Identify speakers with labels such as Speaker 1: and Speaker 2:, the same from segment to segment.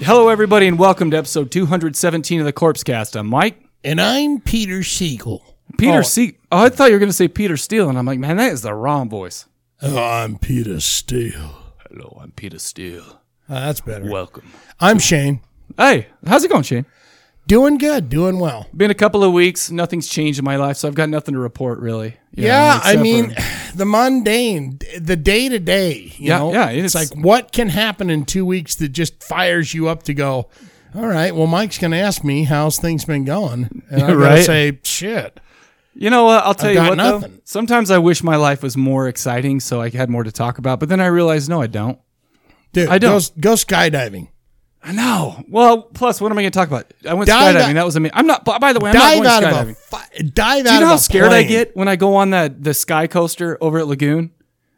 Speaker 1: Hello, everybody, and welcome to episode 217 of the Corpse Cast. I'm Mike.
Speaker 2: And I'm Peter Siegel.
Speaker 1: Peter
Speaker 2: Oh.
Speaker 1: Se- Oh, I thought you were going to say Peter Steele, and I'm like, man, that is the wrong voice.
Speaker 2: Oh, I'm Peter Steele.
Speaker 1: Hello, I'm Peter Steele.
Speaker 2: Ah, that's better.
Speaker 1: Welcome.
Speaker 2: I'm Shane.
Speaker 1: Hey, how's it going, Shane?
Speaker 2: Doing good, doing well.
Speaker 1: Been a couple of weeks. Nothing's changed in my life, so I've got nothing to report, really. You know,
Speaker 2: Yeah, I
Speaker 1: except
Speaker 2: mean,
Speaker 1: for-
Speaker 2: the mundane, the day to day. You
Speaker 1: Yeah,
Speaker 2: know,
Speaker 1: yeah,
Speaker 2: It's,
Speaker 1: it's-
Speaker 2: like what can happen in two weeks that just fires you up to go. All right, well, Mike's going to ask me how's things been going, and I'm going to
Speaker 1: Right.
Speaker 2: say shit.
Speaker 1: you know what? I'll tell you
Speaker 2: got
Speaker 1: what, though.
Speaker 2: nothing.
Speaker 1: Sometimes I wish my life was more exciting so I had more to talk about, but then I realized, no, I don't.
Speaker 2: Dude,
Speaker 1: I don't.
Speaker 2: Go, s- go skydiving.
Speaker 1: I know. Well, plus, what am I going to talk about? I went
Speaker 2: Dive
Speaker 1: skydiving.
Speaker 2: out-
Speaker 1: That was amazing. I'm not, by by the way, I'm
Speaker 2: dive
Speaker 1: not
Speaker 2: out
Speaker 1: going skydiving.
Speaker 2: of a fi- dive out
Speaker 1: Do you know
Speaker 2: of
Speaker 1: how
Speaker 2: a
Speaker 1: scared I
Speaker 2: plane.
Speaker 1: get when I go on that the sky coaster over at Lagoon?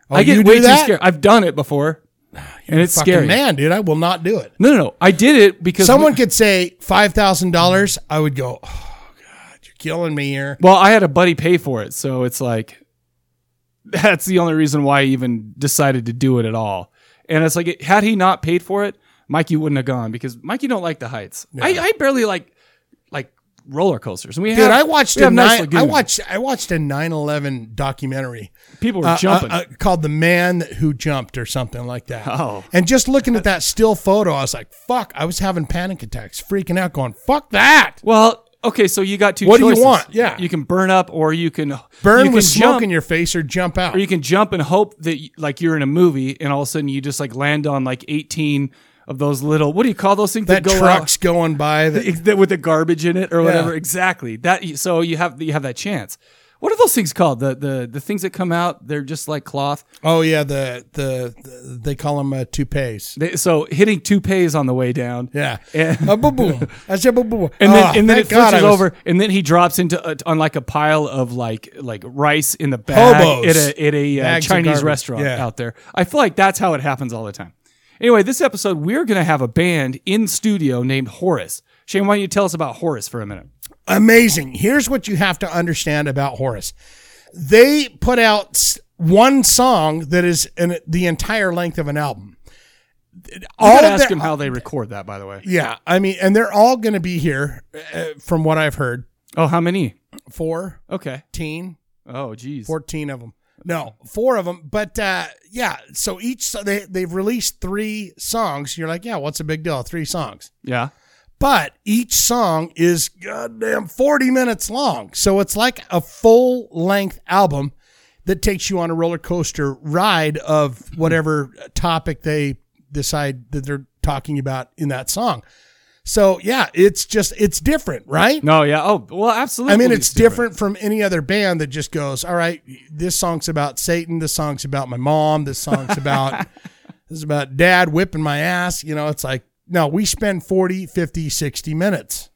Speaker 1: I get
Speaker 2: Oh, you do
Speaker 1: way too
Speaker 2: that?
Speaker 1: scared. I've done it before, and it's
Speaker 2: Fucking
Speaker 1: scary.
Speaker 2: man, dude, I will not do it.
Speaker 1: No, no, no. I did it because
Speaker 2: someone could say five thousand dollars, I would go, Oh God, you're killing me here.
Speaker 1: Well, I had a buddy pay for it, so it's like that's the only reason why I even decided to do it at all. And it's like, it, had he not paid for it, Mikey wouldn't have gone because Mikey don't like the heights. I, I barely like like roller coasters. And we
Speaker 2: Dude,
Speaker 1: have,
Speaker 2: I watched
Speaker 1: we
Speaker 2: a
Speaker 1: have nice
Speaker 2: nine, I
Speaker 1: lagoons.
Speaker 2: watched I watched a 9/11 documentary
Speaker 1: people were
Speaker 2: uh,
Speaker 1: jumping.
Speaker 2: uh, uh, called "The Man Who Jumped" or something like that.
Speaker 1: Oh.
Speaker 2: and just looking at that still photo, I was like, "Fuck!" I was having panic attacks, freaking out, going, "Fuck that!"
Speaker 1: well, okay, so you got two.
Speaker 2: What do you
Speaker 1: choices.
Speaker 2: want? Yeah.
Speaker 1: you can burn up or you can
Speaker 2: Burn
Speaker 1: you
Speaker 2: with
Speaker 1: can
Speaker 2: smoke
Speaker 1: jump.
Speaker 2: in your face or jump out.
Speaker 1: or you can jump and hope that y- like you're in a movie and all of a sudden you just like land on like 18 of those little what do you call those things
Speaker 2: that
Speaker 1: go uh,
Speaker 2: truck's going by. That,
Speaker 1: out, that with the garbage in it or whatever exactly that so you have you have that chance what are those things called the the the things that come out they're just like cloth
Speaker 2: oh yeah, the, the the they call them uh, toupees.
Speaker 1: they, so hitting toupees on the way down
Speaker 2: Yeah,
Speaker 1: And-
Speaker 2: a boom. I said boom boom.
Speaker 1: and then,
Speaker 2: Ah,
Speaker 1: and then it
Speaker 2: thank God I
Speaker 1: switches
Speaker 2: was-
Speaker 1: over, and then he drops into a, on like a pile of like like rice in the bag at
Speaker 2: Hobos.
Speaker 1: a, at a uh,
Speaker 2: Bags of
Speaker 1: Chinese
Speaker 2: garbage.
Speaker 1: restaurant
Speaker 2: Yeah.
Speaker 1: out there. I feel like that's how it happens all the time. Anyway, this episode we're gonna have a band in studio named Horace. Shane, why don't you tell us about Horace for a minute?
Speaker 2: amazing. Here's what you have to understand about Horace. They put out s- one song that is an, the entire length of an album.
Speaker 1: You gotta
Speaker 2: of
Speaker 1: ask
Speaker 2: their-
Speaker 1: him how they record that, by the way.
Speaker 2: Yeah, I mean, and they're all going to be here, uh, from what I've heard.
Speaker 1: Oh, how many?
Speaker 2: Fourteen,
Speaker 1: Okay. Oh, geez.
Speaker 2: 14 of them. No, four of them. But uh, yeah, so each so they they've released three songs. You're like, yeah, what's the big deal? Three songs.
Speaker 1: Yeah.
Speaker 2: but each song is goddamn 40 minutes long. So it's like a full length album that takes you on a roller coaster ride of whatever topic they decide that they're talking about in that song. So yeah, it's just it's different, right?
Speaker 1: No, yeah. Oh, well, absolutely.
Speaker 2: I mean, it's different from any other band that just goes, all right, this song's about Satan, this song's about my mom, this song's about this is about dad whipping my ass, you know, it's like no, we spend 40, 50, 60 minutes.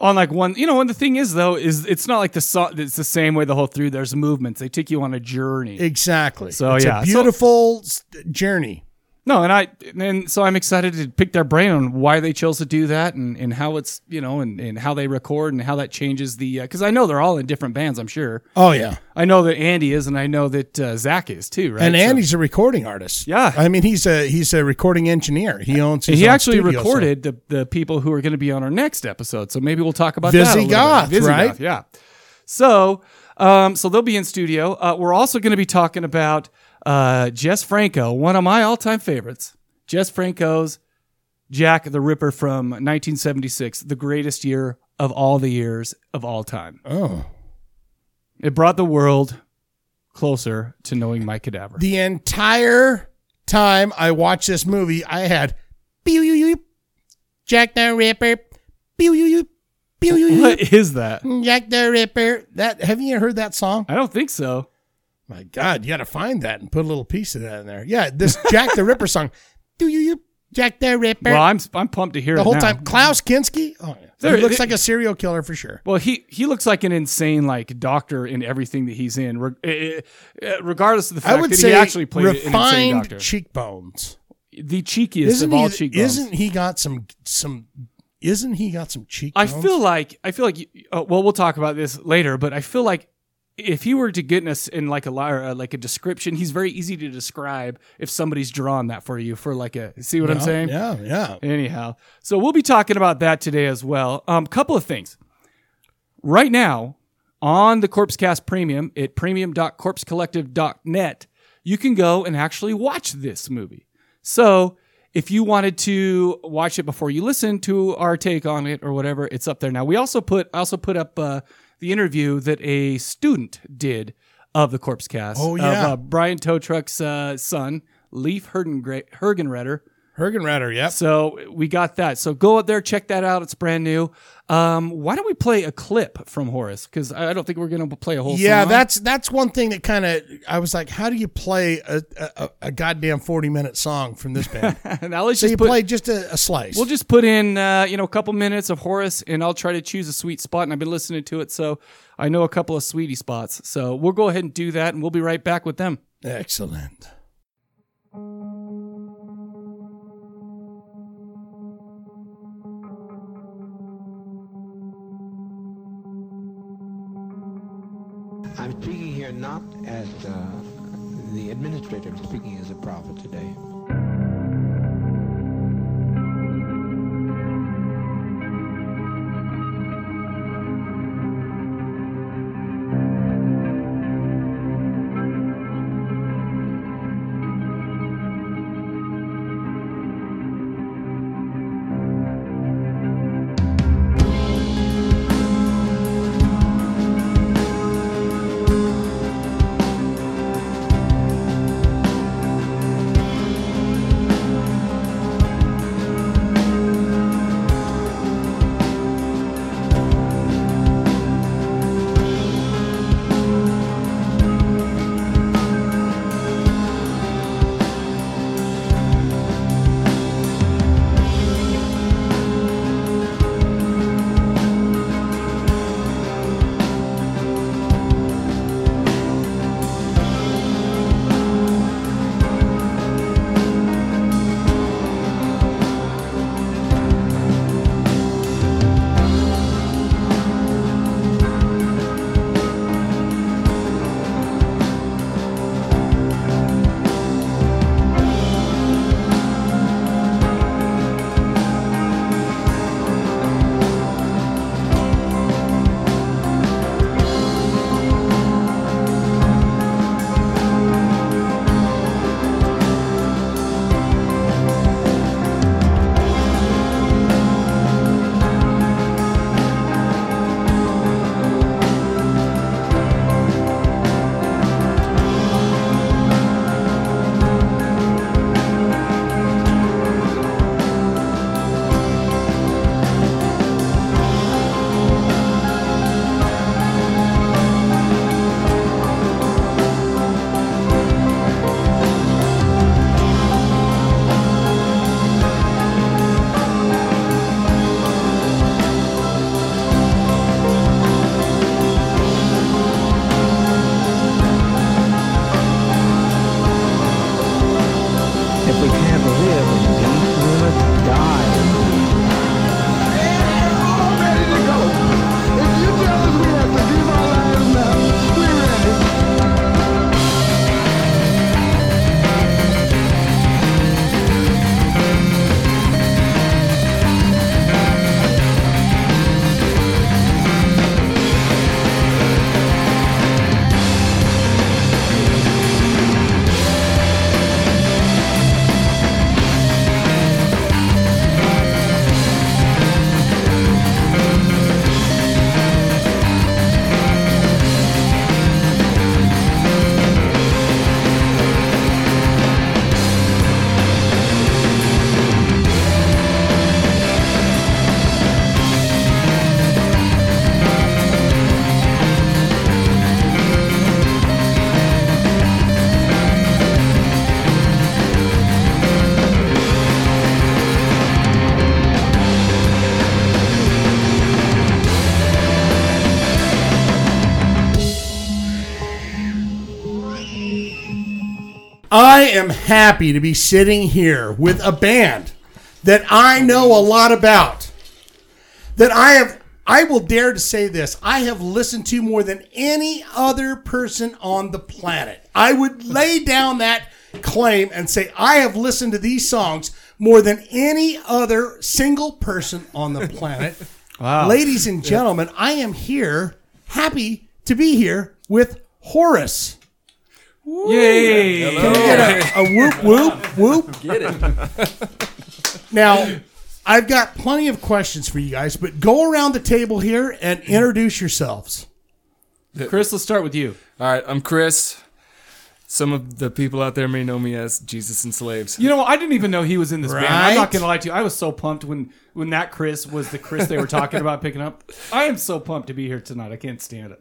Speaker 1: on like one you know and the thing is though is it's not like the song it's the same way the whole through there's movements they take you on a journey
Speaker 2: Exactly.
Speaker 1: So,
Speaker 2: it's
Speaker 1: yeah.
Speaker 2: a
Speaker 1: So-
Speaker 2: beautiful s- journey.
Speaker 1: no and i and so i'm excited to pick their brain on why they chose to do that and and how it's you know and and how they record and how that changes the because i know they're all in different bands i'm sure
Speaker 2: Oh yeah,
Speaker 1: i know that andy is and i know that uh, zach is too right
Speaker 2: and
Speaker 1: So-
Speaker 2: Andy's a recording artist.
Speaker 1: Yeah.
Speaker 2: I mean he's a he's a recording engineer. He owns. His
Speaker 1: he
Speaker 2: own
Speaker 1: actually
Speaker 2: studio, so-
Speaker 1: recorded the, the people who are going to be on our next episode. So maybe we'll talk about that. a little
Speaker 2: Visigoth,
Speaker 1: bit.
Speaker 2: right?
Speaker 1: Yeah. So, um, so they'll be in studio. Uh, we're also going to be talking about uh, Jess Franco, one of my all time favorites. Jess Franco's Jack the Ripper from 1976, the greatest year of all the years of all time.
Speaker 2: Oh,
Speaker 1: It brought the world closer to knowing my cadaver.
Speaker 2: the entire time I watched this movie, I had Pew, you, you. Jack the Ripper. Pew, you, you. Pew, you, you.
Speaker 1: What is that?
Speaker 2: Jack the Ripper. That have you heard that song?
Speaker 1: I don't think so.
Speaker 2: My God, you got to find that and put a little piece of that in there. Yeah, this Jack the Ripper song. Do you, you Jack the Ripper?
Speaker 1: Well, I'm I'm pumped to hear
Speaker 2: the
Speaker 1: it
Speaker 2: whole
Speaker 1: now.
Speaker 2: time, Klaus Kinski. Oh, yeah.
Speaker 1: There-
Speaker 2: he looks
Speaker 1: it-
Speaker 2: like a serial killer for sure.
Speaker 1: Well, he he looks like an insane like doctor in everything that he's in, reg- eh, eh, eh, regardless of the fact
Speaker 2: I would
Speaker 1: that
Speaker 2: say
Speaker 1: he actually played an insane doctor.
Speaker 2: refined cheekbones.
Speaker 1: the cheekiest
Speaker 2: Isn't
Speaker 1: of all
Speaker 2: he?
Speaker 1: cheekbones.
Speaker 2: Isn't he got some some? Isn't he got some
Speaker 1: I
Speaker 2: cheekbones?
Speaker 1: feel like I feel like you- uh, well, we'll talk about this later, but I feel like if he were to get us in like a li- uh, like a description, he's very easy to describe if somebody's drawn that for you for like a see what I'm
Speaker 2: Yeah,
Speaker 1: saying?
Speaker 2: Yeah, yeah.
Speaker 1: Anyhow, so we'll be talking about that today as well. Um, couple of things. Right now, on the Corpsecast Premium at premium.corpsecollective.net, you can go and actually watch this movie. So if you wanted to watch it before you listen to our take on it or whatever, it's up there now. We also put I also put up uh, the interview that a student did of the Corpsecast.
Speaker 2: Oh,
Speaker 1: of,
Speaker 2: yeah.
Speaker 1: uh, Brian Totruck's uh, son, Leif Hergengra- Hergenreder.
Speaker 2: Hergenretter. Yep.
Speaker 1: So we got that. So go out there, check that out. It's brand new. Um, why don't we play a clip from Horace? Because I I don't think we're going to play a whole
Speaker 2: Yeah,
Speaker 1: song.
Speaker 2: that's that's one thing that kind of I was like, how do you play a, a, a- a goddamn forty minute song from this band?
Speaker 1: now let's
Speaker 2: so
Speaker 1: just
Speaker 2: you
Speaker 1: put,
Speaker 2: play just a, a slice.
Speaker 1: We'll just put in uh, you know a couple minutes of Horace, and I'll try to choose a sweet spot. And I've been listening to it, so I know a couple of sweetie spots. So we'll go ahead and do that, and we'll be right back with them.
Speaker 2: Excellent.
Speaker 3: I'm speaking here not as uh, the administrator, I'm speaking as a prophet today.
Speaker 2: I am happy to be sitting here with a band that I know a lot about. That I have, I will dare to say this, I have listened to more than any other person on the planet. I would lay down that claim and say, I have listened to these songs more than any other single person on the planet. wow. Ladies and gentlemen, I am here, happy to be here with Horace.
Speaker 1: Yay!
Speaker 2: Get a, a whoop whoop whoop. Get it. Now, I've got plenty of questions for you guys, but go around the table here and introduce yourselves.
Speaker 1: Chris, let's start with you.
Speaker 4: All right, I'm Chris. Some of the people out there may know me as Jesus and Slaves.
Speaker 1: You know, I didn't even know he was in this band. I'm
Speaker 2: Right.
Speaker 1: not gonna lie to you. I was so pumped when when that Chris was the Chris they were talking about picking up. I am so pumped to be here tonight. I can't stand it.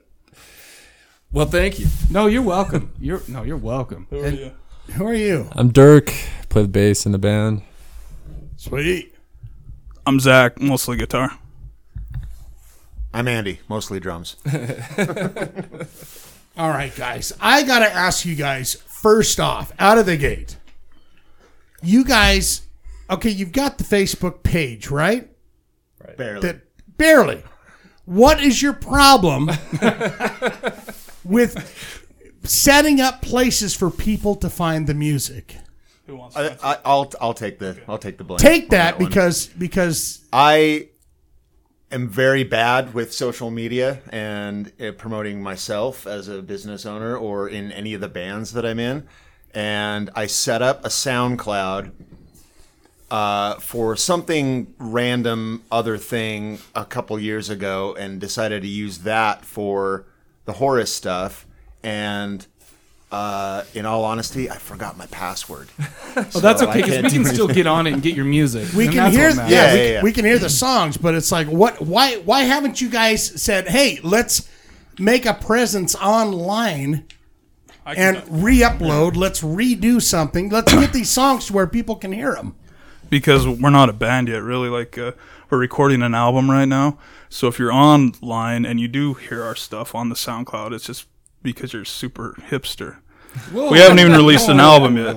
Speaker 4: Well, thank you.
Speaker 1: No, you're welcome. You're no, you're welcome.
Speaker 2: Who are you?
Speaker 5: I'm Dirk. Play the bass in the band.
Speaker 2: Sweet.
Speaker 6: I'm Zach, mostly guitar.
Speaker 7: I'm Andy, mostly drums.
Speaker 2: All right, guys. I got to ask you guys first off, out of the gate. You guys, okay, you've got the Facebook page, right?
Speaker 7: Barely.
Speaker 2: that barely. What is your problem with setting up places for people to find the music?
Speaker 6: Who wants
Speaker 7: I, I, I'll I'll take the I'll take the blame.
Speaker 2: Take
Speaker 7: on
Speaker 2: that
Speaker 7: one.
Speaker 2: because because
Speaker 7: I am very bad with social media and uh, promoting myself as a business owner or in any of the bands that I'm in. And I set up a SoundCloud uh, for something random other thing a couple years ago and decided to use that for the Horus stuff. And uh, in all honesty, I forgot my password.
Speaker 1: Oh, that's
Speaker 7: So I
Speaker 1: okay because
Speaker 7: can't
Speaker 1: we
Speaker 7: do
Speaker 1: can still get on it and get your music.
Speaker 2: we
Speaker 1: And
Speaker 2: can
Speaker 1: that's
Speaker 2: hear
Speaker 1: what
Speaker 2: yeah,
Speaker 7: Yeah,
Speaker 1: matters.
Speaker 2: we,
Speaker 7: yeah, yeah.
Speaker 2: we can hear the songs, but it's like what why why haven't you guys said hey let's make a presence online
Speaker 6: I can
Speaker 2: and
Speaker 6: do
Speaker 2: re-upload let's redo something let's get these songs to where people can hear them
Speaker 6: it. because we're not a band yet, really. Like uh, we're recording an album right now, so if you're online and you do hear our stuff on the SoundCloud, it's just because you're super hipster. We haven't even released an album yet.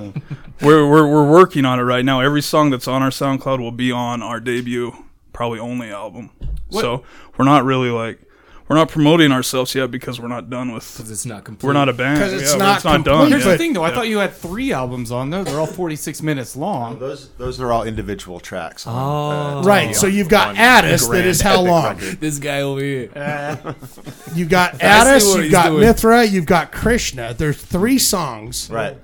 Speaker 6: We're, we're we're working on it right now. Every song that's on our SoundCloud will be on our debut, probably only album. So we're not really like we're not promoting ourselves yet because we're not done with.
Speaker 4: It's not complete.
Speaker 6: We're not a band.
Speaker 2: 'Cause it's
Speaker 6: Yeah,
Speaker 2: not
Speaker 6: done.
Speaker 2: complete,
Speaker 1: Here's
Speaker 6: yet.
Speaker 1: the thing, though. I thought you had three albums on there. They're all 46 minutes long.
Speaker 7: Those those are all individual tracks.
Speaker 1: Oh,
Speaker 7: On, uh,
Speaker 2: right so you've got
Speaker 7: on
Speaker 2: Addis that
Speaker 7: Grand
Speaker 2: is how
Speaker 7: Epic
Speaker 2: long
Speaker 7: Record.
Speaker 4: This guy over here.
Speaker 2: You've got
Speaker 4: I see
Speaker 2: Addis,
Speaker 4: what
Speaker 2: you've
Speaker 4: he's
Speaker 2: got
Speaker 4: doing.
Speaker 2: Mithra, you've got Krishna. There's three songs
Speaker 7: Right.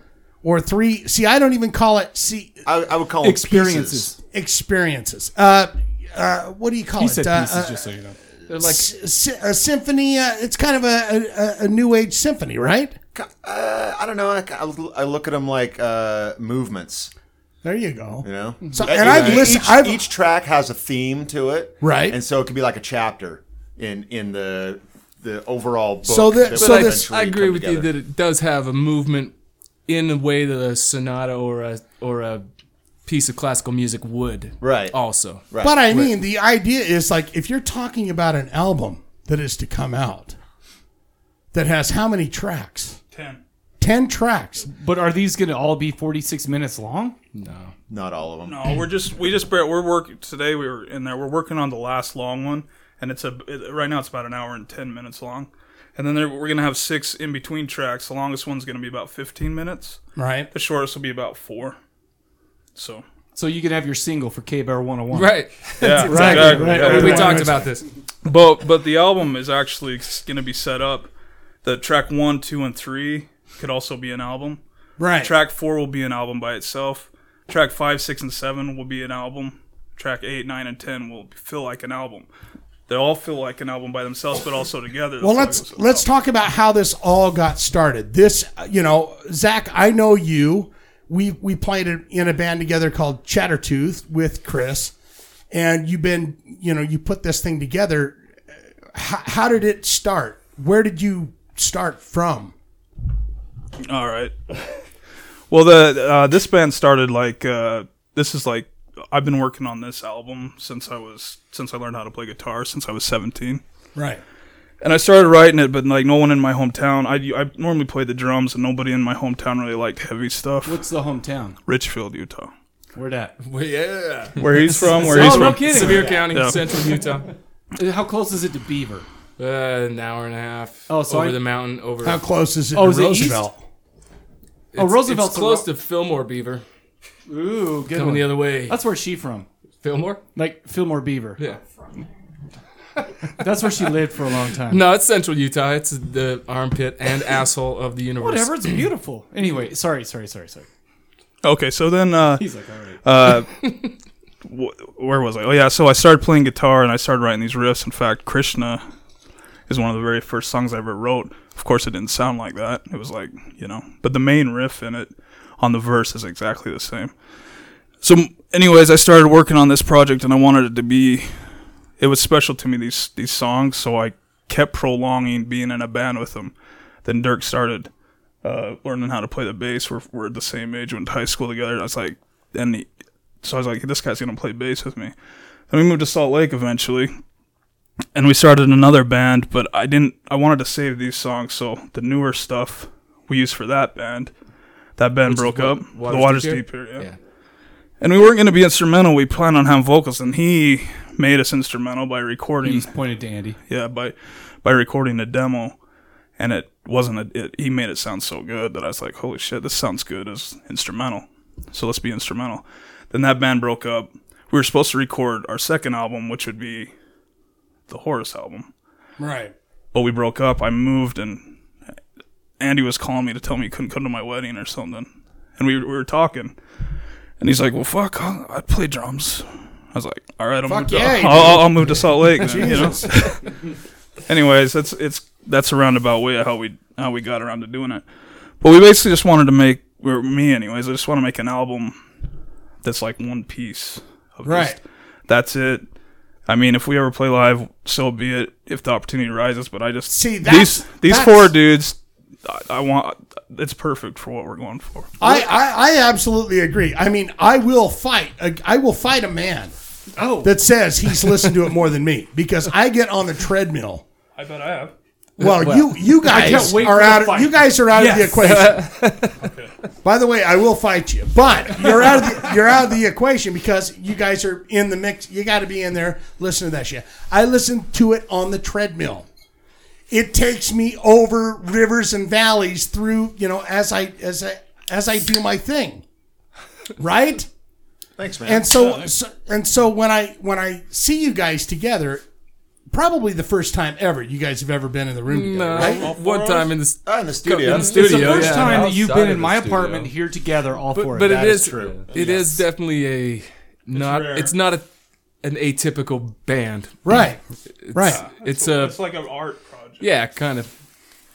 Speaker 2: or three. See, I don't even call it see
Speaker 7: I, I would call them
Speaker 1: Experiences.
Speaker 7: pieces.
Speaker 2: experiences. Uh, uh, what do you call
Speaker 1: He
Speaker 2: it?
Speaker 1: said
Speaker 2: uh,
Speaker 1: pieces,
Speaker 2: uh,
Speaker 1: just so you know. They're like
Speaker 2: s- s- a symphony. Uh, it's kind of a, a, a new age symphony, right?
Speaker 7: Uh, I don't know. I, I- I look at them like uh, movements.
Speaker 2: There you go.
Speaker 7: You know.
Speaker 2: Mm-hmm. So-
Speaker 7: Uh,
Speaker 2: and I've
Speaker 7: each-
Speaker 2: listened-
Speaker 7: Each,
Speaker 2: I've-
Speaker 7: each track has a theme to it.
Speaker 2: Right.
Speaker 7: And so it could be like a chapter in in the the overall book.
Speaker 2: So the-
Speaker 7: that
Speaker 2: so
Speaker 7: will
Speaker 2: this-
Speaker 7: eventually
Speaker 4: I agree
Speaker 7: come
Speaker 4: with you
Speaker 7: together.
Speaker 4: that it does have a movement in a way that a sonata or a or a piece of classical music would.
Speaker 7: Right.
Speaker 2: Oh.
Speaker 4: Also.
Speaker 7: Right.
Speaker 2: But I mean, the idea is like if you're talking about an album that is to come out that has how many tracks?
Speaker 6: Ten.
Speaker 2: Ten tracks.
Speaker 1: But are these going to all be 46 minutes long?
Speaker 7: not all of them.
Speaker 6: No, we're just we just bar- we're working today. We were in there. We're working on the last long one, and it's a it, right now it's about an hour and ten minutes long, and then there, we're gonna have six in between tracks. The longest one's gonna be about fifteen minutes.
Speaker 2: Right.
Speaker 6: The shortest will be about four. So
Speaker 1: So you can have your single for oh K Bear 101.
Speaker 4: Right.
Speaker 6: yeah,
Speaker 1: Right,
Speaker 6: exactly.
Speaker 1: right,
Speaker 6: Yeah,
Speaker 1: right,
Speaker 6: yeah.
Speaker 4: we
Speaker 1: right.
Speaker 4: talked about this.
Speaker 6: But but the album is actually gonna be set up. The track one, two, and three could also be an album.
Speaker 2: Right.
Speaker 6: Track four will be an album by itself. Track five, six, and seven will be an album. Track eight, nine, and ten will feel like an album. They all feel like an album by themselves, but also together.
Speaker 2: Well,
Speaker 6: That's why
Speaker 2: let's
Speaker 6: it was an
Speaker 2: let's
Speaker 6: album.
Speaker 2: talk about how this all got started. This, uh, you know, Zach, I know you. We we played in- in a band together called Chattertooth with Chris, and you've been, you know, you put this thing together. How, how did it start? Where did you start from?
Speaker 6: All right. Well, the uh, this band started like uh, this is like I've been working on this album since I was since I learned how to play guitar since I was seventeen.
Speaker 2: Right.
Speaker 6: and I started writing it, but like no one in my hometown. I I normally play the drums, and nobody in my hometown really liked heavy stuff.
Speaker 1: What's the hometown?
Speaker 6: Richfield, Utah,
Speaker 1: Where that?
Speaker 5: yeah.
Speaker 6: where he's from, where
Speaker 1: Oh,
Speaker 6: he's
Speaker 1: no
Speaker 6: from.
Speaker 1: kidding.
Speaker 4: Sevier County,
Speaker 6: Yeah.
Speaker 4: central Utah.
Speaker 1: How close is it to Beaver?
Speaker 4: Uh, an hour and a half.
Speaker 1: Oh, so
Speaker 4: over
Speaker 1: I-
Speaker 4: the mountain. Over.
Speaker 2: How close is it
Speaker 1: Oh,
Speaker 2: to
Speaker 1: is it east?
Speaker 2: Roosevelt?
Speaker 1: Oh,
Speaker 4: It's-
Speaker 1: Roosevelt's
Speaker 4: It's close
Speaker 1: a-
Speaker 4: to Fillmore Beaver.
Speaker 1: Ooh, good
Speaker 4: Coming
Speaker 1: one.
Speaker 4: the other way.
Speaker 1: That's where she from.
Speaker 4: Fillmore?
Speaker 1: Like Fillmore Beaver.
Speaker 4: Yeah.
Speaker 1: That's where she lived for a long time.
Speaker 4: No, it's central Utah. It's the armpit and asshole of the universe.
Speaker 1: Whatever, it's beautiful. Anyway, sorry, sorry, sorry, sorry.
Speaker 6: Okay, so then uh,
Speaker 1: He's like, all right.
Speaker 6: wh- where was I? Oh yeah, so I started playing guitar and I started writing these riffs. In fact, Krishna is one of the very first songs I ever wrote. Of course, it didn't sound like that. It was like you know, but the main riff in it on the verse is exactly the same. So, anyways, I started working on this project and I wanted it to be. It was special to me these these songs, so I kept prolonging being in a band with them. Then Dirk started uh, learning how to play the bass. We're, we're the same age, went to high school together. I was like, and he, so I was like, this guy's gonna play bass with me. Then we moved to Salt Lake eventually, and we started another band. But I didn't. I wanted to save these songs, so the newer stuff we used for that band. That band broke
Speaker 4: what-
Speaker 6: up.
Speaker 4: Waters
Speaker 6: the Waters
Speaker 4: Deep
Speaker 6: Deep,
Speaker 4: Here?
Speaker 6: Here, yeah.
Speaker 4: Yeah.
Speaker 6: And we weren't going to be instrumental. We planned on having vocals, and he made us instrumental by recording.
Speaker 1: He's pointed to Andy.
Speaker 6: Yeah, by by recording a demo, and it wasn't. A, it, he made it sound so good that I was like, "Holy shit, this sounds good as instrumental." So let's be instrumental. Then that band broke up. We were supposed to record our second album, which would be the Horus album,
Speaker 1: Right.
Speaker 6: but we broke up. I moved, and Andy was calling me to tell me he couldn't come to my wedding or something. And we, we were talking, and he's like, "Well, fuck, I'll, I play drums." I was like, "All right, I'll move to,
Speaker 2: yeah, you
Speaker 6: I'll, I'll, I'll move to Salt Lake." then, you know? Anyways, that's it's that's a roundabout way of how we how we got around to doing it. But we basically just wanted to make, or me, anyways. I just want to make an album that's like one piece of
Speaker 2: Right.
Speaker 6: Just, that's it. I mean, if we ever play live, so be it. If the opportunity arises, but I just
Speaker 2: See, that's-
Speaker 6: these these
Speaker 2: that's-
Speaker 6: four dudes. I, I want it's perfect for what we're going for.
Speaker 2: I, I, I absolutely agree. I mean, I will fight. a- I will fight a man
Speaker 1: Oh,
Speaker 2: that says he's listened to it more than me because I get on the treadmill.
Speaker 6: I bet I have.
Speaker 2: Well, you you guys
Speaker 1: wait
Speaker 2: are
Speaker 1: for the
Speaker 2: out. Of,
Speaker 1: fight.
Speaker 2: you guys are out of the equation. By the way, I will fight you, but you're out of the, you're out of the equation because you guys are in the mix. You got to be in there. Listen to that shit. I listened to it on the treadmill. It takes me over rivers and valleys through you know as I as I as I do my thing, right?
Speaker 7: Thanks, man.
Speaker 2: And so, so and so when I when I see you guys together, probably the first time ever you guys have ever been in the room together,
Speaker 4: No,
Speaker 2: right?
Speaker 4: Uh, one time in the,
Speaker 7: Ah, in the studio.
Speaker 4: in the
Speaker 1: it's
Speaker 4: studio.
Speaker 1: the first
Speaker 4: yeah.
Speaker 1: time that you've
Speaker 5: Outside
Speaker 1: been
Speaker 5: of
Speaker 1: in
Speaker 5: the
Speaker 1: my
Speaker 5: studio.
Speaker 1: apartment here together, all four.
Speaker 4: But,
Speaker 1: of
Speaker 4: but it
Speaker 1: you.
Speaker 7: That is
Speaker 4: is,
Speaker 7: true.
Speaker 4: It is definitely a not. It's, not a, an atypical band.
Speaker 2: Right, right.
Speaker 4: It's a
Speaker 6: It's like an art project.
Speaker 4: yeah, kind of.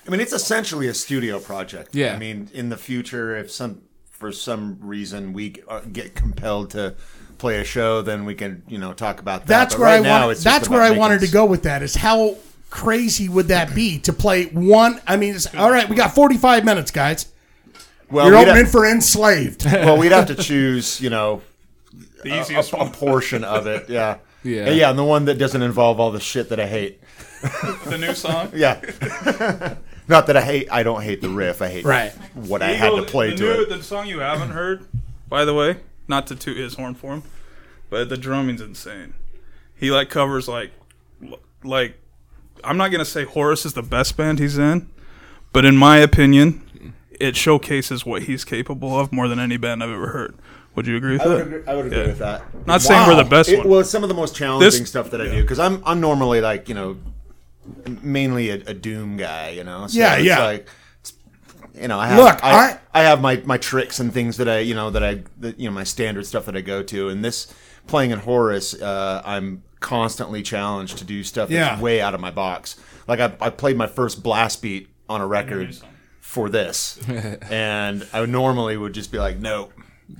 Speaker 7: I mean, it's essentially a studio project.
Speaker 4: Yeah.
Speaker 7: I mean, in the future, if some for some reason we g- uh, get compelled to play a show, then we can you know talk about that.
Speaker 2: that's
Speaker 7: But
Speaker 2: where
Speaker 7: right
Speaker 2: I
Speaker 7: now,
Speaker 2: wanted,
Speaker 7: it's just
Speaker 2: that's
Speaker 7: about
Speaker 2: where I
Speaker 7: making
Speaker 2: wanted to
Speaker 7: s-
Speaker 2: go with that is how crazy would that be to play one I mean it's all right we got 45 minutes guys
Speaker 7: Well,
Speaker 2: you're
Speaker 7: we'd
Speaker 2: opening
Speaker 7: have,
Speaker 2: for enslaved
Speaker 7: well, we'd have to choose you know
Speaker 6: The
Speaker 7: a,
Speaker 6: easiest
Speaker 7: a portion of it. Yeah.
Speaker 4: Yeah.
Speaker 7: And yeah, and the one that doesn't involve all the shit that I hate.
Speaker 6: one, the new song.
Speaker 7: Yeah. Not that I hate. I don't hate the riff. I hate
Speaker 2: Right.
Speaker 7: what I had to play
Speaker 6: the
Speaker 7: to
Speaker 6: new,
Speaker 7: it.
Speaker 6: The song you haven't heard, by the way, not to toot his horn for him, but the drumming's insane. He like covers like, l- like, I'm not gonna say Horace is the best band he's in, but in my opinion, it showcases what he's capable of more than any band I've ever heard. Would you agree with
Speaker 7: I would
Speaker 6: that?
Speaker 7: agree, I would agree
Speaker 6: Yeah.
Speaker 7: with that.
Speaker 6: Not saying we're the best
Speaker 7: It
Speaker 6: one.
Speaker 7: was some of the most challenging
Speaker 6: This-
Speaker 7: stuff that I do because I'm I'm normally like you know mainly a, a doom guy, you know. So
Speaker 2: Yeah,
Speaker 7: it's
Speaker 2: yeah.
Speaker 7: Like, it's- you know, I have,
Speaker 2: Look,
Speaker 7: I,
Speaker 2: I-
Speaker 7: I have my my tricks and things that I you know that I that, you know my standard stuff that I go to, and this playing in Horus, uh, I'm constantly challenged to do stuff
Speaker 2: Yeah.
Speaker 7: that's way out of my box. Like I, I played my first blast beat on a record. For this, and I normally would just be like, "Nope,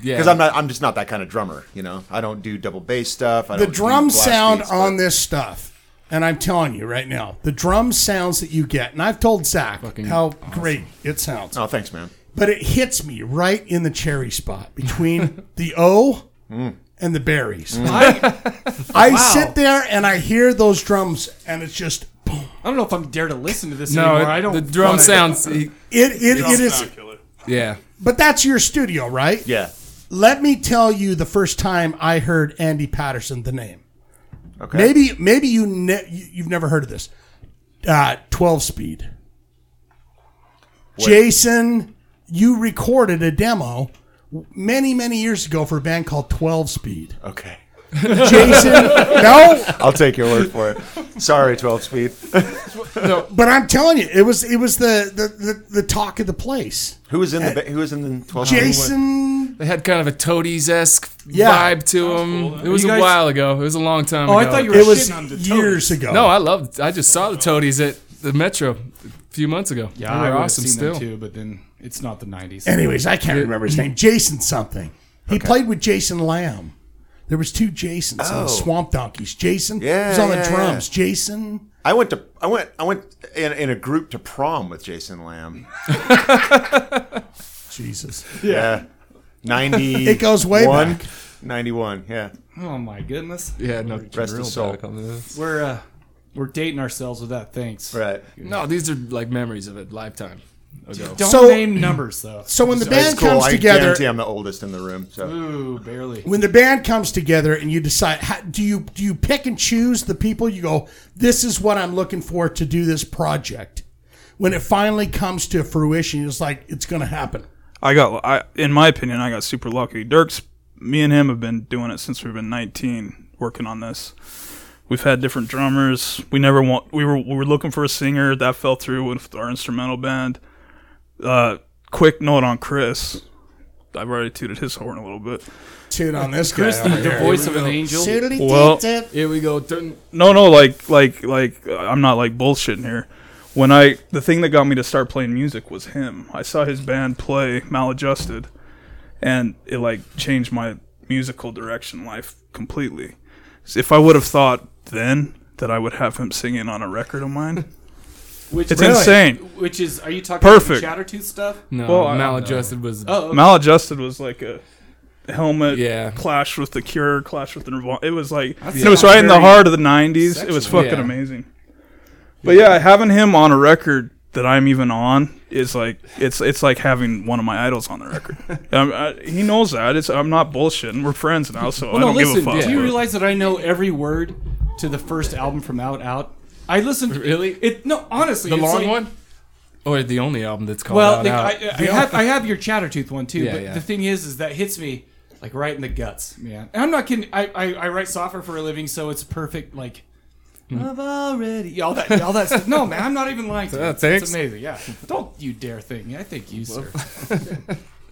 Speaker 4: Yeah,
Speaker 7: because I'm not, I'm just not that kind of drummer. You know, I don't do double bass stuff. I
Speaker 2: the
Speaker 7: don't do
Speaker 2: drum
Speaker 7: blast
Speaker 2: sound
Speaker 7: beats, but-
Speaker 2: on this stuff and I'm telling you right now the drum sounds that you get and I've told Zach how great it sounds
Speaker 7: Oh, thanks, man.
Speaker 2: but it hits me right in the cherry spot between the O
Speaker 7: Mm.
Speaker 2: and the berries. I, I sit there and I hear those drums, and it's just boom,
Speaker 1: I don't know if I'm dare to listen to this
Speaker 4: No,
Speaker 1: anymore.
Speaker 4: it-
Speaker 1: I don't.
Speaker 4: the drum
Speaker 1: wanna-
Speaker 4: sounds. he-
Speaker 2: It it, it is,
Speaker 4: yeah,
Speaker 2: but that's your studio, right?
Speaker 7: Yeah.
Speaker 2: Let me tell you the first time I heard Andy Patterson the name.
Speaker 7: Okay.
Speaker 2: Maybe maybe you ne- you- you've never heard of this. Uh, Twelve speed. Jason, you recorded a demo many many years ago for a band called Twelve Speed.
Speaker 7: Okay.
Speaker 2: Jason, no,
Speaker 7: I'll take your word for it. Sorry, 12 speed.
Speaker 2: but I'm telling you, it was it was the the, the, the talk of the place.
Speaker 7: Who was in the ba- who was in the
Speaker 1: Oh,
Speaker 7: 12
Speaker 2: Jason,
Speaker 4: they had kind of a Toadies esque
Speaker 2: Yeah.
Speaker 4: vibe to them. It was
Speaker 1: You
Speaker 4: a
Speaker 1: guys-
Speaker 4: while ago. It was a long time
Speaker 1: Oh, I
Speaker 4: ago.
Speaker 1: thought you were
Speaker 2: it was
Speaker 1: shitting on the
Speaker 2: years ago.
Speaker 4: No, I loved. I just saw the Toadies at the Metro a few months ago.
Speaker 1: Yeah,
Speaker 4: they
Speaker 1: I
Speaker 4: were
Speaker 1: would
Speaker 4: awesome
Speaker 1: have seen
Speaker 4: still.
Speaker 1: them too, but then it's not the '90s.
Speaker 2: Anyways, I can't remember his name. Jason something. He played with Jason Lamb. There was two Jasons on the Swamp Donkeys. Jason
Speaker 7: Oh. Yeah,
Speaker 2: was on the
Speaker 7: yeah,
Speaker 2: drums. Jason.
Speaker 7: I went to I went I went in, in a group to prom with Jason Lamb.
Speaker 2: Jesus.
Speaker 7: Yeah. 90
Speaker 2: It goes way
Speaker 7: one-
Speaker 2: back.
Speaker 7: 91, yeah.
Speaker 1: Oh my goodness,
Speaker 4: Yeah, no,
Speaker 7: Rest his soul.
Speaker 1: we're uh, we're dating ourselves with that. Thanks.
Speaker 7: Right.
Speaker 4: no, these are like memories of a lifetime ago.
Speaker 1: Don't
Speaker 2: So-
Speaker 1: name numbers though.
Speaker 2: So when the
Speaker 7: It's
Speaker 2: band
Speaker 7: cool.
Speaker 2: comes
Speaker 7: I
Speaker 2: together,
Speaker 7: guarantee I'm the oldest in the room. So
Speaker 1: Ooh, barely.
Speaker 2: when the band comes together and you decide how, do you do you pick and choose the people you go this is what i'm looking for to do this project when it finally comes to fruition it's like it's gonna happen
Speaker 6: I got, I, in my opinion, I got super lucky. Dirk's, me and him have been doing it since we've been 19, working on this. We've had different drummers. We never want. We were we were looking for a singer that fell through with our instrumental band. Uh, quick note on Chris. I've already tooted his horn a little bit.
Speaker 2: tune on this guy over
Speaker 1: The
Speaker 2: here.
Speaker 1: voice of an angel.
Speaker 6: Well-
Speaker 4: Here we go. Turn,
Speaker 6: No, no, like like like uh, I'm not like bullshitting here. When I the thing that got me to start playing music was him. I saw his band play Maladjusted, and it like changed my musical direction in life completely. So if I would have thought then that I would have him singing on a record of mine,
Speaker 1: Which,
Speaker 6: it's insane.
Speaker 1: Which is? Are you talking
Speaker 6: Perfect.
Speaker 1: about the Chattertooth stuff?
Speaker 4: no,
Speaker 6: Well, I don't
Speaker 4: maladjusted was.
Speaker 1: Oh, okay.
Speaker 6: Maladjusted was like a helmet
Speaker 4: Yeah.
Speaker 6: clash with the Cure, clash with the Nirvana. It was like and it
Speaker 4: sounds
Speaker 6: was right in the
Speaker 1: very
Speaker 6: heart of the '90s. It was
Speaker 1: sexual.
Speaker 6: fucking
Speaker 4: Yeah.
Speaker 6: amazing. But yeah, having him on a record that I'm even on is like it's it's like having one of my idols on the record. um, I, he knows that. It's I'm not bullshitting. We're friends now, so I
Speaker 1: no,
Speaker 6: don't
Speaker 1: listen.
Speaker 6: give a fuck.
Speaker 1: Do you realize that I know every word to the first album from Out Out? I listened.
Speaker 4: Really?
Speaker 1: It no. Honestly,
Speaker 4: the
Speaker 1: it's
Speaker 4: long
Speaker 1: like-
Speaker 4: one,
Speaker 5: Oh,
Speaker 4: or the only album that's called
Speaker 1: Well,
Speaker 4: out.
Speaker 1: the,
Speaker 4: Out.
Speaker 1: I, I, have, I have your Chattertooth one too,
Speaker 4: Yeah,
Speaker 1: but
Speaker 4: yeah.
Speaker 1: the thing is, is that hits me like right in the guts, man. And I'm not kidding. I, I, I write software for a living, so it's perfect. Like
Speaker 4: Hmm.
Speaker 1: I've already all that all that. stuff. No, man, I'm not even lying. To you.
Speaker 4: Uh,
Speaker 1: It's-
Speaker 4: thanks.
Speaker 1: It's amazing. Yeah, don't you dare think. I think you, sir.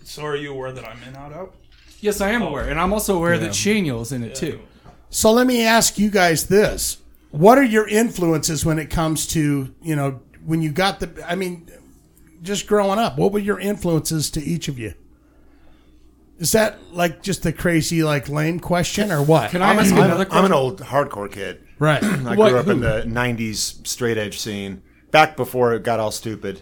Speaker 6: So are you aware that I'm in out out?
Speaker 1: Yes, I am aware, and I'm also aware that Shaniel is in it too.
Speaker 2: so let me ask you guys this what are your influences when it comes to you know when you got the i mean just growing up what were your influences to each of you is that like just the crazy like lame question or what
Speaker 1: Can I ask
Speaker 7: I'm,
Speaker 1: another question?
Speaker 7: I'm an old hardcore kid.
Speaker 2: right
Speaker 7: I
Speaker 1: What-
Speaker 7: grew up in
Speaker 1: who?
Speaker 7: the '90s straight edge scene, back before it got all stupid.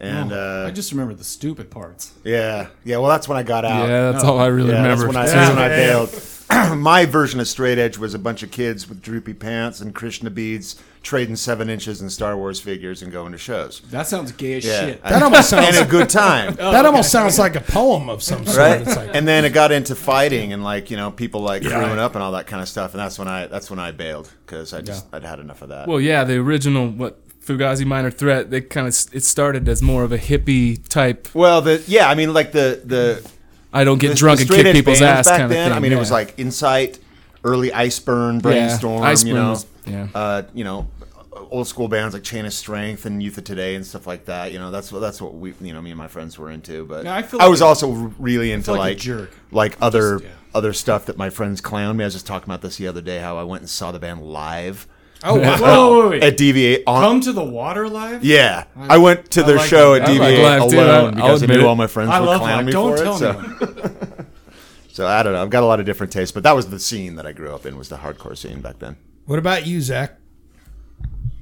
Speaker 7: And uh,
Speaker 1: I just remember the stupid parts.
Speaker 7: yeah, yeah. Well, that's when I got out.
Speaker 4: yeah, that's all I really
Speaker 7: Uh, Yeah,
Speaker 4: remember.
Speaker 7: That's when I, that's when I bailed. My version of straight edge was a bunch of kids with droopy pants and Krishna beads trading seven inches and Star Wars figures and going to shows.
Speaker 1: That sounds gay as
Speaker 7: Yeah,
Speaker 1: shit.
Speaker 7: I-
Speaker 2: that almost
Speaker 7: and
Speaker 2: sounds
Speaker 7: a good time,
Speaker 2: That almost sounds like a poem of some sort.
Speaker 7: right?
Speaker 2: It's like,
Speaker 7: and then it got into fighting and like you know people like crewing
Speaker 2: Right.
Speaker 7: up and all that kind of stuff. And that's when I that's when I bailed because I just I'd had enough of that.
Speaker 4: Well, yeah, the original what Fugazi Minor Threat. They kind of it started as more of a hippie type.
Speaker 1: Oh,
Speaker 7: Well, the yeah, I mean like the the
Speaker 4: I don't get
Speaker 7: the-
Speaker 4: drunk
Speaker 7: the
Speaker 4: and
Speaker 7: straight
Speaker 4: kick
Speaker 7: edge
Speaker 4: people's
Speaker 7: bands
Speaker 4: ass
Speaker 7: back
Speaker 4: kind of
Speaker 7: then.
Speaker 4: thing.
Speaker 7: I mean, it was
Speaker 4: yeah.
Speaker 7: like Insight, early Iceburn, Brainstorm,
Speaker 4: Iceburn
Speaker 7: you know,
Speaker 4: was- yeah.
Speaker 7: uh, you know, old school bands like Chain of Strength and Youth of Today and stuff like that. You know, that's what that's what we, you know, me and my friends were into. But
Speaker 1: Yeah, I
Speaker 7: I,
Speaker 1: feel like-
Speaker 7: was also r- really into
Speaker 1: like a
Speaker 7: like
Speaker 1: jerk.
Speaker 7: like other other stuff that my friends clowned me. I was just talking about this the other day how I went and saw the band live
Speaker 1: Oh, whoa, whoa, wait, wait.
Speaker 7: at Deviate on.
Speaker 1: Come to the water live.
Speaker 7: yeah, I went to their
Speaker 1: like
Speaker 7: show
Speaker 1: that.
Speaker 7: at
Speaker 4: I like
Speaker 7: DVA
Speaker 4: live, too. I-
Speaker 7: alone
Speaker 4: I'll
Speaker 7: because I
Speaker 4: admit
Speaker 7: knew
Speaker 4: it.
Speaker 7: all my friends
Speaker 1: I
Speaker 7: would
Speaker 1: love
Speaker 7: clown
Speaker 1: live.
Speaker 7: me
Speaker 1: Don't
Speaker 7: for
Speaker 1: tell
Speaker 7: it. so-
Speaker 1: me.
Speaker 7: So I don't know. I've got a lot of different tastes, but that was the scene that I grew up in was the hardcore scene back then.
Speaker 2: what about you, Zach?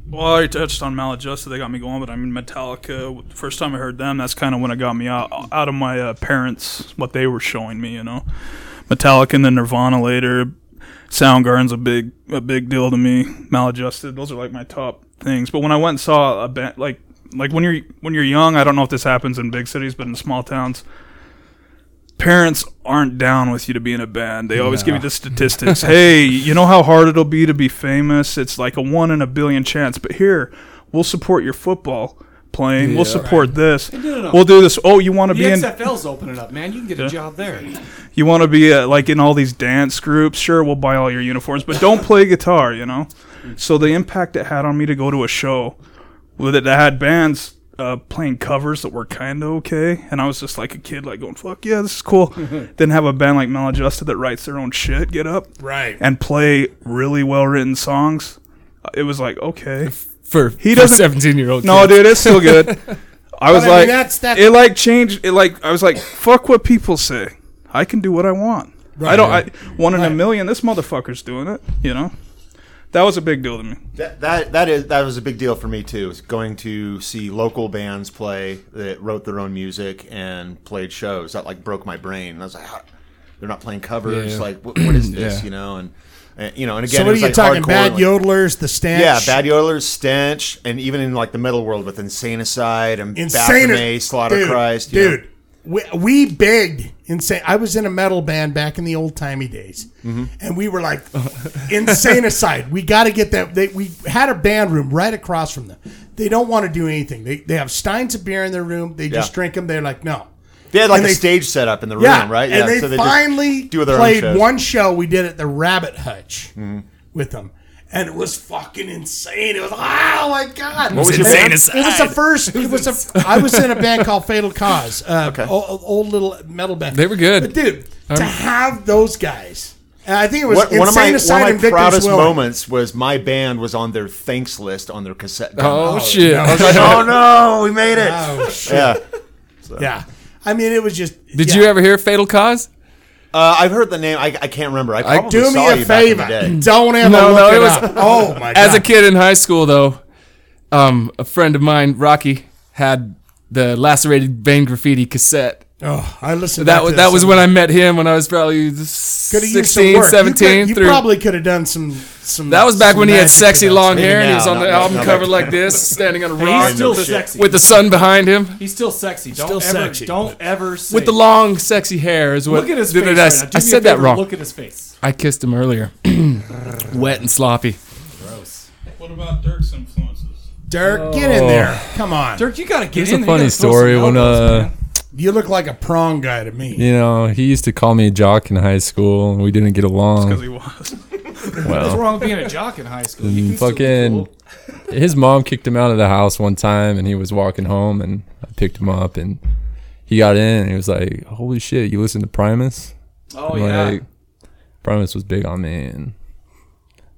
Speaker 6: Well, I already touched on Maladjusted. They got me going, but I mean Metallica. the First time I heard them, that's kind of when it got me out out of my uh, parents what they were showing me. You know, Metallica and then Nirvana later. Soundgarden's a big a big deal to me. Maladjusted, those are like my top things. But when I went and saw a band, like like when you're when you're young, I don't know if this happens in big cities, but in small towns, parents aren't down with you to be in a band. They always give you the statistics. hey, you know how hard it'll be to be famous? It's like a one in a billion chance. But here, we'll support your football playing. we'll support this.
Speaker 1: no, no.
Speaker 6: We'll do this. Oh, you want to
Speaker 1: The
Speaker 6: be in?
Speaker 1: XFL's opening up, man. You can get a job there.
Speaker 6: You want to be uh, like in all these dance groups? Sure, we'll buy all your uniforms, but don't play guitar, you know? So the impact it had on me to go to a show with it that had bands uh, playing covers that were kind of okay, and I was just like a kid, like going, fuck yeah, this is cool. then have a band like Maladjusted that writes their own shit, get up,
Speaker 2: Right.
Speaker 6: and play really well written songs. Uh, It was like, okay.
Speaker 4: for
Speaker 6: He
Speaker 4: he for
Speaker 6: doesn't-
Speaker 4: seventeen year old.
Speaker 6: No, dude, it's still good. I was
Speaker 2: I mean,
Speaker 6: like,
Speaker 2: that's- that's-
Speaker 6: it like changed. It like I was like, fuck what people say. I can do what I want. I don't. I, one in a million. This motherfucker's doing it. You know, that was a big deal to me.
Speaker 7: That, that that is that was a big deal for me too. Is going to see local bands play that wrote their own music and played shows that like broke my brain. I was like, "How- they're not playing covers.
Speaker 5: Yeah.
Speaker 7: Like, what, what is this? You know, and, and you know, and again,
Speaker 2: so
Speaker 7: it
Speaker 2: what are
Speaker 7: was
Speaker 2: you
Speaker 7: like
Speaker 2: talking?
Speaker 7: hardcore,
Speaker 2: Bad
Speaker 7: like-
Speaker 2: yodelers, the stench.
Speaker 7: Yeah, bad yodelers, stench, and even in like the metal world with insane aside and
Speaker 2: insane.
Speaker 7: Baphomet, slaughter
Speaker 2: dude,
Speaker 7: Christ, you know.
Speaker 2: dude. We, we begged insane. I was in a metal band back in the old timey days,
Speaker 7: Mm-hmm.
Speaker 2: and we were like, insane aside, we got to get that. They, we had a band room right across from them. They don't want to do anything. They they have steins of beer in their room. They just
Speaker 7: Yeah.
Speaker 2: drink them. They're like, no.
Speaker 7: They had like
Speaker 2: And
Speaker 7: a
Speaker 2: they-
Speaker 7: stage set up in the room,
Speaker 2: Yeah,
Speaker 7: right?
Speaker 2: And they,
Speaker 7: just
Speaker 2: finally
Speaker 7: do their own
Speaker 2: played
Speaker 7: shows. Mm-hmm.
Speaker 2: one show we did at the Rabbit Hutch with them, and it was fucking insane. It was oh my god!
Speaker 7: What was your
Speaker 2: It
Speaker 7: band?
Speaker 2: was the first. It was a. I was in a band called Fatal Cause. Uh,
Speaker 7: Okay.
Speaker 2: o- o- old little metal band.
Speaker 5: They were good.
Speaker 2: but dude, to have those guys. and I think it was
Speaker 7: What,
Speaker 2: insane
Speaker 7: one of my, one of
Speaker 2: aside
Speaker 7: my
Speaker 2: and Victor's
Speaker 7: proudest
Speaker 2: Willing.
Speaker 7: moments was my band was on their thanks list on their cassette.
Speaker 5: Oh, shit!
Speaker 2: no.
Speaker 5: I was like,
Speaker 7: oh no, we made it.
Speaker 2: Oh shit!
Speaker 7: Yeah,
Speaker 2: Yeah, I mean it was just.
Speaker 5: Did
Speaker 2: yeah.
Speaker 5: you ever hear Fatal Cause?
Speaker 7: uh, I've heard the name. I, I can't remember. I probably
Speaker 2: Do
Speaker 7: saw
Speaker 2: me a
Speaker 7: you back in the
Speaker 2: favor.
Speaker 7: day.
Speaker 2: Don't ever
Speaker 5: No,
Speaker 2: look
Speaker 5: no,
Speaker 2: it,
Speaker 5: it was-
Speaker 2: up. Oh my god!
Speaker 5: As a kid in high school, though, um, a friend of mine, Rocky, had the lacerated vein graffiti cassette.
Speaker 2: oh, I listened.
Speaker 5: That
Speaker 2: back
Speaker 5: was
Speaker 2: to
Speaker 5: that was
Speaker 2: some-
Speaker 5: when I met him when I was probably
Speaker 2: Could
Speaker 5: 16,
Speaker 2: used some work.
Speaker 5: 17
Speaker 2: You, could- you
Speaker 5: through
Speaker 2: probably could have done some some.
Speaker 5: That was back
Speaker 2: some
Speaker 5: when he had
Speaker 2: magic
Speaker 5: sexy
Speaker 2: with that.
Speaker 5: long hair
Speaker 7: Maybe
Speaker 5: and he was
Speaker 7: now,
Speaker 5: on the
Speaker 7: no, no,
Speaker 5: album
Speaker 7: no,
Speaker 5: cover
Speaker 7: no.
Speaker 5: like this, standing on a
Speaker 1: He's
Speaker 5: rock
Speaker 1: still
Speaker 7: shit.
Speaker 1: sexy.
Speaker 5: with the sun behind him.
Speaker 1: He's still sexy. Don't
Speaker 2: Still
Speaker 1: ever,
Speaker 2: sexy.
Speaker 1: Don't ever say.
Speaker 5: With the long, sexy hair is what.
Speaker 1: Look at his
Speaker 5: did
Speaker 1: face. Right
Speaker 5: it- I,
Speaker 1: now.
Speaker 5: s-
Speaker 1: Do
Speaker 5: I
Speaker 1: me a
Speaker 5: said that
Speaker 1: favor,
Speaker 5: wrong.
Speaker 1: Look at his face.
Speaker 5: I kissed him earlier. Wet and sloppy.
Speaker 6: What about Dirk's influences?
Speaker 2: Dirk, get in there. Come on,
Speaker 1: Dirk, you gotta get
Speaker 5: Here's
Speaker 1: in.
Speaker 5: a
Speaker 1: there. You gotta
Speaker 5: funny
Speaker 1: throw some
Speaker 5: story when
Speaker 1: elbows,
Speaker 5: uh,
Speaker 1: man.
Speaker 2: You look like a prong guy to me.
Speaker 5: you know, he used to call me a jock in high school and we didn't get
Speaker 6: Because
Speaker 5: along.
Speaker 6: he was.
Speaker 1: what's
Speaker 5: Well,
Speaker 1: wrong with being a jock in high school? You
Speaker 5: and
Speaker 1: can still be
Speaker 5: fucking,
Speaker 1: cool.
Speaker 5: his mom kicked him out of the house one time and he was walking home and I picked him up and he got in and he was like, "Holy shit, you listen to Primus?"
Speaker 1: Oh
Speaker 5: And,
Speaker 1: yeah.
Speaker 5: like, Primus was big on me and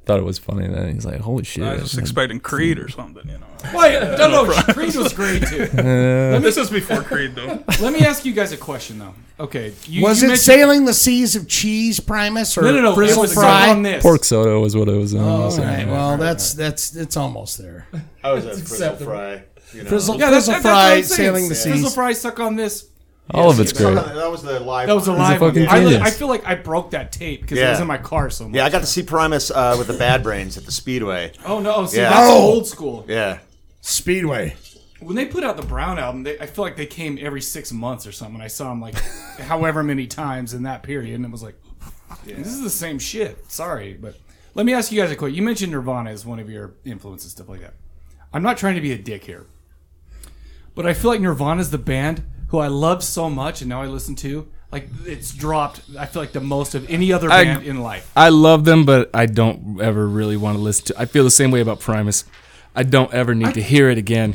Speaker 5: thought it was funny. Then he's like, "Holy shit!"
Speaker 6: I was just expecting Creed or something, you know.
Speaker 1: Wait, no, no. Creed was great too.
Speaker 4: Uh,
Speaker 6: this is before Creed, though.
Speaker 1: Let me ask you guys a question though. Okay, you,
Speaker 2: Was
Speaker 1: you
Speaker 2: it
Speaker 1: mentioned-
Speaker 2: sailing the seas of cheese, Primus, or
Speaker 1: No, no, no. It
Speaker 2: frizzle
Speaker 1: was
Speaker 2: fry?
Speaker 1: on this.
Speaker 5: Pork soda was what it was. Oh,
Speaker 2: All right, well, that's that's it's almost there.
Speaker 7: I was at Frizzle Fry. You know.
Speaker 2: Frizzle,
Speaker 1: Yeah, that's,
Speaker 2: frizzle
Speaker 1: that's fry
Speaker 2: fry, sailing the
Speaker 1: Frizzle
Speaker 2: seas.
Speaker 1: fry suck on this.
Speaker 5: All of it's great.
Speaker 7: That was the live.
Speaker 1: That was a
Speaker 7: one.
Speaker 1: live one.
Speaker 5: fucking
Speaker 1: I, li-
Speaker 5: genius.
Speaker 1: I feel like I broke that tape because it
Speaker 7: Yeah.
Speaker 1: was in my car so much.
Speaker 7: Yeah, I got to see Primus uh, with the Bad Brains at the Speedway.
Speaker 1: Oh no, see
Speaker 7: Yeah.
Speaker 1: that's
Speaker 2: Oh.
Speaker 1: old school.
Speaker 7: Yeah,
Speaker 2: Speedway.
Speaker 1: When they put out the Brown album, they, I feel like they came every six months or something. I saw them like however many times in that period, and it was like, this is the same shit. Sorry, but let me ask you guys a quick. You mentioned Nirvana as one of your influences, stuff like that. I'm not trying to be a dick here, but I feel like Nirvana's the band who I loved so much, and now I listen to. Like it's dropped. I feel like the most of any other
Speaker 5: I-
Speaker 1: band in life.
Speaker 5: I love them, but I don't ever really want to listen to. I feel the same way about Primus. I don't ever need to hear it again,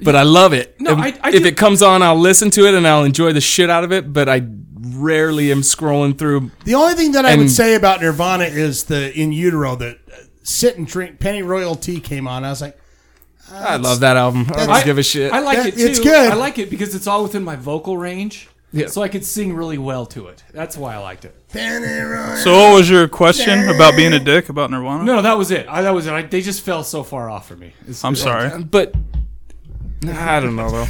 Speaker 5: but I love it.
Speaker 1: No,
Speaker 5: if,
Speaker 1: I- I
Speaker 5: if
Speaker 1: do-
Speaker 5: it comes on, I'll listen to it and I'll enjoy the shit out of it. But I rarely am scrolling through.
Speaker 2: The only thing that I would
Speaker 5: And-
Speaker 2: say about Nirvana is the in utero that uh, sit and drink penny royal tea came on. I was like,
Speaker 5: I love that album. I don't
Speaker 2: that's-
Speaker 5: give a shit.
Speaker 1: I like
Speaker 2: That-
Speaker 1: it too.
Speaker 2: it's good.
Speaker 1: I like it because it's all within my vocal range.
Speaker 5: Yeah.
Speaker 1: So I could sing really well to it. That's why I liked it.
Speaker 2: penny royal.
Speaker 6: So, what was your question about being a dick about Nirvana?
Speaker 1: No, that was it. I, that was it. I, they just fell so far off for me.
Speaker 6: I'm sorry.
Speaker 5: but I don't know though.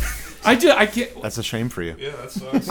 Speaker 1: I just, I can't.
Speaker 7: that's a shame for you.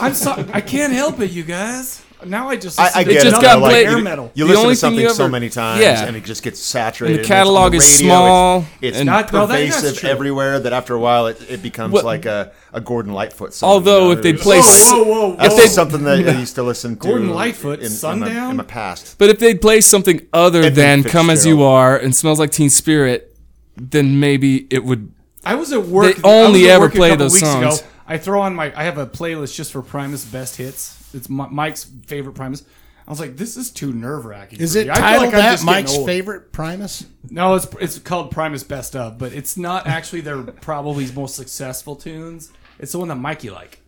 Speaker 1: I'm sorry. I can't help it, you guys. Now I just
Speaker 7: I, I
Speaker 1: listen to
Speaker 7: get
Speaker 4: just
Speaker 7: it.
Speaker 1: nothing
Speaker 4: got
Speaker 7: though, like,
Speaker 4: played-
Speaker 1: hair
Speaker 7: you-
Speaker 1: metal.
Speaker 7: You
Speaker 4: The
Speaker 7: listen
Speaker 4: only
Speaker 7: to
Speaker 4: thing
Speaker 7: something
Speaker 4: you
Speaker 7: so
Speaker 4: ever-
Speaker 7: many times,
Speaker 4: Yeah.
Speaker 7: and it just gets saturated.
Speaker 4: And the
Speaker 7: it's on
Speaker 4: catalog is
Speaker 7: radio,
Speaker 4: small,
Speaker 7: It's, it's
Speaker 4: and-
Speaker 1: Not- no, that- that's
Speaker 7: pervasive
Speaker 1: true.
Speaker 7: everywhere. That after a while, it, it becomes
Speaker 4: What-
Speaker 7: like a, a Gordon Lightfoot song.
Speaker 4: Although
Speaker 7: you know,
Speaker 4: if they
Speaker 7: it's-
Speaker 4: play, s-
Speaker 1: Whoa, whoa, whoa,
Speaker 4: if
Speaker 7: that's
Speaker 4: they
Speaker 7: just something that I used to listen to.
Speaker 1: Gordon Lightfoot,
Speaker 7: in, in my-
Speaker 1: Sundown?
Speaker 7: in my past.
Speaker 4: But if they'd play something other
Speaker 7: Edmund
Speaker 4: than "Come as You
Speaker 7: Fitzgerald.
Speaker 4: Are" and "Smells Like Teen Spirit," then maybe it would.
Speaker 1: I was at work.
Speaker 4: They
Speaker 1: I was
Speaker 4: only
Speaker 1: at
Speaker 4: ever
Speaker 1: work a
Speaker 4: play
Speaker 1: couple
Speaker 4: those
Speaker 1: weeks
Speaker 4: songs.
Speaker 1: Ago. I throw on my. I have a playlist just for Primus best hits. It's Mi- Mike's favorite Primus. I was like, this is too nerve wracking.
Speaker 2: Is it
Speaker 1: I feel
Speaker 2: titled
Speaker 1: like I'm
Speaker 2: that
Speaker 1: just getting
Speaker 2: Mike's
Speaker 1: old.
Speaker 2: favorite Primus?
Speaker 1: No, it's it's called Primus Best of, but it's not actually their probably most successful tunes. It's the one that Mikey like.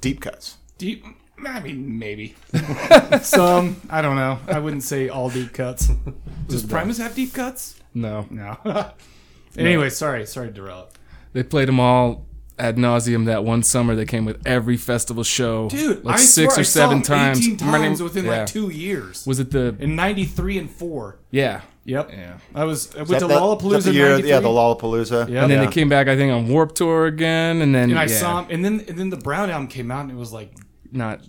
Speaker 7: Deep cuts.
Speaker 1: Do you? I mean, maybe some. I don't know. I wouldn't say all deep cuts. Does Primus have deep cuts?
Speaker 4: No,
Speaker 1: No. anyway, sorry, sorry to derail it.
Speaker 4: they played them all ad nauseum that one summer. They came with every festival show,
Speaker 1: Dude,
Speaker 4: like
Speaker 1: I
Speaker 4: six
Speaker 1: swear
Speaker 4: or seven
Speaker 1: I saw him
Speaker 4: times.
Speaker 1: 18
Speaker 4: My name-
Speaker 1: times within
Speaker 4: yeah.
Speaker 1: like two years.
Speaker 4: Was it the
Speaker 1: in '93 and four.
Speaker 4: yeah?
Speaker 1: Yep.
Speaker 4: Yeah.
Speaker 1: I was I went
Speaker 7: Is
Speaker 1: to
Speaker 7: that the- is
Speaker 1: Lollapalooza
Speaker 7: that
Speaker 1: in
Speaker 7: the year-
Speaker 1: '93.
Speaker 7: Yeah, the Lollapalooza.
Speaker 1: Yep.
Speaker 4: And then
Speaker 7: Yeah.
Speaker 4: they came back, I think, on Warp Tour again, and then
Speaker 1: and I
Speaker 4: yeah,
Speaker 1: saw him, and then and then the Brown album came out, and it was like
Speaker 4: not.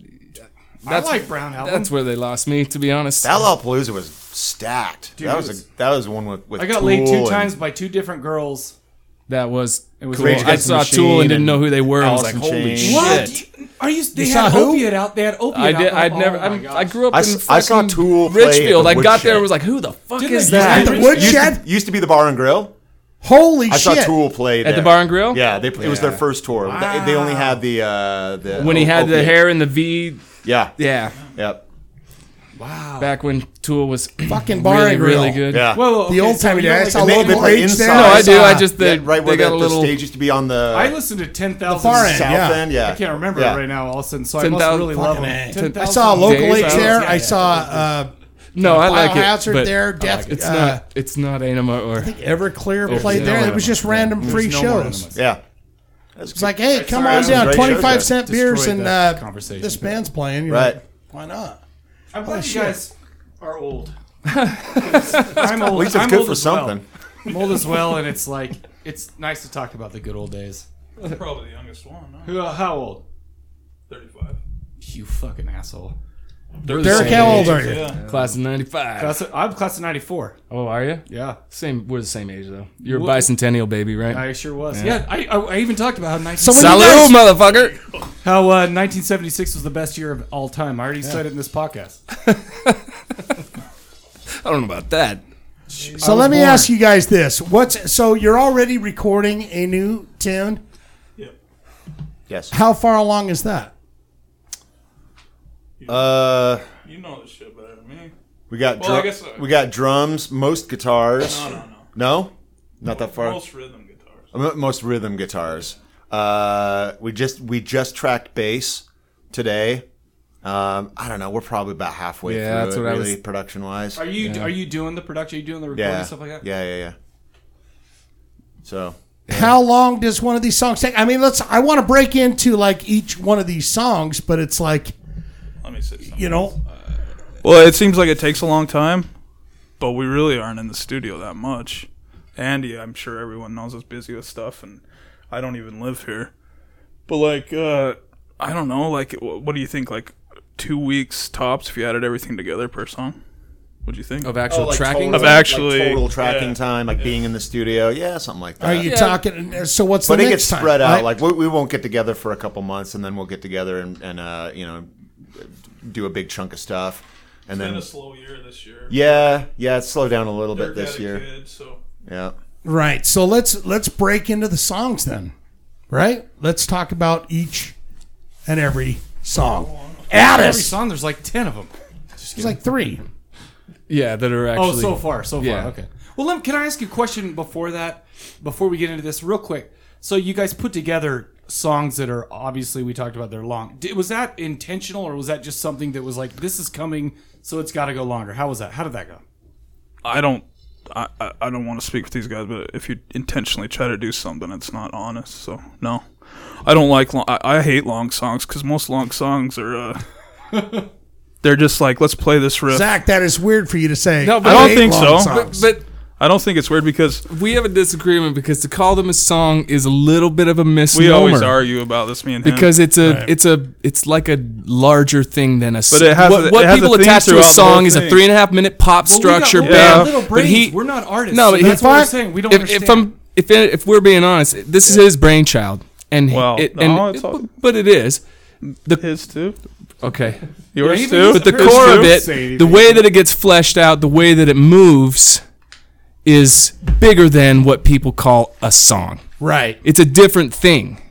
Speaker 1: I like Brown album.
Speaker 4: That's where they lost me, to be honest.
Speaker 7: That Lollapalooza was stacked.
Speaker 1: Dude,
Speaker 7: that
Speaker 1: it
Speaker 7: was,
Speaker 1: was-
Speaker 7: a, that was one with, with
Speaker 1: I got laid
Speaker 7: Tool
Speaker 1: two
Speaker 7: and
Speaker 1: times by two different girls.
Speaker 4: That was
Speaker 1: was
Speaker 4: cool.
Speaker 1: Rage
Speaker 4: I
Speaker 7: Against the
Speaker 4: saw Tool
Speaker 7: Machine
Speaker 4: and didn't
Speaker 7: and
Speaker 4: know who they were. I was
Speaker 7: Alice
Speaker 4: like,
Speaker 7: in
Speaker 4: holy
Speaker 7: Chains.
Speaker 4: shit!
Speaker 7: What?
Speaker 1: Are you? They
Speaker 2: You
Speaker 1: had
Speaker 2: saw who?
Speaker 1: opiate out. They had opiate.
Speaker 4: I did.
Speaker 1: Out.
Speaker 4: I'd never.
Speaker 1: Oh my
Speaker 4: I'm,
Speaker 1: gosh.
Speaker 4: I grew up
Speaker 7: I
Speaker 4: in
Speaker 7: s- I saw
Speaker 4: fucking
Speaker 7: Tool play at the
Speaker 4: Richfield. I got there.
Speaker 7: Woodshed.
Speaker 4: was like, who the fuck
Speaker 1: Did
Speaker 4: is
Speaker 1: they-
Speaker 4: that?
Speaker 2: At the
Speaker 7: Used to,
Speaker 2: woodshed?
Speaker 7: used to be the Bar and Grill.
Speaker 2: Holy
Speaker 7: I
Speaker 2: shit.
Speaker 7: saw Tool play there.
Speaker 4: the Bar and Grill?
Speaker 7: Yeah, they, it was their first tour. They, they only had the uh, the
Speaker 4: When he
Speaker 7: o-
Speaker 4: had the
Speaker 7: opiate.
Speaker 4: hair and the V.
Speaker 7: Yeah,
Speaker 4: Yeah.
Speaker 7: yep,
Speaker 1: Oh.
Speaker 4: Back when Tool was
Speaker 2: Fucking bar
Speaker 4: really,
Speaker 2: and grill.
Speaker 4: really good.
Speaker 7: yeah.
Speaker 1: Whoa, whoa,
Speaker 2: The
Speaker 1: okay,
Speaker 2: old
Speaker 1: so
Speaker 2: timey
Speaker 1: you know,
Speaker 2: dad,
Speaker 1: like,
Speaker 2: I saw
Speaker 7: And they,
Speaker 2: Local
Speaker 7: they played
Speaker 2: Rage
Speaker 7: inside.
Speaker 2: there?
Speaker 4: No, I do. I just
Speaker 7: Yeah,
Speaker 4: they,
Speaker 7: right
Speaker 4: they
Speaker 7: where
Speaker 4: got
Speaker 7: the,
Speaker 4: a little
Speaker 7: the stage used to be on the,
Speaker 1: I listened to ten thousand.
Speaker 2: far end.
Speaker 7: south
Speaker 2: Yeah.
Speaker 7: end. Yeah,
Speaker 1: I can't remember
Speaker 7: Yeah.
Speaker 1: it right now, Austin. So I
Speaker 4: 10,000
Speaker 1: must really love
Speaker 4: fucking
Speaker 1: them.
Speaker 4: A.
Speaker 1: 10,000
Speaker 2: I saw local
Speaker 4: Days
Speaker 2: H
Speaker 4: Out.
Speaker 2: there.
Speaker 1: Yeah,
Speaker 2: I
Speaker 1: yeah.
Speaker 2: saw uh,
Speaker 4: No, I like it.
Speaker 2: Biohazard
Speaker 4: but
Speaker 2: there. Death.
Speaker 4: It's
Speaker 2: uh,
Speaker 4: not. It's not Anima or.
Speaker 2: Everclear played there. It was just random free
Speaker 1: no more
Speaker 2: shows.
Speaker 1: animals.
Speaker 7: yeah.
Speaker 2: It's like, hey, come
Speaker 7: That
Speaker 2: on
Speaker 7: was a
Speaker 2: down.
Speaker 7: great show,
Speaker 2: Twenty-five
Speaker 7: Jeff.
Speaker 2: cent beers
Speaker 1: Destroyed
Speaker 2: and
Speaker 1: that
Speaker 2: uh,
Speaker 1: conversation.
Speaker 2: this band's playing. You're
Speaker 7: Right.
Speaker 2: like, Why not?
Speaker 1: I'm glad you
Speaker 2: shit.
Speaker 1: guys are old. I'm old.
Speaker 7: At least
Speaker 1: I'm
Speaker 7: it's good
Speaker 1: old
Speaker 7: for
Speaker 1: as well.
Speaker 7: something.
Speaker 1: I'm old as well, and it's like it's nice to talk about the good old days.
Speaker 6: Probably the youngest one. Huh?
Speaker 1: Who? How old?
Speaker 6: 35.
Speaker 1: You fucking asshole.
Speaker 4: They're the
Speaker 2: Derek,
Speaker 4: same
Speaker 2: how
Speaker 4: age.
Speaker 2: old are you?
Speaker 6: Yeah.
Speaker 4: Class of '95.
Speaker 1: That's I'm class of '94.
Speaker 4: Oh, are you?
Speaker 1: Yeah,
Speaker 4: Same. We're the same age though. You're a
Speaker 1: What-
Speaker 4: bicentennial baby, right?
Speaker 1: I sure was. Yeah, I, I, I even talked about how 19,
Speaker 2: So when you
Speaker 4: Salute,
Speaker 2: guys-
Speaker 4: motherfucker.
Speaker 1: how uh, 1976 was the best year of all time. I already said it in this podcast.
Speaker 4: I don't know about that.
Speaker 2: So let me ask you guys this: What's so you're already recording a new tune?
Speaker 7: Yes.
Speaker 2: How far along is that?
Speaker 7: Uh,
Speaker 6: You know this shit better than me.
Speaker 7: we got
Speaker 6: Well, I
Speaker 7: drum,
Speaker 6: guess, uh,
Speaker 7: we got drums, most guitars.
Speaker 6: No, no, no.
Speaker 7: No, not that far.
Speaker 6: Most rhythm guitars.
Speaker 7: Uh, mo- most rhythm guitars. Uh, we just we just tracked bass today. Um, I don't know. We're probably about halfway
Speaker 4: Yeah,
Speaker 7: through
Speaker 4: that's
Speaker 7: it,
Speaker 4: what I
Speaker 7: really,
Speaker 4: was-
Speaker 7: production wise.
Speaker 1: Are you are you doing the production? Are you doing the recording
Speaker 7: yeah.
Speaker 1: stuff like that?
Speaker 7: yeah, yeah, yeah. So
Speaker 2: How long does one of these songs take? I mean, let's. I want to break into like each one of these songs, but it's like
Speaker 6: Let me see. something.
Speaker 2: you know,
Speaker 6: Well, it seems like it takes a long time, but we really aren't in the studio that much. Andy, I'm sure everyone knows, is busy with stuff, and I don't even live here. But like, uh, I don't know. Like, wh- what do you think? Like, two weeks tops if you added everything together per song. What'd you think?
Speaker 4: Of
Speaker 1: Oh,
Speaker 4: actual tracking.
Speaker 7: total,
Speaker 6: Of actually-
Speaker 7: like total tracking
Speaker 6: yeah.
Speaker 7: time, like being in the studio, yeah, something like that.
Speaker 2: are you talking? So what's
Speaker 7: but
Speaker 2: the
Speaker 7: it
Speaker 2: next
Speaker 7: gets
Speaker 2: time?
Speaker 7: spread out.
Speaker 2: right?
Speaker 7: Like we, we won't get together for a couple months, and then we'll get together and, and uh, you know do a big chunk of stuff, and then
Speaker 6: slow year this year.
Speaker 7: yeah, yeah, it's slowed down a little bit this year.
Speaker 6: so
Speaker 7: Yeah,
Speaker 2: right. So let's let's break into the songs then. Right. Let's talk about each and every song. At
Speaker 1: Every
Speaker 2: us.
Speaker 1: song, there's like ten of them.
Speaker 2: It's like three.
Speaker 4: Yeah, that are actually.
Speaker 1: Oh, so far, so
Speaker 4: Yeah.
Speaker 1: far. Okay. Well, let, can I ask you a question before that? Before we get into this, real quick. So you guys put together songs that are obviously we talked about they're long. Did, was that intentional or was that just something that was like this is coming, so it's got to go longer? How was that? How did that go?
Speaker 6: I don't. I, I- I don't want to speak for these guys, but if you intentionally try to do something, it's not honest. So no, I don't like long. I, I hate long songs because most long songs are. Uh, they're just like let's play this riff.
Speaker 2: Zach, that is weird for you to say.
Speaker 4: No, but
Speaker 6: I don't
Speaker 2: hate
Speaker 6: think
Speaker 2: long
Speaker 6: so.
Speaker 2: songs.
Speaker 4: But
Speaker 6: I don't think it's weird because
Speaker 4: We have a disagreement because to call them a song is a little bit of a
Speaker 6: we
Speaker 4: misnomer.
Speaker 6: always argue about this. Me and him.
Speaker 4: because it's a it's a it's like a larger thing than a. But
Speaker 6: it has a-
Speaker 4: what, what
Speaker 6: it has a
Speaker 4: people
Speaker 6: theme
Speaker 4: attach to a
Speaker 6: throughout the
Speaker 4: song
Speaker 6: whole
Speaker 4: is a
Speaker 6: thing.
Speaker 4: three and a half minute pop structure.
Speaker 1: we got,
Speaker 4: bam.
Speaker 1: little
Speaker 4: But
Speaker 1: brains.
Speaker 4: he,
Speaker 1: we're not artists.
Speaker 4: No,
Speaker 1: No,
Speaker 4: but
Speaker 1: that's
Speaker 4: he-
Speaker 1: what we're saying. We don't
Speaker 4: if,
Speaker 1: understand.
Speaker 4: if I'm if if we're being honest, this is his brainchild, and he-
Speaker 6: Well,
Speaker 4: it,
Speaker 6: no,
Speaker 4: and
Speaker 6: it's all-
Speaker 4: but it is
Speaker 6: his too,
Speaker 4: okay.
Speaker 6: yours
Speaker 1: even
Speaker 6: too.
Speaker 1: his-
Speaker 4: But the
Speaker 1: Chris,
Speaker 4: core of
Speaker 6: don't
Speaker 4: it,
Speaker 8: say anything.
Speaker 4: the way that it gets fleshed out, the way that it moves, is bigger than what people call a song.
Speaker 2: Right.
Speaker 4: It's a different thing.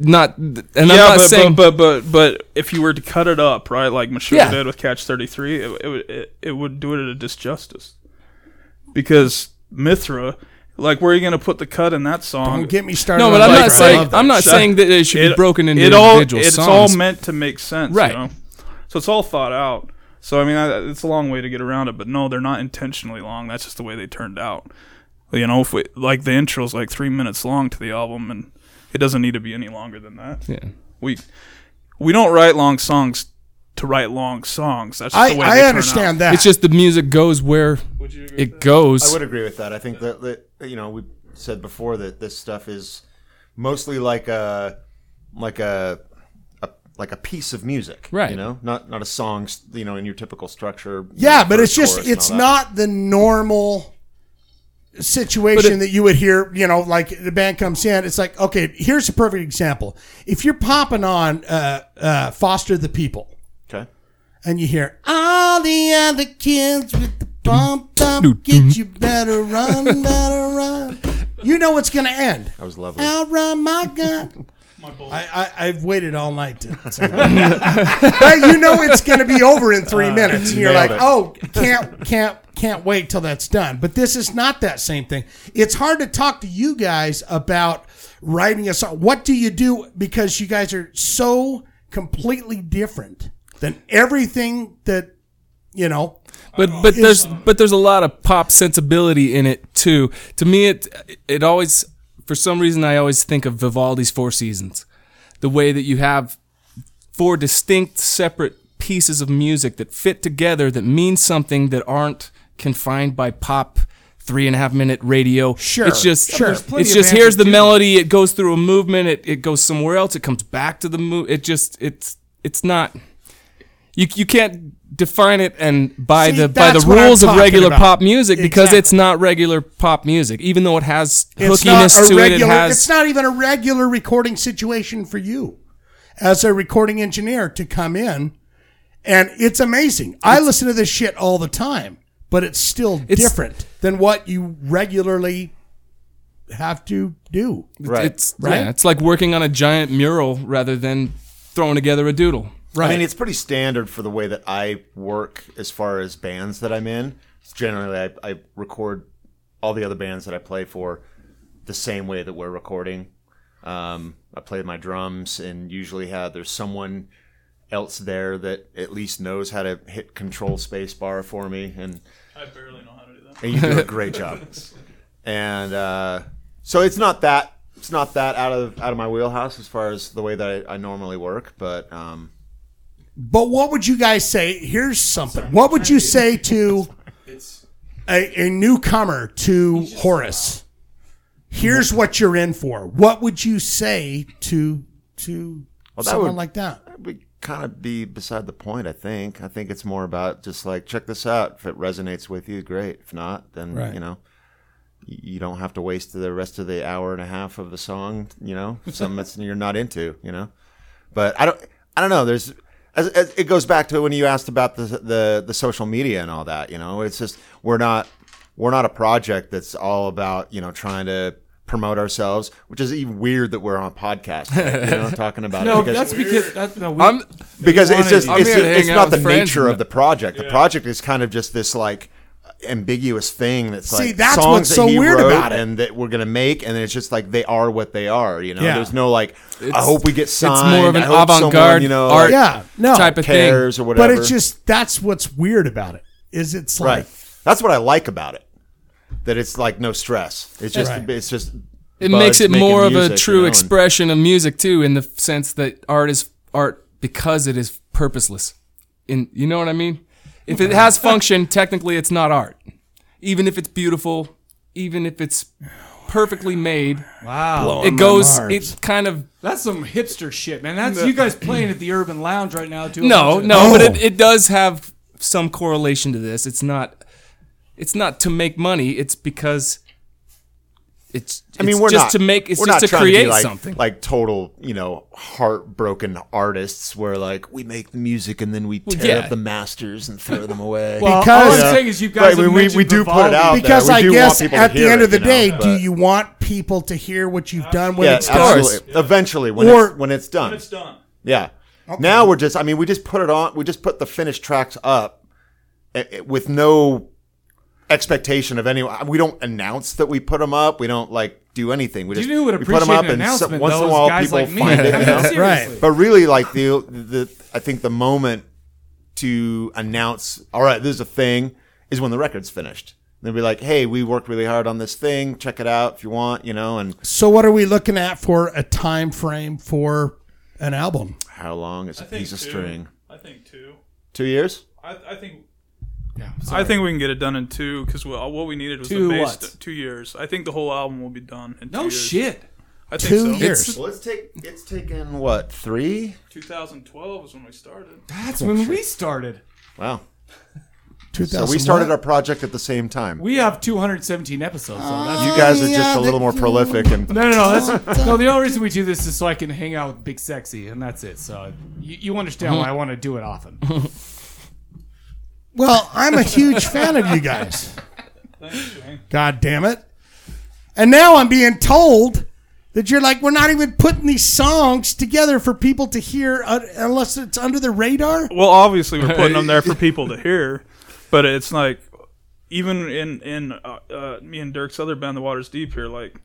Speaker 4: Not and I'm
Speaker 6: yeah,
Speaker 4: not
Speaker 6: but,
Speaker 4: saying
Speaker 6: but, but but but if you were to cut it up, right, like Michelle
Speaker 4: Yeah.
Speaker 6: did with Catch Thirty Three, it, it would it, it would do it a disjustice because Mithra, like, where are you going to put the cut in that song?
Speaker 2: Don't get me started.
Speaker 4: no,
Speaker 2: on
Speaker 4: but I'm
Speaker 2: Mike
Speaker 4: not
Speaker 2: Brown. I
Speaker 4: saying
Speaker 2: love that.
Speaker 4: I'm not
Speaker 6: Shut-
Speaker 4: saying that it should be
Speaker 6: It-
Speaker 4: broken into
Speaker 6: it all,
Speaker 4: individual
Speaker 6: It's
Speaker 4: songs.
Speaker 6: all meant to make sense,
Speaker 4: Right.
Speaker 6: You know? So it's all thought out. So I mean, I, it's a long way to get around it, but no, they're not intentionally long. That's just the way they turned out. You know, if we, like the intro's like three minutes long to the album, and it doesn't need to be any longer than that.
Speaker 4: yeah.
Speaker 6: We we don't write long songs to write long songs. That's just the way
Speaker 2: I,
Speaker 6: they
Speaker 2: I
Speaker 6: turn
Speaker 2: understand
Speaker 6: out.
Speaker 2: that.
Speaker 4: It's just the music goes where it
Speaker 7: I
Speaker 4: goes.
Speaker 7: would agree with that. I think that, that you know we said before that this stuff is mostly like a like a, a like a piece of music,
Speaker 4: Right.
Speaker 7: You know, not not a song, s- you know, in your typical structure. you
Speaker 2: yeah,
Speaker 7: know,
Speaker 2: but
Speaker 7: first
Speaker 2: it's just
Speaker 7: chorus and
Speaker 2: it's
Speaker 7: all that.
Speaker 2: not the normal situation that you would hear. You know, like the band comes in, it's like, okay, here's a perfect example. If you're popping on uh, uh, "Foster the People,"
Speaker 7: Okay.
Speaker 2: and you hear all the other kids with the bump bump, get you better run, better run. You know what's going to end.
Speaker 7: That was lovely.
Speaker 2: I'll run my gun. I, I, I've waited all night to say that. Right, you know it's going to be over in three minutes. And you're like,
Speaker 7: Uh, nailed it.
Speaker 2: oh, can't, can't, can't wait till that's done. But this is not that same thing. It's hard to talk to you guys about writing a song. What do you do? Because you guys are so completely different than everything that, you know,
Speaker 4: But
Speaker 2: Oh,
Speaker 4: but there's but there's a lot of pop sensibility in it too. To me, it it always for some reason I always think of Vivaldi's Four Seasons, the way that you have four distinct separate pieces of music that fit together that mean something that aren't confined by pop three and a half minute radio.
Speaker 2: Sure,
Speaker 4: it's just
Speaker 2: sure. There's
Speaker 1: plenty
Speaker 4: It's
Speaker 1: of
Speaker 4: just
Speaker 1: bands
Speaker 4: here's
Speaker 1: that
Speaker 4: the
Speaker 1: do that.
Speaker 4: melody. It goes through a movement. It it goes somewhere else. It comes back to the move. It just it's it's not you you can't define it and by
Speaker 2: See,
Speaker 4: the by the
Speaker 2: that's what I'm
Speaker 4: rules of
Speaker 2: talking
Speaker 4: regular
Speaker 2: about.
Speaker 4: pop music because
Speaker 2: Exactly.
Speaker 4: it's not regular pop music even though it has
Speaker 2: it's not
Speaker 4: hookiness
Speaker 2: a
Speaker 4: to
Speaker 2: regular,
Speaker 4: it it has
Speaker 2: it's not even a regular recording situation for you as a recording engineer to come in and it's amazing i listen to this shit all the time but it's still
Speaker 4: It's-
Speaker 2: different than what you regularly have to do
Speaker 7: Right.
Speaker 4: it's
Speaker 2: Right?
Speaker 4: yeah, it's like working on a giant mural rather than throwing together a doodle
Speaker 7: I mean, it's pretty standard for the way that I work as far as bands that I'm in. Generally, I, I record all the other bands that I play for the same way that we're recording. Um, I play my drums and usually have there's someone else there that at least knows how to hit control space bar for me, and
Speaker 6: I barely know how to do that.
Speaker 7: and you do a great job. And uh, so it's not that it's not that out of out of my wheelhouse as far as the way that I, I normally work, but. Um,
Speaker 2: But what would you guys say? Here's something. What would you say to a, a newcomer to Horace? Here's what you're in for. What would you say to to
Speaker 7: that
Speaker 2: someone
Speaker 7: would-
Speaker 2: like that?
Speaker 7: we kind of be beside the point. I think. I think it's more about just like check this out. If it resonates with you, great. If not, then you know, y- you don't have to waste the rest of the hour and a half of the song. You know, something that's you're not into. You know, but I don't. I don't know. There's. As, as it goes back to when you asked about the, the the social media and all that, you know, it's just we're not we're not a project that's all about you know trying to promote ourselves, which is even weird that we're on a podcast, you know, talking about it.
Speaker 1: no,
Speaker 7: because-
Speaker 1: that's because that's, no, we,
Speaker 4: i'm
Speaker 7: because it's just
Speaker 4: I'm
Speaker 7: it's,
Speaker 4: here to
Speaker 7: it's
Speaker 4: hang out
Speaker 7: not the
Speaker 4: with friends
Speaker 7: nature
Speaker 4: and-
Speaker 7: of the project. The project is kind of just this like ambiguous thing that's
Speaker 2: See,
Speaker 7: like
Speaker 2: that's
Speaker 7: songs
Speaker 2: what's
Speaker 7: that
Speaker 2: so
Speaker 7: he
Speaker 2: weird
Speaker 7: wrote
Speaker 2: about it.
Speaker 7: and that we're gonna make, and it's just like they are what they are. You know,
Speaker 2: Yeah.
Speaker 7: there's no like I hope we get
Speaker 4: more
Speaker 7: signed.
Speaker 4: of an
Speaker 7: I hope someone,
Speaker 4: avant-garde
Speaker 7: you know,
Speaker 4: art
Speaker 7: like,
Speaker 2: Yeah, no.
Speaker 4: type of thing
Speaker 7: cares or whatever.
Speaker 2: but it's just that's what's weird about it. Is it's like
Speaker 7: right. That's what I like about it. That it's like no stress. It's just
Speaker 2: Right.
Speaker 7: it's just
Speaker 4: it
Speaker 7: buds
Speaker 4: makes it
Speaker 7: making
Speaker 4: more of a
Speaker 7: music,
Speaker 4: true
Speaker 7: you know, and-
Speaker 4: expression of music too in the f- sense that art is art because it is purposeless in you know what i mean if it has function technically it's not art even if it's beautiful, even if it's perfectly made,
Speaker 1: Wow.
Speaker 4: it goes. It kind of
Speaker 1: That's some hipster shit, man. That's you guys playing at the Urban Lounge right now, too.
Speaker 4: no, no, but
Speaker 6: Oh.
Speaker 4: it, it does have some correlation to this. It's not. It's not to make money. It's because. It's.
Speaker 7: I mean,
Speaker 4: it's
Speaker 7: we're
Speaker 4: just
Speaker 7: not,
Speaker 4: to make. It's
Speaker 7: we're
Speaker 4: just
Speaker 7: not
Speaker 4: to
Speaker 7: trying
Speaker 4: create
Speaker 7: be like,
Speaker 4: something.
Speaker 7: like total, you know, heartbroken artists where like we make the music and then we tear
Speaker 4: yeah.
Speaker 7: up the masters and throw them away.
Speaker 1: Well,
Speaker 2: Because-
Speaker 1: all I'm
Speaker 2: Yeah.
Speaker 1: saying is you guys
Speaker 7: Right,
Speaker 1: have
Speaker 7: we, we,
Speaker 1: mentioned
Speaker 7: we do put it
Speaker 1: Vivaldi.
Speaker 7: out there.
Speaker 2: Because
Speaker 7: We
Speaker 2: I
Speaker 7: do want
Speaker 2: guess
Speaker 7: people to
Speaker 2: at the
Speaker 7: hear
Speaker 2: end
Speaker 7: it,
Speaker 2: of the
Speaker 7: you
Speaker 2: day,
Speaker 7: know,
Speaker 2: do
Speaker 7: but-
Speaker 2: you want people to hear what you've done when
Speaker 7: Yeah,
Speaker 2: it's done?
Speaker 7: absolutely. Eventually, when
Speaker 2: Or-
Speaker 7: it's when it's done.
Speaker 6: It's done.
Speaker 7: Yeah. Now we're just. I mean, we just put it on. We just put the finished tracks up eh, eh, with no expectation of any. We don't announce that we put them up. We don't like do anything. We
Speaker 1: You
Speaker 7: just
Speaker 1: knew would
Speaker 7: we put
Speaker 1: appreciate
Speaker 7: 'em up
Speaker 1: an
Speaker 7: and so-
Speaker 1: announcement,
Speaker 7: once
Speaker 1: though,
Speaker 7: in a
Speaker 1: is
Speaker 7: while
Speaker 1: guys
Speaker 7: people
Speaker 1: like me.
Speaker 7: find it. You know?
Speaker 1: Seriously.
Speaker 2: Right.
Speaker 7: But really, like the the I think the moment to announce, all right, this is a thing, is when the record's finished. They'll be like, hey, we worked really hard on this thing. Check it out if you want, you know. And
Speaker 2: So what are we looking at for a time frame for an album?
Speaker 7: how long is a piece of string?
Speaker 6: I think two.
Speaker 7: Two years.
Speaker 6: I, I think. I think we can get it done in two because what we needed was
Speaker 1: Two
Speaker 6: the bass.
Speaker 1: what?
Speaker 6: to- Two years. I think the whole album will be done in two
Speaker 1: No
Speaker 6: years.
Speaker 1: shit.
Speaker 6: I think
Speaker 2: Two
Speaker 6: so.
Speaker 2: years.
Speaker 7: Well, it's take it's taken what three?
Speaker 6: 2012 is when we started.
Speaker 1: That's when we started.
Speaker 7: Wow.
Speaker 2: 2000
Speaker 7: So we started our project at the same time.
Speaker 1: We have 217 episodes. So that's,
Speaker 7: you guys are
Speaker 2: yeah,
Speaker 7: just a little more prolific, and
Speaker 1: no, no, no. That's, no, the only reason we do this is so I can hang out with Big Sexy, and that's it. So you, you understand why I want to do it often.
Speaker 2: Well, I'm a huge fan of you guys. God damn it. And now I'm being told that you're like, we're not even putting these songs together for people to hear uh, unless it's under the radar.
Speaker 6: Well, obviously we're putting them there for people to hear, but it's like even in in uh, uh, me and Dirk's other band, The Waters Deep, here, like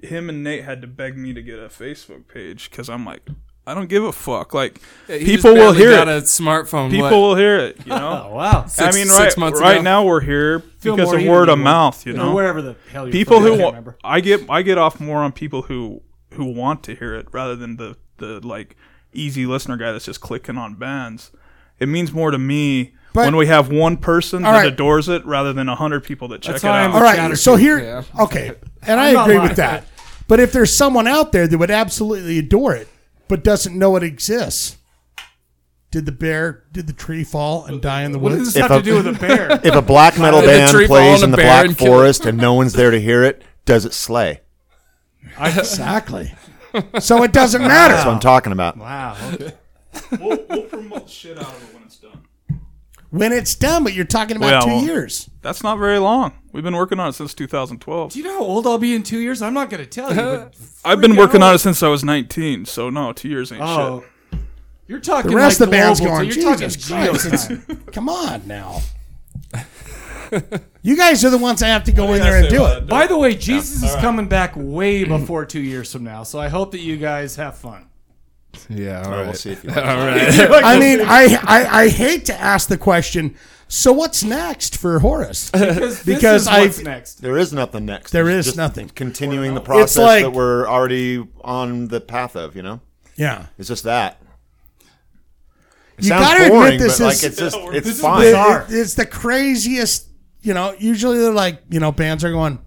Speaker 6: him and Nate had to beg me to get a Facebook page because I'm like, I don't give a fuck. Like
Speaker 4: He just
Speaker 6: people will
Speaker 4: barely
Speaker 6: hear
Speaker 4: got
Speaker 6: it.
Speaker 4: a smartphone.
Speaker 6: People
Speaker 4: what,
Speaker 6: will hear it. You know.
Speaker 1: Oh, wow.
Speaker 6: I
Speaker 4: six-
Speaker 6: mean,
Speaker 4: six
Speaker 6: right
Speaker 4: months
Speaker 6: right
Speaker 4: ago?
Speaker 6: now we're here
Speaker 1: Feel
Speaker 6: because
Speaker 1: more
Speaker 6: of
Speaker 1: even
Speaker 6: word
Speaker 1: than
Speaker 6: of
Speaker 1: you
Speaker 6: mouth. You
Speaker 1: or
Speaker 6: know,
Speaker 1: wherever the hell you're
Speaker 6: people
Speaker 1: from, I
Speaker 6: who
Speaker 1: can't
Speaker 6: wa-
Speaker 1: remember.
Speaker 6: I get I get off more on people who who want to hear it rather than the the like easy listener guy that's just clicking on bands. It means more to me
Speaker 2: But-
Speaker 6: when we have one person that
Speaker 2: All right.
Speaker 6: adores it rather than a hundred people that check
Speaker 1: That's
Speaker 6: it
Speaker 1: why
Speaker 6: out.
Speaker 1: I'm-
Speaker 2: All right.
Speaker 1: Chowder
Speaker 2: So
Speaker 1: Chew,
Speaker 2: here,
Speaker 4: yeah.
Speaker 2: okay. And I
Speaker 1: I'm not
Speaker 2: agree
Speaker 1: lying.
Speaker 2: with that. But if there's someone out there that would absolutely adore it, but doesn't know it exists, did the bear, did the tree fall and die in the
Speaker 1: What does
Speaker 2: woods?
Speaker 1: this have
Speaker 7: If
Speaker 1: to
Speaker 7: a-
Speaker 1: do with a bear?
Speaker 7: if a black metal
Speaker 4: Did the
Speaker 7: band
Speaker 4: tree fall
Speaker 7: plays in
Speaker 4: on
Speaker 7: the
Speaker 4: a bear
Speaker 7: Black
Speaker 4: and kill it?
Speaker 7: Forest and no one's there to hear it, does it slay?
Speaker 2: Exactly. So it doesn't matter.
Speaker 7: That's what I'm talking about.
Speaker 1: wow. Okay.
Speaker 6: we'll, we'll promote shit out of it when it's done.
Speaker 2: when it's done, but you're talking about
Speaker 6: Well,
Speaker 2: two
Speaker 6: well-
Speaker 2: years.
Speaker 6: That's not very long. We've been working on it since 2012.
Speaker 1: Do you know how old I'll be in two years? I'm not going to tell you. But
Speaker 6: I've been
Speaker 1: freaking
Speaker 6: working
Speaker 1: hell.
Speaker 6: on it since I was 19, so no, two years ain't
Speaker 1: Oh.
Speaker 6: shit.
Speaker 1: You're talking
Speaker 2: The rest
Speaker 1: like
Speaker 2: of the band's
Speaker 1: global,
Speaker 2: going,
Speaker 1: so you're
Speaker 2: Jesus
Speaker 1: talking
Speaker 2: Christ.
Speaker 1: geo time.
Speaker 2: it's- Come on now. you guys are the ones that have to go in there and do it.
Speaker 1: By the way, Jesus is coming back way before two years from now, so I hope that you guys have fun.
Speaker 4: Yeah. All
Speaker 7: All right,
Speaker 4: right.
Speaker 7: We'll see if you like.
Speaker 2: I mean, I, I, I hate to ask the question, so what's next for Horace?
Speaker 1: Because,
Speaker 2: Because
Speaker 1: this is what's
Speaker 2: I-
Speaker 1: next.
Speaker 7: There is nothing next.
Speaker 2: There
Speaker 7: It's
Speaker 2: is
Speaker 7: just
Speaker 2: nothing.
Speaker 7: Continuing the process
Speaker 2: like-
Speaker 7: that we're already on the path of, you know?
Speaker 2: Yeah.
Speaker 7: It's just that. It
Speaker 2: You
Speaker 7: sounds
Speaker 2: gotta admit
Speaker 7: boring,
Speaker 2: this
Speaker 7: but
Speaker 2: is-
Speaker 7: like it's just it's
Speaker 1: this is
Speaker 7: fine.
Speaker 1: bizarre.
Speaker 2: It- it's the craziest, you know, usually they're like, you know, bands are going,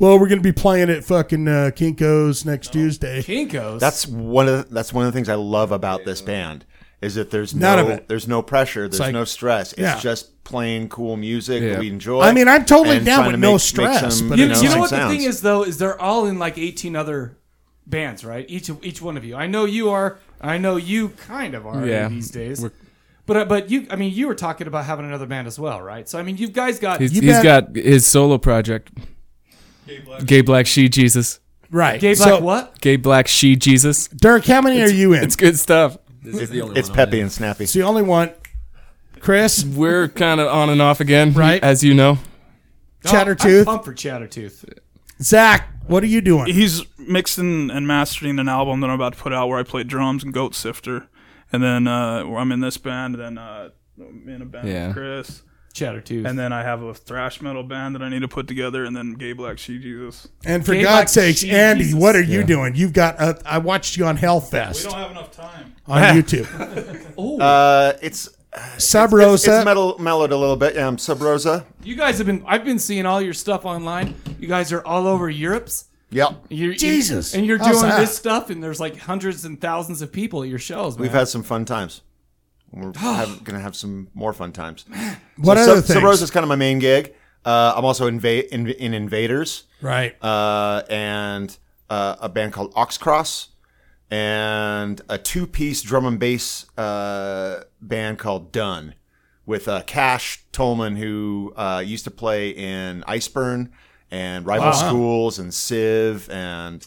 Speaker 2: well, we're going to be playing at fucking uh, Kinko's next Tuesday.
Speaker 1: Kinkos.
Speaker 7: That's one of the, that's one of the things I love about this band is that there's
Speaker 2: None
Speaker 7: no
Speaker 2: of it.
Speaker 7: there's no pressure, there's
Speaker 2: like-
Speaker 7: no stress. It's
Speaker 2: yeah.
Speaker 7: just plain cool music
Speaker 4: Yeah.
Speaker 7: that we enjoy.
Speaker 2: I mean, I'm totally
Speaker 7: and
Speaker 2: down
Speaker 7: trying to
Speaker 2: with no stress, but
Speaker 1: you,
Speaker 2: know,
Speaker 1: you know
Speaker 7: interesting
Speaker 1: what the
Speaker 7: sounds.
Speaker 1: thing is though is they're all in like 18 other bands, right? Each of each one of you. I know you are. I know you kind of are
Speaker 4: Yeah.
Speaker 1: these days.
Speaker 4: We're-
Speaker 1: but uh, but you, I mean, you were talking about having another band as well, right? So I mean, you guys got
Speaker 4: He's,
Speaker 2: You
Speaker 4: he's
Speaker 2: bet.
Speaker 4: got his solo project. Gay Black She Jesus.
Speaker 2: Right.
Speaker 1: Gay Black
Speaker 2: so,
Speaker 1: what?
Speaker 4: Gay Black She Jesus.
Speaker 2: Dirk, how many are you in?
Speaker 4: It's good stuff.
Speaker 7: It's peppy and snappy.
Speaker 2: It's the only one. Chris,
Speaker 4: We're kind of on and off again,
Speaker 2: Right.
Speaker 4: As you know.
Speaker 1: Oh,
Speaker 2: Chattertooth.
Speaker 1: I'm pumped for Chattertooth.
Speaker 2: Zach, what are you doing?
Speaker 6: He's mixing and mastering an album that I'm about to put out where I play drums and goat sifter, and then uh, where I'm in this band, then uh, I'm in a band
Speaker 4: Yeah.
Speaker 6: with Chris,
Speaker 1: Chattertooth.
Speaker 6: and then I have a thrash metal band that I need to put together, and then Gay Black She Jesus.
Speaker 2: And for
Speaker 1: Gay
Speaker 2: God's
Speaker 1: like
Speaker 2: sakes,
Speaker 1: she-
Speaker 2: Andy,
Speaker 1: Jesus.
Speaker 2: what are you doing? You've got. Uh, I watched you on Hellfest
Speaker 6: have enough time.
Speaker 2: on YouTube.
Speaker 7: Uh, it's
Speaker 2: Sub
Speaker 7: It's,
Speaker 2: Rosa.
Speaker 7: it's metal, mellowed a little bit. Yeah, I'm Sub Rosa.
Speaker 1: You guys have been. I've been seeing all your stuff online. You guys are all over Europe's.
Speaker 7: Yep.
Speaker 1: You're,
Speaker 2: Jesus.
Speaker 1: and you're
Speaker 2: How's
Speaker 1: doing
Speaker 2: that?
Speaker 1: this stuff, and there's like hundreds and thousands of people at your shows. Man.
Speaker 7: We've had some fun times. We're have, gonna have some more fun times.
Speaker 2: What
Speaker 7: so,
Speaker 2: other
Speaker 7: Sub- Sub
Speaker 2: things?
Speaker 7: Rosa's kind of my main gig. Uh, I'm also inva- in, in Invaders.
Speaker 2: right.
Speaker 7: uh, and uh, a band called Oxcross, and a two-piece drum and bass uh, band called Done, with uh, Cash Tolman, who uh, used to play in Iceburn and Rival Schools and Civ, and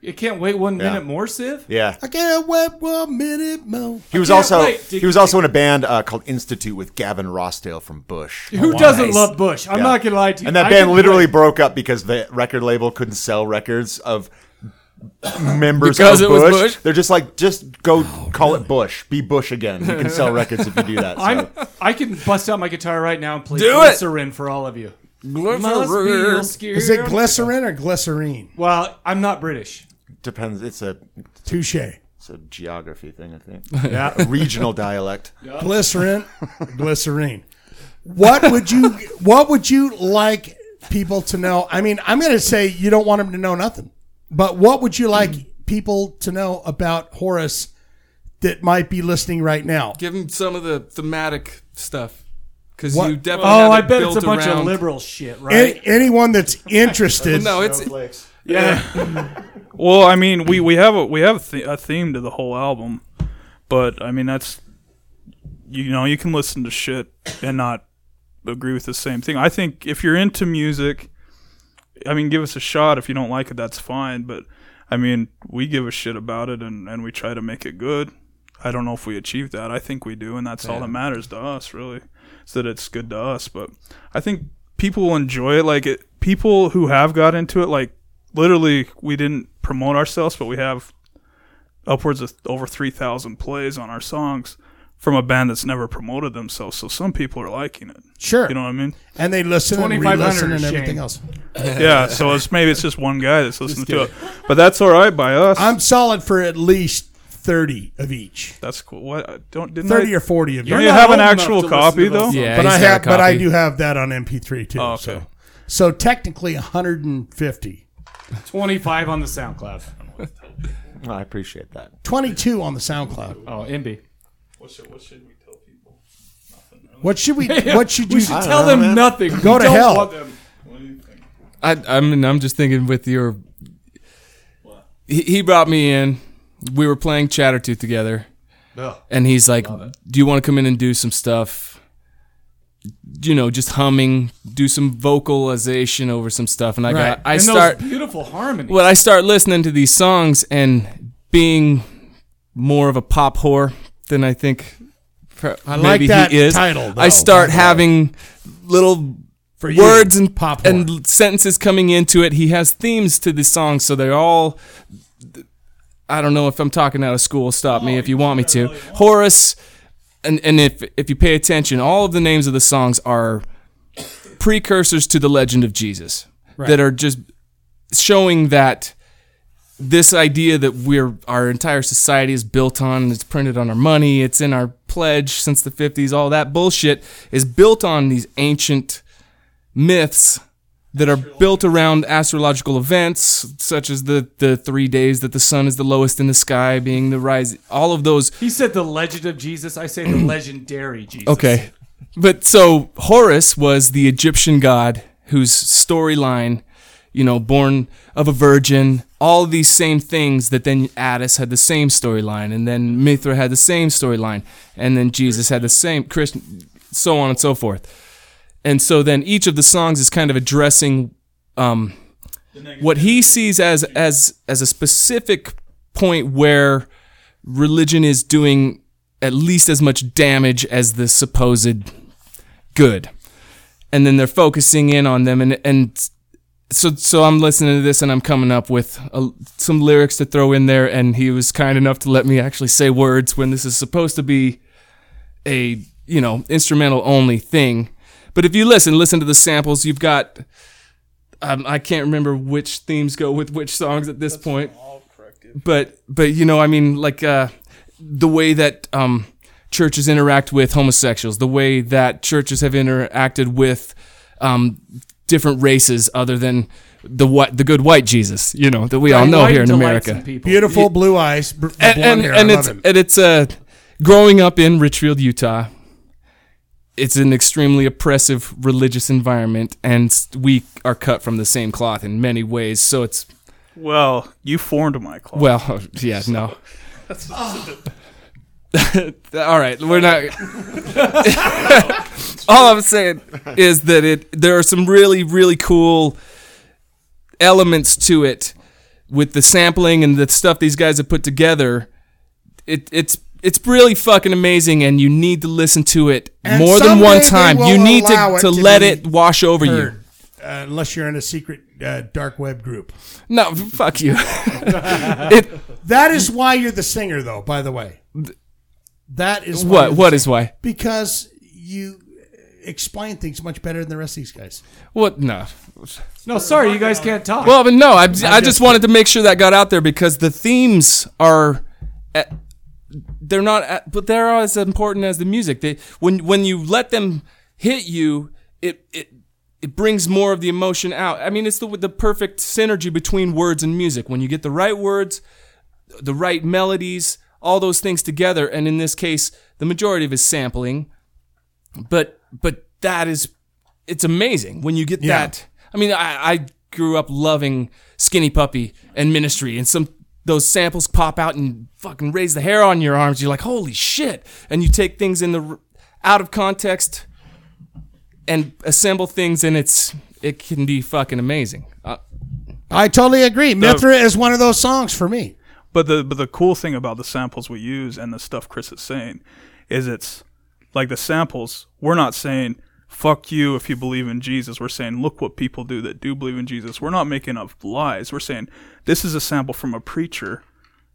Speaker 1: You can't wait one minute more, Civ.
Speaker 7: yeah,
Speaker 2: I can't wait one minute more.
Speaker 7: he was
Speaker 1: can't
Speaker 7: also
Speaker 1: wait.
Speaker 7: he was also in a band uh, called Institute with Gavin Rossdale from Bush.
Speaker 1: Who doesn't love Bush? I'm not gonna lie to you.
Speaker 7: And that
Speaker 1: I
Speaker 7: band
Speaker 1: can
Speaker 7: literally
Speaker 1: play-
Speaker 7: broke up because the record label couldn't sell records of members
Speaker 4: Because
Speaker 7: of
Speaker 4: it was
Speaker 7: Bush.
Speaker 4: Bush?
Speaker 7: They're just like, just go
Speaker 1: Oh,
Speaker 7: call it Bush. Be Bush again. You can sell records if you do that. So.
Speaker 1: I'm. I can bust out my guitar right now and play
Speaker 4: Do it!
Speaker 1: Glycerin for all of you. Must be real
Speaker 4: Glycerin.
Speaker 1: scared.
Speaker 2: Is it glycerin or glycerine?
Speaker 1: Well, I'm not British.
Speaker 7: Depends. It's a
Speaker 2: Touche.
Speaker 7: it's a geography thing, I think. Yeah. regional dialect.
Speaker 2: Glycerin, glycerine. What would you What would you like people to know? I mean, I'm going to say you don't want them to know nothing, but what would you like people to know about Horace that might be listening right now?
Speaker 4: Give him some of the thematic stuff because
Speaker 2: What?
Speaker 4: you definitely.
Speaker 1: Oh,
Speaker 4: have
Speaker 1: I
Speaker 4: it
Speaker 1: bet it's
Speaker 4: built
Speaker 1: a bunch of
Speaker 4: around-
Speaker 1: liberal shit, right?
Speaker 2: Any, anyone that's interested,
Speaker 4: No, it's
Speaker 6: Well, I mean, we, we have a we have a, th- a theme to the whole album, but I mean that's you know you can listen to shit and not agree with the same thing. I think if you're into music, I mean, give us a shot. If you don't like it, that's fine. But I mean, we give a shit about it and and we try to make it good. I don't know if we achieve that. I think we do, and that's all that matters to us, really, is that it's good to us. But I think people will enjoy it. Like it, people who have got into it, like literally, we didn't promote ourselves, but we have upwards of over three thousand plays on our songs from a band that's never promoted themselves. So some people are liking it.
Speaker 2: sure,
Speaker 6: You know what I mean?
Speaker 2: and they listen and
Speaker 1: 2500
Speaker 2: re-listen and
Speaker 1: shame.
Speaker 2: everything else.
Speaker 6: Yeah. So it's maybe it's just one guy that's listening to it, but that's all right by us.
Speaker 2: I'm solid for at least thirty of each,
Speaker 6: that's cool. What uh, don't didn't
Speaker 2: thirty
Speaker 6: I,
Speaker 2: or forty of each.
Speaker 6: don't you
Speaker 1: not
Speaker 6: have an
Speaker 1: old enough
Speaker 6: actual
Speaker 1: to listen
Speaker 6: copy
Speaker 1: to those
Speaker 6: though?
Speaker 1: songs.
Speaker 4: yeah.
Speaker 2: but
Speaker 4: he's
Speaker 2: I
Speaker 4: got a
Speaker 2: have, but I
Speaker 4: copy.
Speaker 2: do have that on MP3 too.
Speaker 6: Oh,
Speaker 2: So,
Speaker 6: okay.
Speaker 2: so technically 150,
Speaker 1: 25 on the SoundCloud.
Speaker 7: I appreciate that.
Speaker 2: 22 on the SoundCloud.
Speaker 1: Oh, MB.
Speaker 6: What should, what should we tell people?
Speaker 2: What should we? What should you?
Speaker 7: I don't
Speaker 1: Tell
Speaker 7: know,
Speaker 1: them
Speaker 7: man.
Speaker 1: nothing.
Speaker 2: Go
Speaker 1: We
Speaker 2: to
Speaker 1: don't
Speaker 2: hell.
Speaker 1: want them.
Speaker 4: I, I mean, I'm just thinking with your. He, he brought me in. We were playing Chattertooth together, and he's like, "Do you want to come in and do some stuff? You know, just humming, do some vocalization over some stuff." And I got, I
Speaker 1: and
Speaker 4: start.
Speaker 1: those beautiful harmonies.
Speaker 4: Well, I start listening to these songs and being more of a pop whore than I think. pro-
Speaker 2: I like
Speaker 4: maybe
Speaker 2: that
Speaker 4: he is.
Speaker 2: title, though,
Speaker 4: I start
Speaker 2: by the way.
Speaker 4: having little
Speaker 2: for you,
Speaker 4: words and
Speaker 2: pop
Speaker 4: and
Speaker 2: horn.
Speaker 4: l- sentences coming into it. He has themes to the song, so they're all. I don't know if I'm talking out of school. Stop me if you want me to. Horace, and and if if you pay attention, all of the names of the songs are precursors to the legend of Jesus that are just showing that this idea that we're our entire society is built on it's printed on our money it's in our pledge since the 50s all that bullshit is built on these ancient myths that are built around astrological events such as the the 3 days that the sun is the lowest in the sky being the rise all of those
Speaker 1: he said the legend of Jesus. I say the legendary Jesus.
Speaker 4: Okay. But so Horus was the Egyptian god whose storyline, you know, born of a virgin, all these same things that then Addis had the same storyline, and then Mithra had the same storyline, and then Jesus had the same, Christian, so on and so forth. And so then each of the songs is kind of addressing um, what he sees as as as a specific point where religion is doing at least as much damage as the supposed good. And then they're focusing in on them and and so so I'm listening to this and I'm coming up with uh some lyrics to throw in there and he was kind enough to let me actually say words when this is supposed to be a, you know, instrumental only thing. But if you listen, listen to the samples, you've got um, I can't remember which themes go with which songs at this point but but you know i mean like uh the way that um churches interact with homosexuals, the way that churches have interacted with um, different races other than the what the good white Jesus, you know, that we all know
Speaker 1: White
Speaker 4: here in
Speaker 1: delights
Speaker 4: America.
Speaker 1: in people.
Speaker 2: Beautiful blue eyes, br- blonde
Speaker 4: And and,
Speaker 2: hair.
Speaker 4: and
Speaker 2: I
Speaker 4: it's
Speaker 2: love it.
Speaker 4: and it's uh, growing up in Richfield, Utah. It's an extremely oppressive religious environment, and s- we are cut from the same cloth in many ways. So it's
Speaker 6: Well, you formed my cloth.
Speaker 4: well, yeah, no.
Speaker 2: Ah.
Speaker 4: All right, we're not. All I'm saying is that it there are some really really cool elements to it with the sampling and the stuff these guys have put together. It it's it's really fucking amazing, and you need to listen to it
Speaker 2: And
Speaker 4: more than
Speaker 2: someday
Speaker 4: one
Speaker 2: they
Speaker 4: time. You
Speaker 2: will
Speaker 4: need
Speaker 2: allow
Speaker 4: to,
Speaker 2: it
Speaker 4: to
Speaker 2: to
Speaker 4: let
Speaker 2: be
Speaker 4: it wash over you.
Speaker 2: Heard. Uh, unless you're in a secret uh, dark web group.
Speaker 4: No, fuck you. it,
Speaker 2: That is why you're the singer, though. By the way, that is why
Speaker 4: what
Speaker 2: you're the
Speaker 4: what is
Speaker 2: singer.
Speaker 4: why?
Speaker 2: because you explain things much better than the rest of these guys.
Speaker 4: What no.
Speaker 1: No, sorry, you guys can't talk.
Speaker 4: Well, but no, I, I, just, wanted to make sure that got out there because the themes are, eh, they're not, eh, but they're as important as the music. They when when you let them hit you, it it it brings more of the emotion out. I mean, it's the the perfect synergy between words and music. When you get the right words, the right melodies, all those things together, and in this case, the majority of it is sampling. But but that is it's amazing when you get
Speaker 2: Yeah.
Speaker 4: that. I mean, I, I grew up loving Skinny Puppy and Ministry, and some those samples pop out and fucking raise the hair on your arms. You're like, holy shit! And you take things in the r- out of context and assemble things, and it's it can be fucking amazing. Uh,
Speaker 2: I totally agree. Mithra is one of those songs for me.
Speaker 6: But the but the cool thing about the samples we use and the stuff Chris is saying is it's like the samples, we're not saying fuck you if you believe in Jesus. We're saying look what people do that do believe in Jesus. We're not making up lies. We're saying this is a sample from a preacher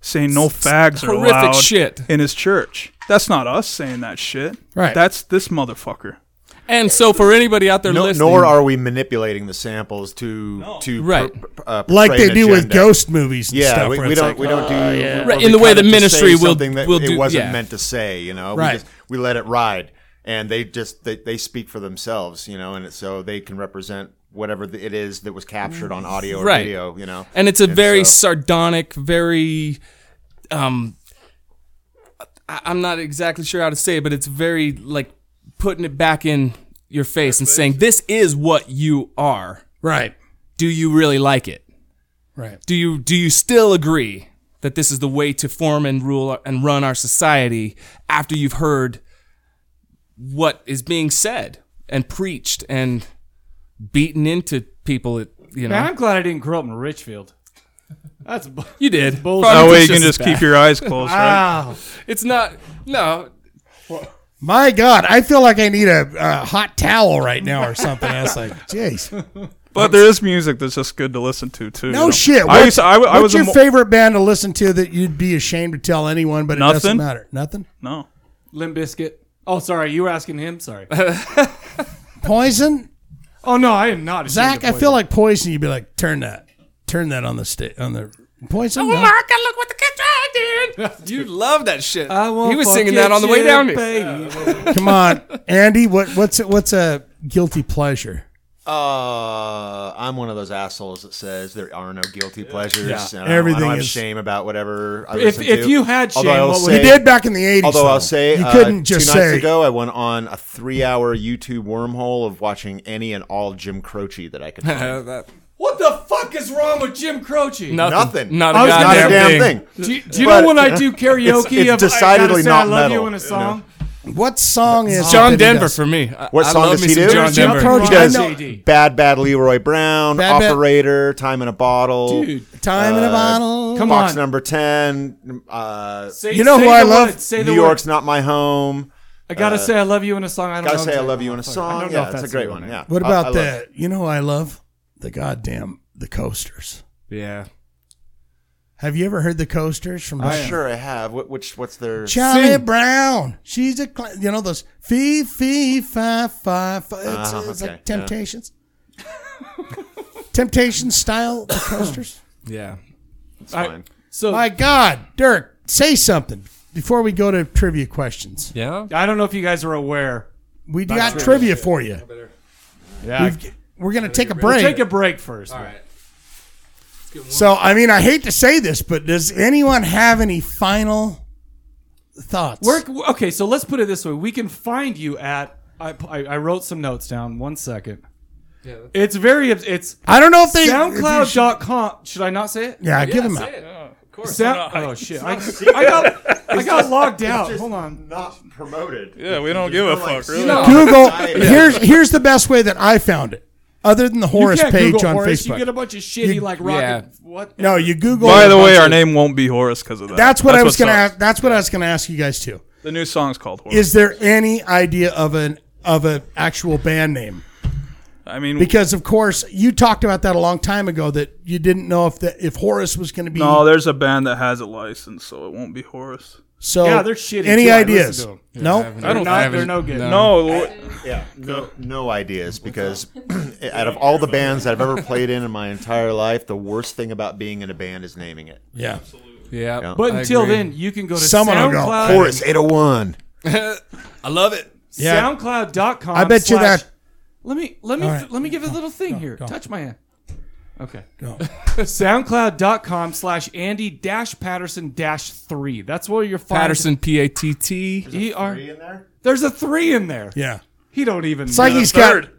Speaker 6: saying no fags are
Speaker 4: horrific
Speaker 6: allowed
Speaker 4: shit.
Speaker 6: in his church. That's not us saying that shit.
Speaker 2: Right.
Speaker 6: That's this motherfucker.
Speaker 4: and so, for anybody out there
Speaker 7: No,
Speaker 4: listening,
Speaker 7: nor are we manipulating the samples to to
Speaker 4: Right.
Speaker 7: pr- pr- uh,
Speaker 2: Like
Speaker 7: portray
Speaker 2: they
Speaker 7: an
Speaker 2: do with
Speaker 7: agenda.
Speaker 2: ghost movies and
Speaker 7: Yeah,
Speaker 2: stuff.
Speaker 7: we,
Speaker 2: where
Speaker 7: we
Speaker 2: it's
Speaker 7: don't
Speaker 2: like, "Oh,
Speaker 7: we don't do
Speaker 4: Right, in the way
Speaker 7: we cut
Speaker 4: the
Speaker 7: it to
Speaker 4: ministry
Speaker 7: say
Speaker 4: will-
Speaker 7: something that
Speaker 4: will
Speaker 7: it
Speaker 4: do-
Speaker 7: wasn't
Speaker 4: yeah.
Speaker 7: meant to say. You know,
Speaker 2: Right.
Speaker 7: we just we let it ride, and they just they, they speak for themselves. You know, and it, so they can represent whatever the, it is that was captured on audio or
Speaker 4: Right.
Speaker 7: video. You know,
Speaker 4: and it's a very
Speaker 7: so-
Speaker 4: sardonic, very um I, I'm not exactly sure how to say it, but it's very like putting it back in your face and saying, This is what you are.
Speaker 2: right,
Speaker 4: Do you really like it?
Speaker 2: right.
Speaker 4: Do you do you still agree that this is the way to form and rule and run our society after you've heard what is being said and preached and beaten into people at you know
Speaker 1: Man, I'm glad I didn't grow up in Richfield. That's bu-
Speaker 4: you did
Speaker 1: bullshit.
Speaker 6: That
Speaker 4: Farmington's
Speaker 6: way you can
Speaker 4: as
Speaker 6: just
Speaker 4: bad.
Speaker 6: keep your eyes closed, right?
Speaker 1: wow.
Speaker 4: It's not. No.
Speaker 2: My God, I feel like I need a, a hot towel right now or something. I was like, jeez.
Speaker 6: But there is music that's just good to listen to too. you
Speaker 2: No
Speaker 6: know?
Speaker 2: shit.
Speaker 6: I
Speaker 2: What's-
Speaker 6: used to, I, w- I
Speaker 2: what's
Speaker 6: was a
Speaker 2: your
Speaker 6: mo-
Speaker 2: favorite band to listen to that you'd be ashamed to tell anyone, but it
Speaker 6: Nothing.
Speaker 2: doesn't matter? Nothing?
Speaker 6: no.
Speaker 1: Limp Biscuit. Oh, sorry, you were asking him. Sorry.
Speaker 2: Poison?
Speaker 1: Oh no, I am not.
Speaker 2: Zach, I feel like poison. You'd be like, turn that, turn that on the stick on the poison. No.
Speaker 4: God, look what the cat did. You love that shit.
Speaker 1: I won't
Speaker 4: he was singing
Speaker 1: forget
Speaker 4: that on the way
Speaker 1: you,
Speaker 4: down here.
Speaker 1: baby.
Speaker 2: Come on, Andy. What what's a, what's a guilty pleasure?
Speaker 7: Uh, I'm one of those assholes that says there are no guilty pleasures. and I don't- I
Speaker 2: Everything
Speaker 7: don't have
Speaker 2: is-
Speaker 7: shame about whatever. I
Speaker 1: If-
Speaker 7: listen
Speaker 1: if
Speaker 7: to.
Speaker 1: you had
Speaker 7: Although
Speaker 1: shame,
Speaker 7: I'll
Speaker 1: what would
Speaker 7: say-
Speaker 1: you
Speaker 2: You did back in the eighties.
Speaker 7: Although I'll say,
Speaker 2: you
Speaker 7: uh,
Speaker 2: couldn't just
Speaker 7: two
Speaker 2: say
Speaker 7: nights ago, I went on a three-hour YouTube wormhole of watching any and all Jim Croce that I could find.
Speaker 4: Uh, that-
Speaker 1: What the fuck is wrong with Jim Croce?
Speaker 7: Nothing.
Speaker 4: Not a
Speaker 7: Not
Speaker 4: goddamn
Speaker 7: a damn
Speaker 4: thing.
Speaker 7: thing.
Speaker 1: Do you, do you know
Speaker 7: But-
Speaker 1: when I do karaoke?
Speaker 7: It's- it's
Speaker 1: of,
Speaker 7: decidedly
Speaker 1: I gotta say I
Speaker 7: not
Speaker 1: love
Speaker 7: metal,
Speaker 1: you in a
Speaker 7: you know?
Speaker 1: song.
Speaker 2: what song is
Speaker 4: John
Speaker 2: that he
Speaker 4: Denver
Speaker 2: does?
Speaker 4: for me. I-
Speaker 7: What
Speaker 4: I
Speaker 7: song
Speaker 4: love
Speaker 7: does
Speaker 4: me
Speaker 7: he
Speaker 4: some
Speaker 7: do?
Speaker 4: John
Speaker 7: Jim
Speaker 4: Denver.
Speaker 2: Croce.
Speaker 7: He
Speaker 2: I
Speaker 7: does
Speaker 2: know-
Speaker 7: Bad Bad Leroy Brown,
Speaker 2: Bad Bad-
Speaker 7: Operator, Time in a Bottle,
Speaker 1: Dude,
Speaker 2: Time in a
Speaker 7: Uh,
Speaker 2: bottle.
Speaker 1: come
Speaker 7: Box
Speaker 1: on.
Speaker 7: Number Ten, uh,
Speaker 1: Say,
Speaker 2: You know
Speaker 1: say
Speaker 2: who
Speaker 1: the
Speaker 2: I love?
Speaker 1: Word, say the
Speaker 7: New
Speaker 1: word.
Speaker 7: York's Not My Home.
Speaker 1: I gotta say I love you in a song. I don't
Speaker 7: Gotta
Speaker 1: know
Speaker 7: say I
Speaker 1: exactly
Speaker 7: love you
Speaker 1: what
Speaker 7: in a
Speaker 1: the fuck. I
Speaker 7: song.
Speaker 1: don't know
Speaker 7: Yeah,
Speaker 1: if
Speaker 7: it's a
Speaker 1: that's
Speaker 7: great
Speaker 1: the
Speaker 7: one.
Speaker 1: word.
Speaker 7: Yeah.
Speaker 2: What
Speaker 7: I- I
Speaker 2: about
Speaker 7: love it.
Speaker 2: the? You know, who I love the goddamn the coasters.
Speaker 4: Yeah.
Speaker 2: Have you ever heard the coasters from?
Speaker 7: I'm sure I have. What, which what's their
Speaker 2: Charlie
Speaker 4: Sing.
Speaker 2: Brown. She's a cl- you know those fee fee fi fi. fi. It's,
Speaker 7: Ah,
Speaker 2: it's
Speaker 7: okay,
Speaker 2: like Temptations. Temptation style coasters.
Speaker 4: Yeah.
Speaker 7: It's fine.
Speaker 1: So
Speaker 2: My God, Dirk, say something. before we go to trivia questions,
Speaker 5: Yeah.
Speaker 1: I don't know if you guys are aware.
Speaker 2: we got trivia for you.
Speaker 1: Yeah.
Speaker 2: We're gonna take a
Speaker 1: We'll
Speaker 2: break.
Speaker 1: take a break first.
Speaker 2: so I mean, I hate to say this, but does anyone have any final thoughts?
Speaker 1: Where, okay, so let's put it this way: we can find you at. I, I, I wrote some notes down. One second. Yeah, it's very. It's
Speaker 2: I don't know if they
Speaker 1: SoundCloud.com. Should I not say it?
Speaker 2: Yeah, give them out.
Speaker 1: Sound, oh shit! I, I got I got logged out. Hold on.
Speaker 7: Not promoted.
Speaker 6: Yeah, we don't give a fuck, really.
Speaker 2: Google. here's here's the best way that I found it. Other than the Horace
Speaker 1: you can't
Speaker 2: page
Speaker 1: Google
Speaker 2: on
Speaker 1: Horace,
Speaker 2: Facebook.
Speaker 1: You get a bunch of shitty like rocket. What?
Speaker 2: no, you Google.
Speaker 6: By
Speaker 2: a
Speaker 6: the way,
Speaker 2: bunch
Speaker 6: our
Speaker 2: of-
Speaker 6: name won't be Horace because of that.
Speaker 2: That's what I was gonna
Speaker 6: sucks.
Speaker 2: ask. That's what I was gonna ask you guys too.
Speaker 6: The new song's called Horace.
Speaker 2: Is there any idea of an of an actual band name?
Speaker 6: I mean,
Speaker 2: Because of course you talked about that a long time ago that you didn't know if that if Horace was going to be
Speaker 6: no, there's a band that has a license, so it won't be Horace.
Speaker 2: so.
Speaker 1: Yeah, they're shitty,
Speaker 2: Any
Speaker 1: too. I
Speaker 2: ideas?
Speaker 1: listen
Speaker 2: No.
Speaker 1: I don't. Not, they're no good.
Speaker 6: No, Lord-
Speaker 7: Yeah, no, no ideas because out of all the bands that I've ever played in in my entire life, the worst thing about being in a band is naming it.
Speaker 2: Yeah.
Speaker 4: Yeah.
Speaker 1: But
Speaker 4: I
Speaker 1: until
Speaker 4: agree.
Speaker 1: then, you can go to
Speaker 2: Someone will go,
Speaker 1: SoundCloud.
Speaker 7: Horace 801.
Speaker 4: I love it.
Speaker 2: Yeah.
Speaker 1: SoundCloud.com.
Speaker 2: I bet you
Speaker 1: slash-
Speaker 2: that-
Speaker 1: Let me let me
Speaker 2: All right.
Speaker 1: let me give a little thing here. Touch my hand. Okay.
Speaker 2: Go.
Speaker 1: SoundCloud.com slash Andy dash Patterson dash three. That's where you're find
Speaker 4: Patterson, P A T T.
Speaker 1: E R. There's a three in there.
Speaker 2: Yeah.
Speaker 1: He don't even.
Speaker 2: It's like
Speaker 1: know.
Speaker 2: he's got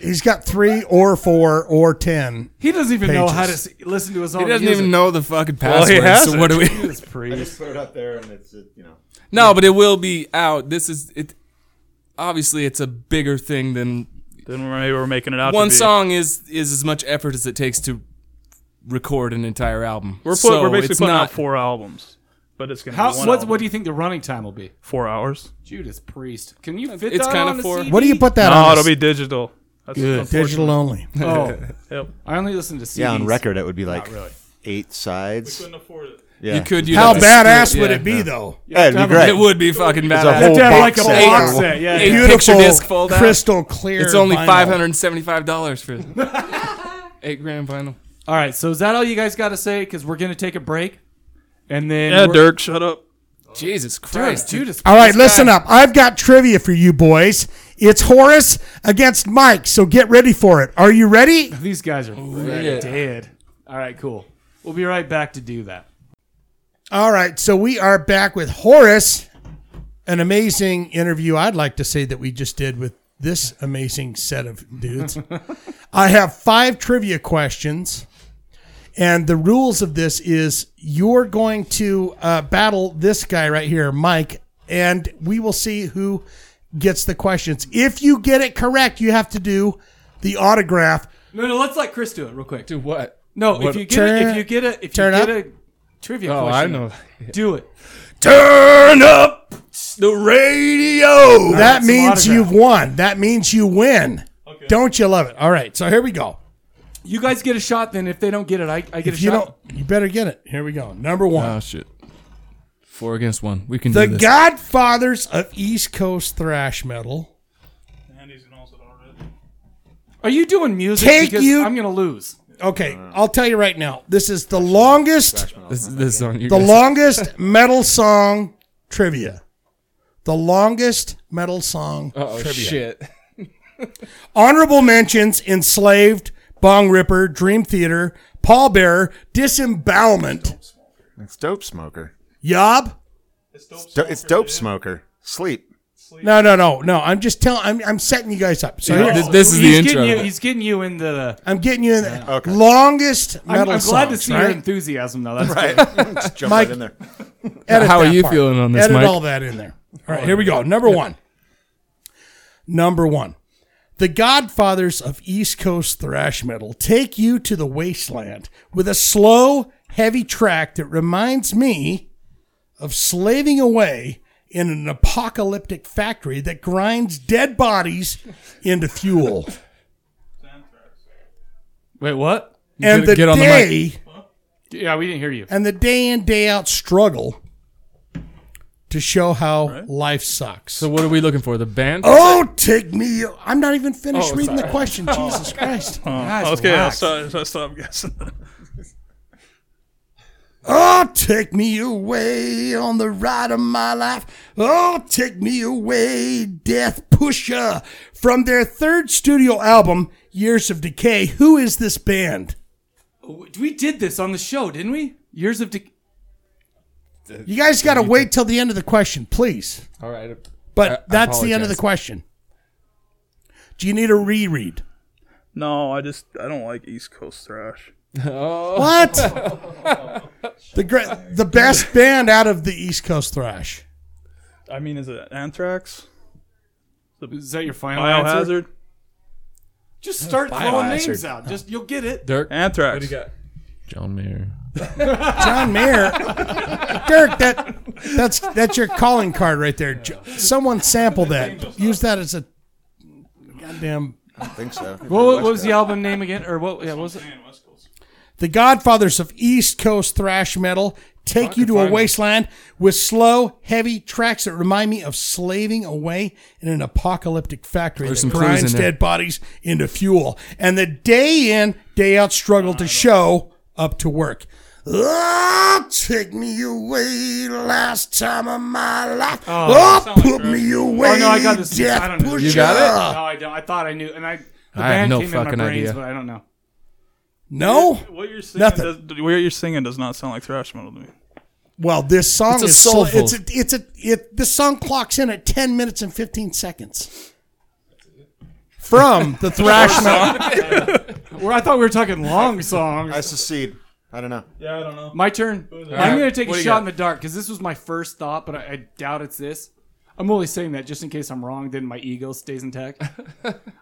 Speaker 2: he's got three or four or ten.
Speaker 1: he doesn't even know how to
Speaker 2: pages.
Speaker 1: s- listen to his own.
Speaker 4: He doesn't
Speaker 1: music.
Speaker 4: even know the fucking
Speaker 6: Well,
Speaker 4: password.
Speaker 6: he has
Speaker 4: so
Speaker 6: it.
Speaker 4: what do we?
Speaker 1: Jesus, priest.
Speaker 7: Put it up there and it's, you know.
Speaker 4: No, but it will be out. This is it. Obviously, it's a bigger thing than
Speaker 6: then maybe we're making it out. to
Speaker 4: one
Speaker 6: be.
Speaker 4: song is is as much effort as it takes to record an entire album.
Speaker 6: We're, put,
Speaker 4: so
Speaker 6: we're basically
Speaker 4: it's
Speaker 6: putting
Speaker 4: not,
Speaker 6: out four albums, but it's gonna
Speaker 1: How,
Speaker 6: be one.
Speaker 1: what,
Speaker 6: album.
Speaker 1: what do you think the running time will be?
Speaker 6: Four hours.
Speaker 1: Judas Priest. Can you fit
Speaker 4: It's
Speaker 1: that
Speaker 4: kinda
Speaker 1: on the
Speaker 4: for-
Speaker 1: CD?
Speaker 2: What do you put that
Speaker 6: No,
Speaker 2: on?
Speaker 6: it'll be digital. That's Good.
Speaker 2: digital only.
Speaker 1: Oh,
Speaker 6: Yep.
Speaker 1: I only listen to CDs.
Speaker 7: Yeah, on record, it would be like eight sides.
Speaker 6: afford it.
Speaker 7: Yeah.
Speaker 4: You could. You'd
Speaker 2: How
Speaker 4: have to
Speaker 2: badass
Speaker 4: split,
Speaker 2: would
Speaker 4: yeah.
Speaker 2: it be though?
Speaker 7: Yeah, it'd be great.
Speaker 4: It would be fucking
Speaker 7: a
Speaker 4: badass.
Speaker 7: whole
Speaker 1: They'd have like a
Speaker 7: box set.
Speaker 1: box set. Yeah, yeah.
Speaker 4: Eight picture disc fold out.
Speaker 2: crystal clear.
Speaker 4: It's only
Speaker 2: vinyl.
Speaker 4: five hundred and seventy-five dollars for eight grand vinyl.
Speaker 1: All right, so is that all you guys got to say? Because we're gonna take a break, and then
Speaker 6: Yeah,
Speaker 1: we're-
Speaker 6: Dirk, shut up.
Speaker 4: Jesus Christ,
Speaker 1: Dude, Judas.
Speaker 2: All right, listen up. I've got trivia for you boys. It's Horace against Mike, so get ready for it. Are you ready?
Speaker 1: These guys are
Speaker 4: Oh, yeah.
Speaker 1: really dead. All right, cool. We'll be right back to do that.
Speaker 2: All right, so we are back with Horace. An amazing interview, I'd like to say, that we just did with this amazing set of dudes. I have five trivia questions. And the rules of this is you're going to uh, battle this guy right here, Mike, and we will see who gets the questions. If you get it correct, you have to do the autograph.
Speaker 1: No, no, let's let Chris do it real quick.
Speaker 4: Do what?
Speaker 1: No, if you get a, if
Speaker 2: turn-
Speaker 1: you get a if
Speaker 2: turn
Speaker 1: you get
Speaker 2: up?
Speaker 1: a trivia
Speaker 4: Oh, I
Speaker 1: question,
Speaker 4: know.
Speaker 1: do it.
Speaker 4: Turn up the radio.
Speaker 2: that
Speaker 1: some
Speaker 2: means
Speaker 1: autograph.
Speaker 2: you've won. That means you win. Don't you love it? All right, so here we go.
Speaker 1: You guys get a shot. Then if they don't get it, I, I get
Speaker 2: If
Speaker 1: a
Speaker 2: you
Speaker 1: shot.
Speaker 2: don't, you better get it. Here we go. Number one,
Speaker 8: Uh,
Speaker 4: Oh shit. Four against one. We can
Speaker 2: the
Speaker 4: do this.
Speaker 2: Godfathers of East Coast thrash metal.
Speaker 1: Are you doing music?
Speaker 2: Take
Speaker 1: because
Speaker 2: you-
Speaker 1: I'm gonna lose.
Speaker 2: Okay, I'll tell you right now. This is the longest,
Speaker 4: this, this is on you.
Speaker 2: the
Speaker 4: guys.
Speaker 2: longest metal song trivia. The longest metal song
Speaker 4: Oh
Speaker 2: trivia.
Speaker 4: shit.
Speaker 2: Honorable mentions: Enslaved, Bong Ripper, Dream Theater, Pallbearer, Disembowelment,
Speaker 7: It's Dope Smoker.
Speaker 2: Yob.
Speaker 7: It's, do- it's Dope Smoker. Sleep.
Speaker 2: No, no, no, no. I'm just telling. I'm, I'm setting you guys up. So here,
Speaker 4: This, this is the
Speaker 1: he's
Speaker 4: intro.
Speaker 1: Getting you, he's getting you in the.
Speaker 2: I'm getting you in the longest
Speaker 1: I'm,
Speaker 2: metal
Speaker 1: I'm glad to
Speaker 2: songs,
Speaker 1: see
Speaker 2: right?
Speaker 1: your enthusiasm though. That's
Speaker 7: Right. Just jump
Speaker 2: Mike-
Speaker 7: right in there.
Speaker 2: Edit
Speaker 4: How are
Speaker 2: that
Speaker 4: you feeling on this,
Speaker 2: Edit
Speaker 4: Mike?
Speaker 2: all that in there. All right, here we go. Number one. Number one. The Godfathers of East Coast thrash metal take you to the wasteland with a slow, heavy track that reminds me of slaving away in an apocalyptic factory that grinds dead bodies into fuel.
Speaker 1: Wait, what?
Speaker 2: and
Speaker 4: Get-
Speaker 2: the
Speaker 4: get on the mic.
Speaker 2: day
Speaker 1: Yeah, we didn't hear you.
Speaker 2: and the day in day out struggle to show how life sucks.
Speaker 4: So what are we looking for? The band?
Speaker 2: Oh, take me. I'm not even finished
Speaker 4: Oh,
Speaker 2: reading the
Speaker 4: sorry.
Speaker 2: question. Jesus Christ.
Speaker 6: Oh, okay, I'll stop, I'll stop guessing.
Speaker 2: Oh, take me away on the ride of my life. Oh, take me away, Death Pusher. From their third studio album, Years of Decay, who is this band?
Speaker 1: We did this on the show, didn't we? Years of Dec
Speaker 2: You guys got to wait till the end of the question, please.
Speaker 5: All right.
Speaker 2: But
Speaker 5: I- I
Speaker 2: that's the end of the
Speaker 5: apologize.
Speaker 2: question. Do you need a reread?
Speaker 6: No, I just I don't like East Coast thrash.
Speaker 2: What? the great, the best band out of the East Coast thrash.
Speaker 6: I mean, is it Anthrax?
Speaker 1: Is that your final answer?
Speaker 6: Biohazard?
Speaker 1: Just start throwing names out. Just you'll get it.
Speaker 5: Dirk.
Speaker 6: Anthrax.
Speaker 5: John Mayer.
Speaker 2: John Mayer, Dirk, that that's that's your calling card right there. Jo- Someone sample that. Use that as a goddamn.
Speaker 7: I think so.
Speaker 1: What, what was the album name again? Or what? Yeah, what was it?
Speaker 2: The Godfathers of East Coast thrash metal take you to a wasteland with slow, heavy tracks that remind me of slaving away in an apocalyptic factory
Speaker 4: There's some
Speaker 2: that
Speaker 4: clues in
Speaker 2: grinds
Speaker 4: there.
Speaker 2: dead bodies into fuel. And the day in, day out struggle to show up to work. Oh, take me away, last time of my life. Oh, put me away.
Speaker 1: Oh no, I got this. I don't know.
Speaker 2: pusher.
Speaker 1: No, I don't. I thought I knew, and I the
Speaker 4: Uh. I have
Speaker 1: band
Speaker 4: no
Speaker 1: came in
Speaker 4: fucking
Speaker 1: my brains,
Speaker 4: idea.
Speaker 1: but I don't know.
Speaker 2: No?
Speaker 6: What you're singing
Speaker 2: Nothing.
Speaker 6: does what you're singing does not sound like thrash metal to me.
Speaker 2: Well, this song
Speaker 4: It's a
Speaker 2: is soul.
Speaker 4: soulful.
Speaker 2: It's a, it's a it. This song clocks in at ten minutes and fifteen seconds. From the thrash metal,
Speaker 1: Well, I thought we were talking long songs.
Speaker 7: I secede. I don't know.
Speaker 6: Yeah, I don't know.
Speaker 1: My turn. I'm going to take a shot in the dark because this was my first thought, but I, I doubt it's this. I'm only saying that just in case I'm wrong. Then my ego stays intact.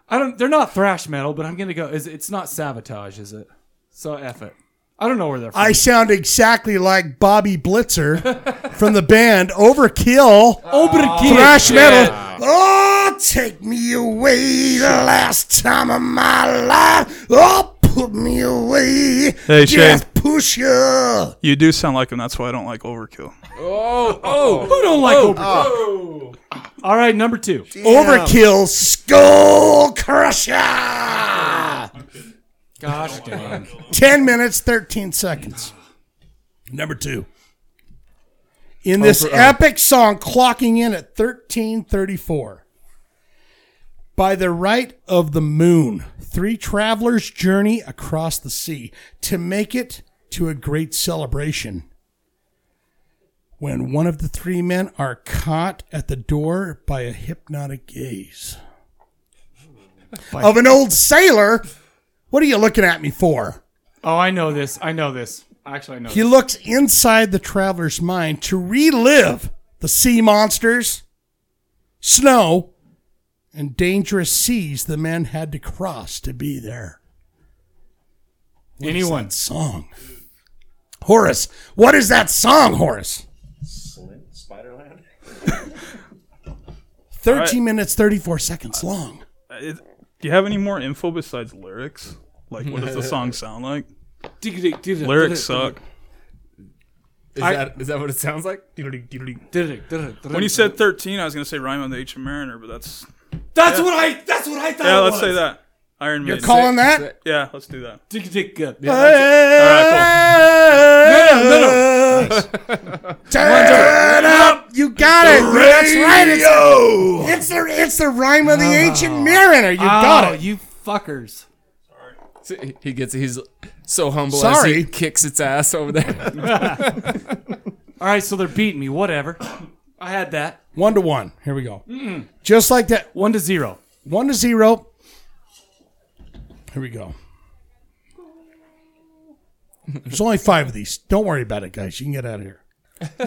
Speaker 1: I don't. They're not thrash metal, but I'm going to go. Is it's not sabotage, is it? So f it. I don't know where they're from.
Speaker 2: I sound exactly like Bobby Blitzer from the band Overkill.
Speaker 1: Oh,
Speaker 2: thrash metal. Oh, take me away the last time of my life. Oh, put me away.
Speaker 6: Hey, Shane.
Speaker 2: Death pusher.
Speaker 6: You do sound like him. That's why I don't like Overkill.
Speaker 4: Oh, oh.
Speaker 1: Who don't like Overkill? All right, number two.
Speaker 2: Overkill skull crusher.
Speaker 1: Gosh damn.
Speaker 2: 10 minutes, 13 seconds. Number two. In this epic song, clocking in at 1334. By the right of the moon, three travelers journey across the sea to make it to a great celebration. When one of the three men are caught at the door by a hypnotic gaze of an old sailor, what are you looking at me for?
Speaker 1: Oh, I know this. I know this. Actually, I know.
Speaker 2: He
Speaker 1: This.
Speaker 2: looks inside the traveler's mind to relive the sea monsters, snow, and dangerous seas the men had to cross to be there.
Speaker 1: Anyone?
Speaker 2: Song. Horace, what is that song, Horace? Spiderland. 13 minutes, 34 seconds long.
Speaker 6: Uh, It, do you have any more info besides lyrics? Like, what does the song sound like? Lyrics suck.
Speaker 5: Is, that, is that what it sounds like?
Speaker 6: When
Speaker 1: When
Speaker 6: you said 13, I was going to say Rhyme of the Ancient Mariner, but that's.
Speaker 1: that's what I that's what I thought.
Speaker 6: Yeah,
Speaker 1: it
Speaker 6: let's
Speaker 1: was.
Speaker 6: say that. Iron Maiden.
Speaker 2: You're calling that?
Speaker 6: Yeah, let's do that.
Speaker 1: Dig, dig, uh,
Speaker 6: All right,
Speaker 2: Turn up! You got it! That's right! It's, it's, the, it's the rhyme of the
Speaker 4: Ah.
Speaker 2: ancient mariner. You got
Speaker 1: Oh,
Speaker 2: it.
Speaker 1: you fuckers.
Speaker 4: See, He gets he's so humble as
Speaker 2: Sorry.
Speaker 4: he kicks its ass over there.
Speaker 1: All right, so they're beating me. Whatever. I had that.
Speaker 2: One to one. Here we go.
Speaker 4: Hmm.
Speaker 2: Just like that.
Speaker 1: One to zero.
Speaker 2: One to zero. Here we go. There's only five of these. Don't worry about it, guys. You can get out of here.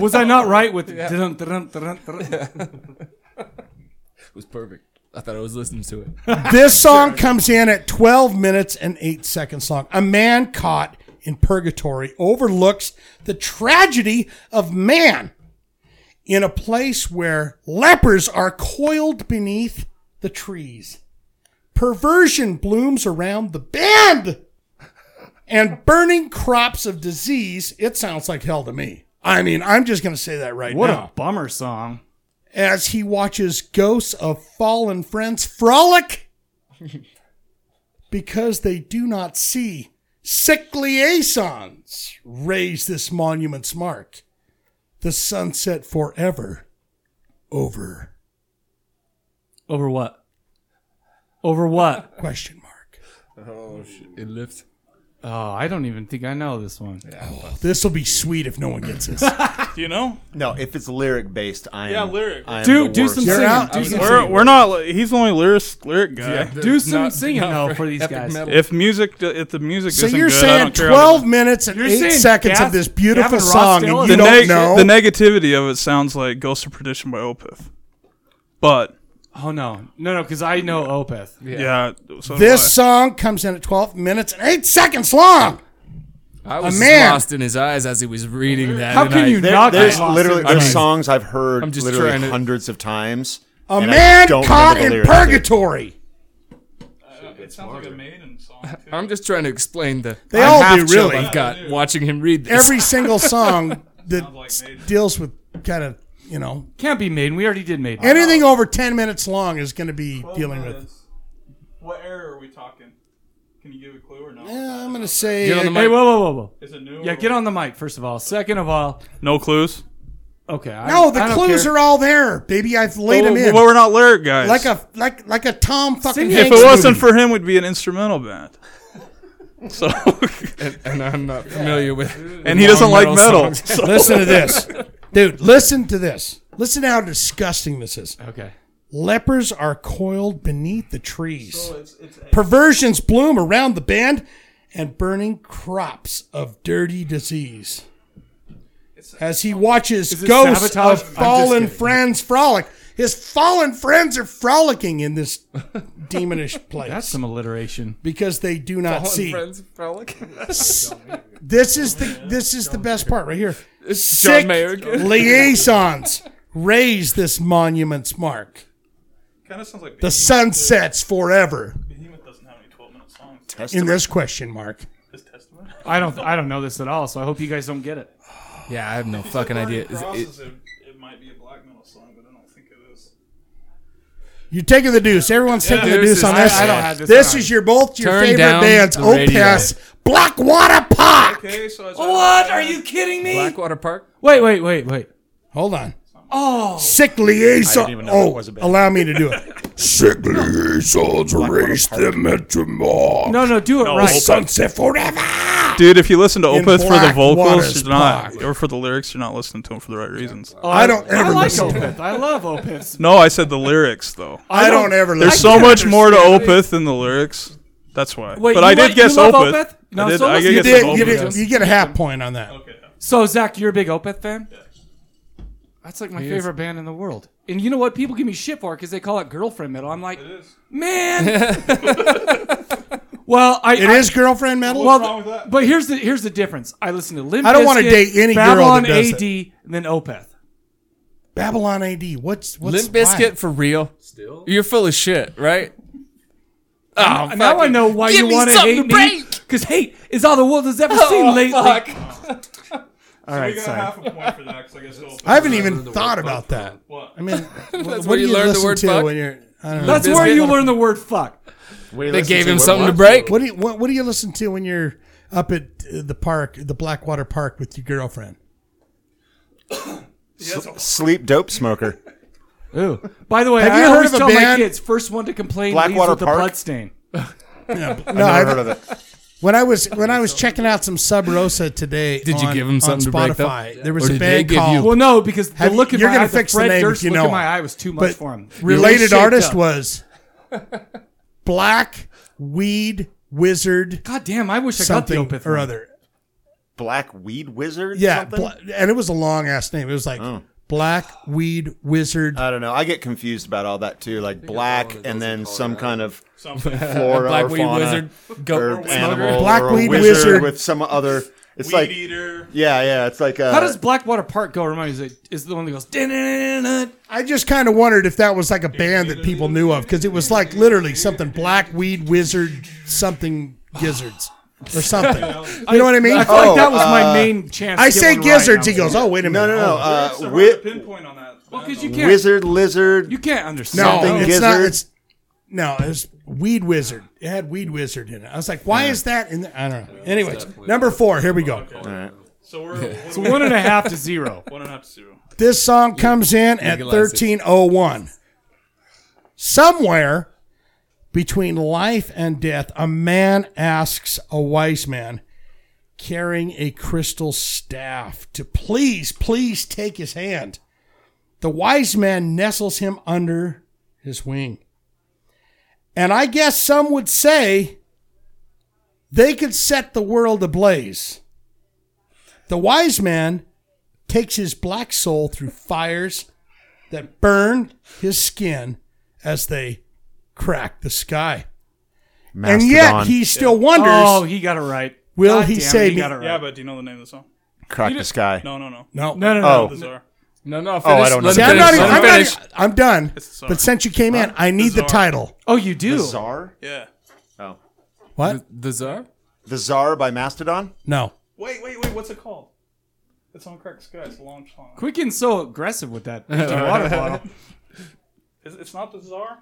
Speaker 1: Was I not right with? dun, dun, dun, dun, dun?
Speaker 4: it was perfect. I thought I was listening to it.
Speaker 2: This song comes in at 12 minutes and 8 seconds long. A man caught in purgatory overlooks the tragedy of man in a place where lepers are coiled beneath the trees. Perversion blooms around the bend and burning crops of disease. It sounds like hell to me. I mean, I'm just going to say that right
Speaker 1: What
Speaker 2: now
Speaker 1: a bummer song.
Speaker 2: as he watches ghosts of fallen friends frolic because they do not see Sick liaisons raise this monument's mark. The sunset forever over.
Speaker 1: Over what? Over what?
Speaker 2: Question mark.
Speaker 5: It lifts.
Speaker 1: Oh, I don't even think I know this one.
Speaker 2: This will be sweet if no one gets this.
Speaker 6: Do you know?
Speaker 7: No, if it's lyric based, I am.
Speaker 6: Yeah, lyric.
Speaker 7: I am
Speaker 1: Do
Speaker 7: the
Speaker 1: do
Speaker 7: worst.
Speaker 1: some
Speaker 2: You're
Speaker 1: singing.
Speaker 2: out.
Speaker 1: Do
Speaker 2: I'm
Speaker 1: some
Speaker 6: We're,
Speaker 1: singing.
Speaker 6: we're not. He's the only lyric lyric guy.
Speaker 1: Do some singing though for these guys.
Speaker 6: If music, if the music,
Speaker 2: so
Speaker 6: isn't
Speaker 2: you're
Speaker 6: good, I
Speaker 2: saying
Speaker 6: don't care
Speaker 2: 12 minutes and
Speaker 1: You're
Speaker 2: 8
Speaker 1: saying
Speaker 2: seconds
Speaker 1: Gav-
Speaker 2: of this beautiful
Speaker 1: Gavin Rossdale
Speaker 2: song and
Speaker 1: is
Speaker 2: you
Speaker 6: the,
Speaker 1: the
Speaker 2: don't
Speaker 6: neg-
Speaker 2: know?
Speaker 6: the negativity of it sounds like Ghost of Perdition by Opeth. But
Speaker 1: oh no, no, no, because I know Opeth.
Speaker 6: yeah, so do
Speaker 2: this song comes in at 12 minutes and 8 seconds long.
Speaker 4: I was
Speaker 2: man.
Speaker 4: lost in his eyes as he was reading that.
Speaker 1: How
Speaker 4: and
Speaker 1: can
Speaker 4: I-
Speaker 1: you
Speaker 7: There-
Speaker 1: not?
Speaker 7: there's
Speaker 1: get lost
Speaker 7: literally
Speaker 1: in
Speaker 7: there's
Speaker 1: this?
Speaker 7: songs I've heard
Speaker 4: I'm just
Speaker 7: literally
Speaker 4: trying to-
Speaker 7: hundreds of times.
Speaker 2: A
Speaker 7: and I
Speaker 2: man
Speaker 7: don't
Speaker 2: caught
Speaker 7: remember
Speaker 2: in
Speaker 7: the lyrics.
Speaker 2: purgatory.
Speaker 6: I. It sounds like a maiden song.
Speaker 4: I'm just trying to explain the.
Speaker 2: They
Speaker 4: I'm
Speaker 2: all
Speaker 4: half
Speaker 2: do,
Speaker 4: chub
Speaker 2: really.
Speaker 4: I've got watching him read this.
Speaker 2: Every single song that
Speaker 6: like
Speaker 2: s-
Speaker 6: Maiden.
Speaker 2: deals with kind of, you know,
Speaker 1: Can't be Maiden. We already did Maiden.
Speaker 2: anything over 10 minutes long is going to be dealing with.
Speaker 6: What era are we talking? Can you give a clue or no?
Speaker 2: Yeah, I'm going to say.
Speaker 4: Get on the
Speaker 1: Hey,
Speaker 4: mic.
Speaker 1: whoa, whoa, whoa, whoa.
Speaker 6: Is it new?
Speaker 1: Yeah, get on the mic first of all. Second of all,
Speaker 6: No clues.
Speaker 1: okay. I,
Speaker 2: no, the
Speaker 1: I don't
Speaker 2: clues
Speaker 1: care.
Speaker 2: are all there, baby. I've laid
Speaker 6: Well,
Speaker 2: them in.
Speaker 6: well, we're not lyric guys.
Speaker 2: like a like like a Tom fucking
Speaker 1: Sing it.
Speaker 6: if
Speaker 2: Hanks
Speaker 6: it wasn't
Speaker 2: movie.
Speaker 6: for him, we'd be an instrumental band. So,
Speaker 4: and, and I'm not familiar with.
Speaker 6: and he doesn't like metal.
Speaker 4: songs.
Speaker 6: So-
Speaker 2: Listen to this. Dude, listen to this. Listen to how disgusting this is.
Speaker 1: Okay.
Speaker 2: Lepers are coiled beneath the trees. Perversions bloom around the bend and burning crops of dirty disease. As he watches
Speaker 1: it
Speaker 2: ghosts
Speaker 1: sabotage?
Speaker 2: of
Speaker 1: I'm just
Speaker 2: fallen
Speaker 1: kidding.
Speaker 2: friends frolic. His fallen friends are frolicking in this demonish place
Speaker 1: That's some alliteration.
Speaker 2: because they do not see.
Speaker 4: Friends, frolic.
Speaker 2: This is the this is the best part right here.
Speaker 4: John
Speaker 2: Sick
Speaker 4: Mayer again.
Speaker 2: liaisons raise this monument's mark.
Speaker 6: kind of sounds like
Speaker 2: The sun sets forever
Speaker 6: Behemoth doesn't have any 12 minute songs.
Speaker 2: in this question mark.
Speaker 6: His testament.
Speaker 1: I don't. I don't know this at all. So I hope you guys don't get it.
Speaker 4: Yeah, I have no fucking idea. Is it-
Speaker 6: it, might be a black metal song, but I don't think it is.
Speaker 2: You're taking the deuce. Everyone's taking the
Speaker 4: deuce
Speaker 2: deuce
Speaker 4: is-
Speaker 2: on
Speaker 4: I-
Speaker 2: this.
Speaker 4: I don't have
Speaker 1: this
Speaker 2: this
Speaker 1: on.
Speaker 2: is your both your
Speaker 4: Turn
Speaker 2: favorite
Speaker 4: down
Speaker 2: bands.
Speaker 4: the radio.
Speaker 2: Opeth, Blackwater Park.
Speaker 6: Okay, so it's
Speaker 1: What? Are you kidding me?
Speaker 4: Blackwater Park.
Speaker 1: Wait, wait, wait, wait.
Speaker 2: Hold on.
Speaker 1: Oh,
Speaker 2: Sick liaison.
Speaker 7: even know
Speaker 2: oh,
Speaker 7: that was a band.
Speaker 2: allow me to do it. Sick liaisons raise them into more.
Speaker 1: no, no, do it right.
Speaker 2: Sunset forever.
Speaker 6: Dude, if you listen to
Speaker 2: In
Speaker 6: Opeth for the
Speaker 2: black
Speaker 6: vocals,
Speaker 2: waters
Speaker 6: you're not,
Speaker 2: black.
Speaker 6: or for the lyrics, you're not listening to them for the right reasons.
Speaker 2: Oh, I don't
Speaker 1: I
Speaker 2: ever
Speaker 1: like
Speaker 2: listen to
Speaker 1: Opeth. I love Opeth.
Speaker 6: No, I said the lyrics, though.
Speaker 2: I don't ever listen.
Speaker 6: There's so much more to Opeth than the lyrics. That's why.
Speaker 1: Wait,
Speaker 6: but
Speaker 1: you
Speaker 6: I did
Speaker 1: like-
Speaker 6: guess
Speaker 1: you love
Speaker 6: Opeth.
Speaker 1: Opeth? No,
Speaker 6: I did,
Speaker 1: so
Speaker 6: I
Speaker 1: listen-
Speaker 2: You
Speaker 6: guess
Speaker 2: did.
Speaker 6: Opeth.
Speaker 2: You did. You get a half point on that.
Speaker 1: So Zach, you're a big Opeth fan. That's like my favorite band in the world. And you know what? People give me shit for it because they call it girlfriend metal. I'm like, man. well, I.
Speaker 2: It
Speaker 1: I-
Speaker 2: is girlfriend metal.
Speaker 1: Well, but here's the here's the difference. I listen to Limp.
Speaker 2: I don't wanna
Speaker 1: Bizkit,
Speaker 2: date any girl that
Speaker 1: Babylon
Speaker 2: does
Speaker 1: AD, and then Opeth.
Speaker 2: Babylon AD. What's what's
Speaker 4: Limp Biscuit for real? Still? You're full of shit, right? Oh,
Speaker 1: now
Speaker 4: fuck
Speaker 1: I
Speaker 4: it.
Speaker 1: know why
Speaker 4: Give
Speaker 1: you
Speaker 4: me
Speaker 1: want to Oh,
Speaker 4: something to
Speaker 1: hate me.
Speaker 4: break.
Speaker 1: Because hate is all the world has ever seen lately. All right, sorry.
Speaker 6: a point for that because I guess Opeth.
Speaker 2: I haven't even thought about that.
Speaker 6: What?
Speaker 2: I mean, what,
Speaker 4: where
Speaker 2: do
Speaker 4: you
Speaker 2: you
Speaker 4: learned the
Speaker 2: listen
Speaker 4: word
Speaker 2: to
Speaker 4: fuck?
Speaker 2: when you're? I don't know.
Speaker 1: That's where you learn the word fuck.
Speaker 4: They gave him something to break.
Speaker 2: What do you what, what do you listen to when you're up at uh, the park, the Blackwater Park, with your girlfriend?
Speaker 7: Sleep dope smoker.
Speaker 1: Ooh. By the way,
Speaker 2: Have
Speaker 1: I
Speaker 2: you heard
Speaker 1: always
Speaker 2: of a
Speaker 1: tell my
Speaker 2: band-
Speaker 1: kids first one to complain leaves
Speaker 7: Blackwater
Speaker 1: with a
Speaker 7: Park?
Speaker 1: blood stain.
Speaker 2: No,
Speaker 7: Never
Speaker 2: I've-
Speaker 7: heard of it.
Speaker 2: when I was when I was checking out some Sub Rosa today.
Speaker 4: Did you
Speaker 2: on-
Speaker 4: give 'em
Speaker 2: on
Speaker 4: something to break, though?
Speaker 2: Spotify, There was
Speaker 4: Or
Speaker 2: a
Speaker 4: did they
Speaker 2: band
Speaker 4: give you-
Speaker 2: called
Speaker 1: Well, no, because the
Speaker 2: Have you-
Speaker 1: look in
Speaker 2: you're
Speaker 1: my
Speaker 2: gonna
Speaker 1: eye,
Speaker 2: fix the
Speaker 1: the Fred
Speaker 2: name
Speaker 1: Durst
Speaker 2: if you
Speaker 1: look
Speaker 2: know
Speaker 1: in my
Speaker 2: it.
Speaker 1: eye was too much
Speaker 2: but
Speaker 1: for him. He
Speaker 2: related
Speaker 1: shaped
Speaker 2: artist
Speaker 1: up.
Speaker 2: was Black Weed Wizard
Speaker 1: God damn! I wish I got the
Speaker 2: something
Speaker 1: Opeth
Speaker 2: or
Speaker 1: one.
Speaker 2: other.
Speaker 7: Black weed wizard.
Speaker 2: Yeah,
Speaker 7: Something?
Speaker 2: bla- and it was a long ass name. It was like
Speaker 7: Oh.
Speaker 2: Black Weed Wizard.
Speaker 7: I don't know. I get confused about all that too. Like black and then some kind of flora
Speaker 4: Black
Speaker 7: or
Speaker 4: weed
Speaker 7: fauna
Speaker 4: wizard, goat
Speaker 7: or
Speaker 4: smoker.
Speaker 7: animal
Speaker 2: Black
Speaker 7: or a
Speaker 2: weed
Speaker 7: wizard,
Speaker 2: wizard.
Speaker 7: with some other. It's like
Speaker 6: eater.
Speaker 7: yeah, yeah. It's like uh,
Speaker 1: How does Blackwater Park go? Remind me, is, it, is the one that goes. "Dun-dun-dun-dun-dun."
Speaker 2: I just kind of wondered if that was like a band that people knew of because it was like literally something Black Weed Wizard something gizzards or something. You know what I mean?
Speaker 1: I feel like
Speaker 7: Oh,
Speaker 1: that was my
Speaker 7: uh,
Speaker 1: main chance.
Speaker 2: I
Speaker 1: to get
Speaker 2: say
Speaker 1: one
Speaker 2: gizzards.
Speaker 1: Right.
Speaker 2: he goes, oh wait a
Speaker 7: no,
Speaker 2: minute.
Speaker 7: no, no.
Speaker 2: Oh.
Speaker 7: Uh, wi-
Speaker 6: pinpoint on that.
Speaker 1: because you can't.
Speaker 7: wizard, lizard.
Speaker 1: You can't understand.
Speaker 2: no,
Speaker 7: Something
Speaker 2: it's not.
Speaker 7: gizzard.
Speaker 2: It's no, it's Weed Wizard. It had Weed Wizard in it. I was like, why is that? In the, I don't know. Anyways, number four. Here we go.
Speaker 6: So we're what do
Speaker 1: It's
Speaker 6: we-
Speaker 1: one and a half to zero.
Speaker 6: one and a half to zero.
Speaker 2: This song comes in at
Speaker 4: Legalize it.
Speaker 2: 1301. Somewhere between life and death, a man asks a wise man carrying a crystal staff to please, please take his hand. The wise man nestles him under his wing. And I guess some would say they could set the world ablaze. The wise man takes his black soul through fires that burn his skin as they crack the sky. And yet
Speaker 7: Mastodon.
Speaker 2: he still wonders
Speaker 1: Oh, he got it right.
Speaker 2: Will
Speaker 1: God
Speaker 2: he
Speaker 1: damn it,
Speaker 2: save
Speaker 1: he
Speaker 2: me?
Speaker 1: Got it right.
Speaker 6: Yeah, but do you know the name of the song?
Speaker 7: cracked the sky.
Speaker 6: No, no, no.
Speaker 2: no,
Speaker 1: no, no, no.
Speaker 7: Oh.
Speaker 6: The czar.
Speaker 4: No, no. Finish.
Speaker 7: I don't know.
Speaker 4: Let
Speaker 2: See,
Speaker 4: him
Speaker 2: I'm, not,
Speaker 4: finish. Let
Speaker 2: even- I'm,
Speaker 4: him
Speaker 2: not
Speaker 4: finish.
Speaker 2: even- I'm done.
Speaker 6: It's the
Speaker 2: But
Speaker 6: czar.
Speaker 2: since you came in, I need the
Speaker 6: Bizarre.
Speaker 2: title.
Speaker 1: Oh, you do.
Speaker 7: The Czar?
Speaker 6: Yeah.
Speaker 7: Oh.
Speaker 2: What?
Speaker 4: The czar.
Speaker 7: The Czar by Mastodon?
Speaker 2: No.
Speaker 6: Wait, wait, wait. What's it called? It's on Crack Sky. It's a long song.
Speaker 1: Quit getting so aggressive with that empty water bottle.
Speaker 6: Is, it's not the czar.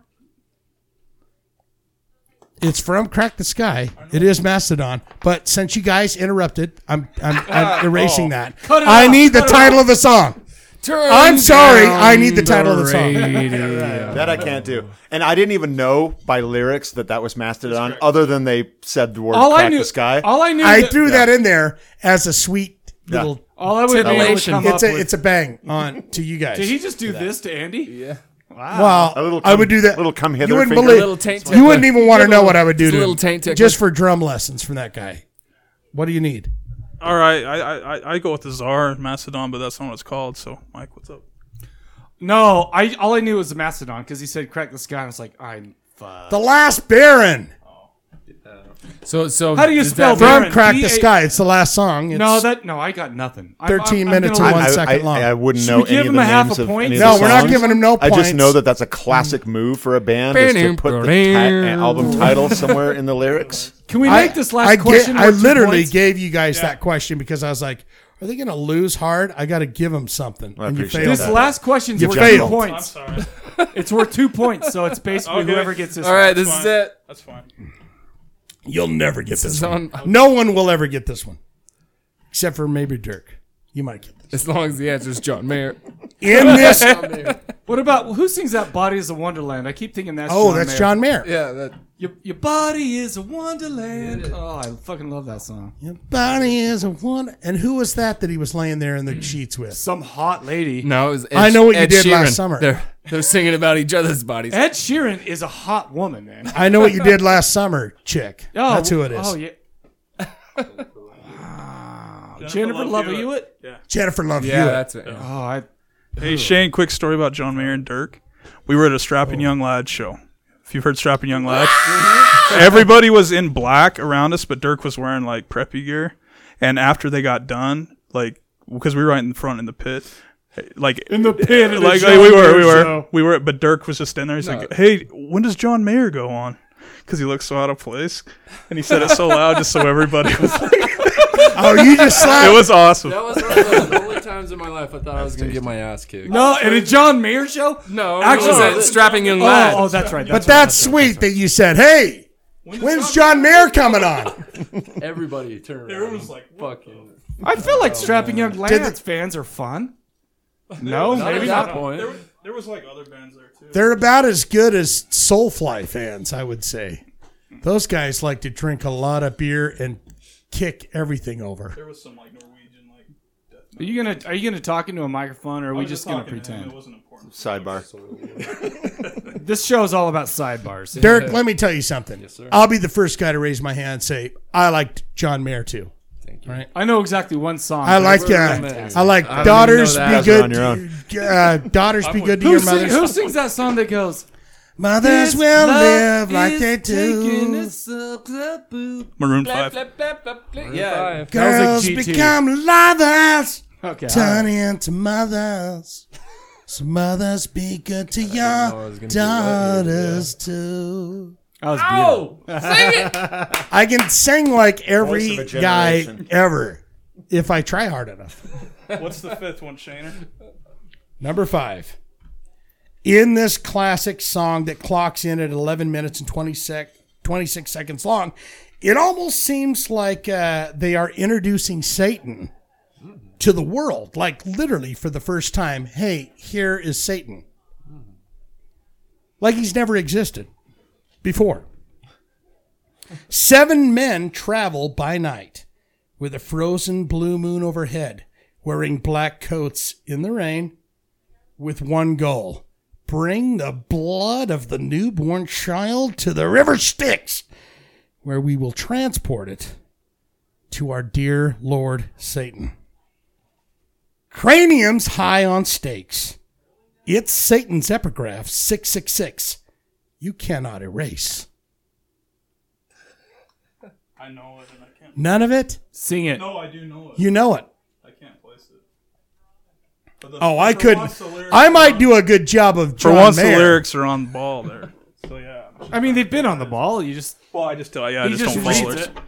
Speaker 2: It's from Crack the Sky. It is Mastodon. But since you guys interrupted, I'm I'm, I'm erasing that.
Speaker 1: it
Speaker 2: I
Speaker 1: off,
Speaker 2: need the title of the song.
Speaker 4: Turn
Speaker 2: I'm sorry.
Speaker 4: down
Speaker 2: I need the title of the song.
Speaker 4: radio.
Speaker 7: That I can't do. And I didn't even know by lyrics that that was Mastodon, other than they said the word
Speaker 1: All
Speaker 7: crack
Speaker 1: I knew.
Speaker 7: the sky.
Speaker 1: All I knew.
Speaker 2: I
Speaker 1: that-
Speaker 2: threw that in there as a sweet
Speaker 7: Yeah.
Speaker 2: little.
Speaker 1: All I would be able to
Speaker 4: Titillation.
Speaker 1: come
Speaker 2: It's
Speaker 1: up
Speaker 2: a
Speaker 1: with.
Speaker 2: it's a bang on to you guys.
Speaker 1: did he just do this to Andy? Yeah.
Speaker 2: Well,
Speaker 7: A little
Speaker 2: I
Speaker 7: come-
Speaker 2: would do that.
Speaker 7: little come hither
Speaker 2: You wouldn't
Speaker 7: finger.
Speaker 2: believe.
Speaker 4: A little taint
Speaker 2: you
Speaker 4: tickler.
Speaker 2: wouldn't even want to
Speaker 4: Just a
Speaker 2: know
Speaker 4: little-
Speaker 2: what I would do.
Speaker 4: just a
Speaker 2: to
Speaker 4: little
Speaker 2: him.
Speaker 4: taint tickler.
Speaker 2: Just for drum lessons from that guy. What do you need?
Speaker 6: All right, I, I- I I go with the czar Macedon, but that's not what it's called. So Mike, what's up?
Speaker 1: No, I all I knew was the Mastodon because he said crack the sky. And I was like, I'm.
Speaker 2: The Last Baron
Speaker 4: So, so
Speaker 1: How do you
Speaker 4: does
Speaker 1: spell
Speaker 4: that
Speaker 1: that?
Speaker 4: mean-
Speaker 2: from Crack the
Speaker 1: B A-
Speaker 2: Sky. It's the last song. It's,
Speaker 1: No, that no, I got nothing. I'm- I'm-
Speaker 2: 13
Speaker 1: I'm
Speaker 2: minutes
Speaker 1: gonna
Speaker 2: and
Speaker 1: let-
Speaker 2: one
Speaker 7: I,
Speaker 2: second
Speaker 7: I,
Speaker 2: long.
Speaker 7: I wouldn't
Speaker 1: Should
Speaker 7: know
Speaker 1: we give
Speaker 7: any of
Speaker 1: him
Speaker 7: the
Speaker 1: a half
Speaker 7: names
Speaker 1: a
Speaker 7: of
Speaker 1: point?
Speaker 7: any of
Speaker 2: No,
Speaker 7: the
Speaker 2: we're not
Speaker 7: songs.
Speaker 2: giving him no
Speaker 7: I just know
Speaker 2: points.
Speaker 7: that that's a classic move for a band is to put the ti- album title somewhere in the lyrics.
Speaker 1: Can we make this last
Speaker 2: I, ga-
Speaker 1: question?
Speaker 2: I
Speaker 1: worth two
Speaker 2: literally
Speaker 1: points?
Speaker 2: gave you guys that question because I was like, "Are they going to lose hard? I got to give them something."
Speaker 7: I
Speaker 2: and you
Speaker 7: appreciate
Speaker 2: failed.
Speaker 1: this
Speaker 7: that.
Speaker 1: last question's
Speaker 7: You
Speaker 1: worth
Speaker 7: failed.
Speaker 1: two
Speaker 6: I'm
Speaker 1: points.
Speaker 6: sorry.
Speaker 1: It's worth two points, so it's basically
Speaker 6: Okay.
Speaker 1: whoever gets this.
Speaker 4: All right, this
Speaker 6: Fine.
Speaker 4: is it.
Speaker 6: That's fine.
Speaker 2: You'll never get
Speaker 4: This
Speaker 2: this.
Speaker 4: is
Speaker 2: one.
Speaker 4: on,
Speaker 2: No one will ever get this one, except for maybe Dirk. You might get this.
Speaker 4: as long as the answer is John Mayer.
Speaker 2: In this,
Speaker 1: What about who sings that "Body Is a Wonderland"? I keep thinking that's
Speaker 2: oh,
Speaker 1: John
Speaker 2: that's
Speaker 1: Mayer.
Speaker 2: John Mayer.
Speaker 4: Yeah, that,
Speaker 1: Your, your body is a wonderland. Oh, I fucking love that song.
Speaker 2: Your body is a one. And who was that that he was laying there in the sheets with?
Speaker 1: Some hot lady.
Speaker 4: no, it was Ed,
Speaker 2: I know what you
Speaker 4: Ed
Speaker 2: did last
Speaker 4: Sheeran.
Speaker 2: summer.
Speaker 4: They're, they're singing about each other's bodies.
Speaker 1: Ed Sheeran is a hot woman, man.
Speaker 2: I know what you did last summer, chick.
Speaker 1: Oh,
Speaker 2: That's who it is.
Speaker 1: Oh yeah. Jennifer Love Hewitt.
Speaker 2: Jennifer Love
Speaker 4: yeah,
Speaker 2: Hewitt.
Speaker 4: that's it.
Speaker 1: Oh, I,
Speaker 6: Hey Shane, quick story about John Mayer and Dirk. We were at a Strapping Young Lad show. If you've heard Strapping Young Lad, Mm-hmm. everybody was in black around us, but Dirk was wearing like preppy gear. And after they got done, like because we were right in front in the pit, like in the pit, like, like, we were, we were, we were. But Dirk was just in there. He's like, "Hey, when does John Mayer go on?" Because he looked so out of place, and he said it so loud, just so everybody was. Like,
Speaker 2: Oh, you just
Speaker 6: it
Speaker 2: slapped.
Speaker 6: was awesome.
Speaker 4: That was one of the only times in my life I thought I was going to get my ass kicked.
Speaker 1: no, in a John Mayer show.
Speaker 4: No,
Speaker 1: Actually,
Speaker 4: actually,
Speaker 1: that-
Speaker 4: strapping young
Speaker 1: Oh,
Speaker 4: lad.
Speaker 1: oh, that's right.
Speaker 2: But
Speaker 1: That's right.
Speaker 2: that's sweet that you said, hey, when's John Mayer coming on?
Speaker 4: Everybody turned. Everyone was like, "Fucking."
Speaker 1: I feel like strapping young lads fans are fun. No,
Speaker 4: Not
Speaker 1: maybe
Speaker 4: at that
Speaker 1: not.
Speaker 4: point.
Speaker 6: There was like other bands there too.
Speaker 2: They're about as good as Soulfly fans, I would say. Those guys like to drink a lot of beer and kick everything over.
Speaker 6: There was some like Norwegian like.
Speaker 1: Are you gonna Are you gonna talk into a microphone, or are we just gonna pretend?
Speaker 6: It wasn't important.
Speaker 7: Sidebar.
Speaker 1: This show is all about sidebars.
Speaker 2: Dirk, let me tell you something. Yes, sir. I'll be the first guy to raise my hand and say, I liked John Mayer too.
Speaker 1: I know exactly one song.
Speaker 2: I
Speaker 1: but
Speaker 2: like uh,
Speaker 4: Fantastic.
Speaker 2: I like
Speaker 4: I don't even
Speaker 2: daughters
Speaker 4: know
Speaker 2: be
Speaker 4: that.
Speaker 7: Guys are
Speaker 2: good.
Speaker 7: on your own.
Speaker 2: to- Uh, daughters be good to
Speaker 1: Who,
Speaker 2: your
Speaker 1: sing, who
Speaker 2: mothers.
Speaker 1: sings that song that goes?
Speaker 2: Mothers
Speaker 1: "This
Speaker 2: will
Speaker 1: love
Speaker 2: live like
Speaker 1: is
Speaker 2: they
Speaker 1: taking
Speaker 2: do.
Speaker 1: us up the boo-
Speaker 6: Maroon Five.
Speaker 4: Yeah,
Speaker 1: was like
Speaker 2: Girls
Speaker 1: GT.
Speaker 2: become lovers,
Speaker 1: Okay.
Speaker 2: turn into mothers. So mothers be good to your
Speaker 5: was gonna do that,
Speaker 2: daughters too.
Speaker 1: I was beautiful.
Speaker 2: I can sing like every
Speaker 7: Voice of a
Speaker 2: guy
Speaker 7: generation.
Speaker 2: ever if I try hard enough.
Speaker 6: What's the fifth one, Shane?
Speaker 2: Number five. in this classic song that clocks in at 11 minutes and 20 sec- 26 seconds long, it almost seems like uh, they are introducing Satan to the world, like literally for the first time. Hey, here is Satan. Like he's never existed before. Seven men travel by night with a frozen blue moon overhead, wearing black coats in the rain, with one goal bring the blood of the newborn child to the river Styx, where we will transport it to our dear Lord Satan. Craniums high on stakes. It's Satan's epigraph 666. You cannot erase.
Speaker 6: I know it and I can't.
Speaker 2: None of it?
Speaker 1: Sing it.
Speaker 6: No, I do know it.
Speaker 2: You know it.
Speaker 6: I can't place it. But the-
Speaker 2: Oh, I
Speaker 6: for
Speaker 2: couldn't.
Speaker 6: once the lyrics
Speaker 2: I might
Speaker 6: are-
Speaker 2: do a good job of
Speaker 6: For
Speaker 2: John
Speaker 6: once, the
Speaker 2: Mayer.
Speaker 6: lyrics are on ball there. So yeah.
Speaker 1: I mean, they've been on the ball. You just
Speaker 6: Well, I just tell yeah, I
Speaker 1: He
Speaker 6: just,
Speaker 1: just
Speaker 6: don't follow
Speaker 1: reads
Speaker 6: lyrics.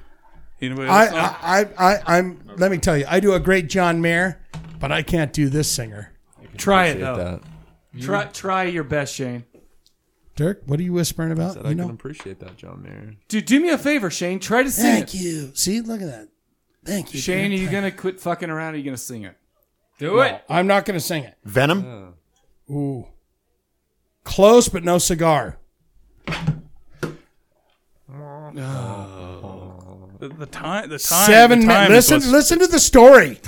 Speaker 6: Anybody
Speaker 2: I,
Speaker 6: else know?
Speaker 2: I, I, I, I'm. Let me tell you, I do a great John Mayer, but I can't do this singer.
Speaker 1: try it
Speaker 5: Appreciate
Speaker 1: though.
Speaker 5: that.
Speaker 1: Try try your best, Shane.
Speaker 2: Dirk, what are you whispering about?
Speaker 5: Said
Speaker 2: you
Speaker 5: I
Speaker 2: know.
Speaker 5: can appreciate that, John Mayer.
Speaker 1: Dude, do me a favor, Shane. Try to sing it.
Speaker 2: Thank you. See, look at that. Thank you,
Speaker 1: Shane, are you gonna quit fucking around? Or are you gonna sing it? Do it.
Speaker 2: I'm not gonna sing it.
Speaker 7: Venom?
Speaker 2: Ooh, close but no cigar.
Speaker 6: The, the time, the time,
Speaker 2: Seven
Speaker 6: the time
Speaker 2: minutes.
Speaker 6: is
Speaker 2: Listen,
Speaker 6: what's-
Speaker 2: listen to the story.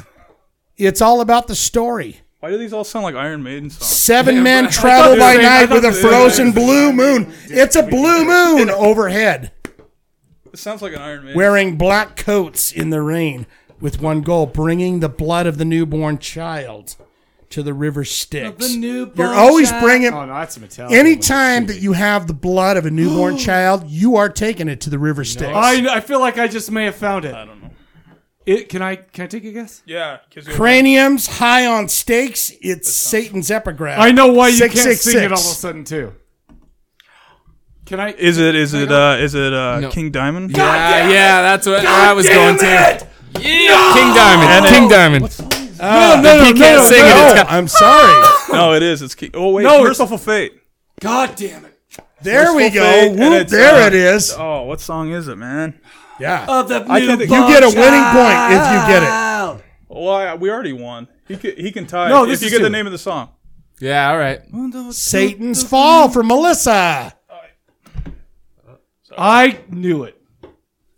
Speaker 2: It's all about the story.
Speaker 6: Why do these all sound like Iron Maiden songs?
Speaker 2: Seven men
Speaker 1: I
Speaker 2: travel
Speaker 1: thought
Speaker 2: by
Speaker 1: they- I
Speaker 2: night
Speaker 1: thought
Speaker 2: with a
Speaker 1: they-
Speaker 2: frozen blue moon. It's a blue moon overhead.
Speaker 6: It sounds like an Iron Maiden.
Speaker 2: wearing black coats in the rain with one goal bringing the blood of the newborn child to the river Styx. You're always bringing
Speaker 1: Oh no, that's a Metallica.
Speaker 2: anytime that you have the blood of a newborn child, you are taking it to the river Styx.
Speaker 1: I I feel like I just may have found it. I
Speaker 6: don't know.
Speaker 1: It can I can I take a guess?
Speaker 6: Yeah, because
Speaker 2: Craniums high on stakes, it's Satan's epigraph.
Speaker 1: I know why you can't
Speaker 2: Six, six,
Speaker 1: sing it all of a
Speaker 2: six.
Speaker 1: sudden too. Can I?
Speaker 6: is it is it uh is it uh
Speaker 4: No.
Speaker 6: King Diamond?
Speaker 4: yeah, yeah, that's what I was going to. King
Speaker 6: And
Speaker 4: Diamond,
Speaker 6: it-
Speaker 4: King Diamond.
Speaker 2: Uh,
Speaker 1: no, no, no,
Speaker 4: He can't sing it. It's
Speaker 2: No,
Speaker 4: got-
Speaker 2: I'm sorry.
Speaker 6: No, it is. It's King. Oh wait,
Speaker 1: No,
Speaker 6: no,
Speaker 1: it's-
Speaker 6: Merciful Fate.
Speaker 1: God damn it!
Speaker 2: There we
Speaker 6: Merciful
Speaker 2: go.
Speaker 6: Fate, and
Speaker 2: Whoop,
Speaker 6: it's,
Speaker 2: there
Speaker 6: uh,
Speaker 2: it is.
Speaker 6: Oh, what song is it, man?
Speaker 2: Yeah.
Speaker 1: Of the
Speaker 6: I can't-
Speaker 1: new
Speaker 6: you
Speaker 2: get a
Speaker 1: bunch
Speaker 2: winning point if you get it.
Speaker 1: out.
Speaker 6: Well, I, we already won. He can, he can tie.
Speaker 1: No,
Speaker 6: if
Speaker 1: this
Speaker 6: you
Speaker 1: is
Speaker 6: get
Speaker 1: two.
Speaker 6: the name of the song.
Speaker 4: Yeah, all right.
Speaker 2: Satan's fall for Melissa.
Speaker 1: I knew it.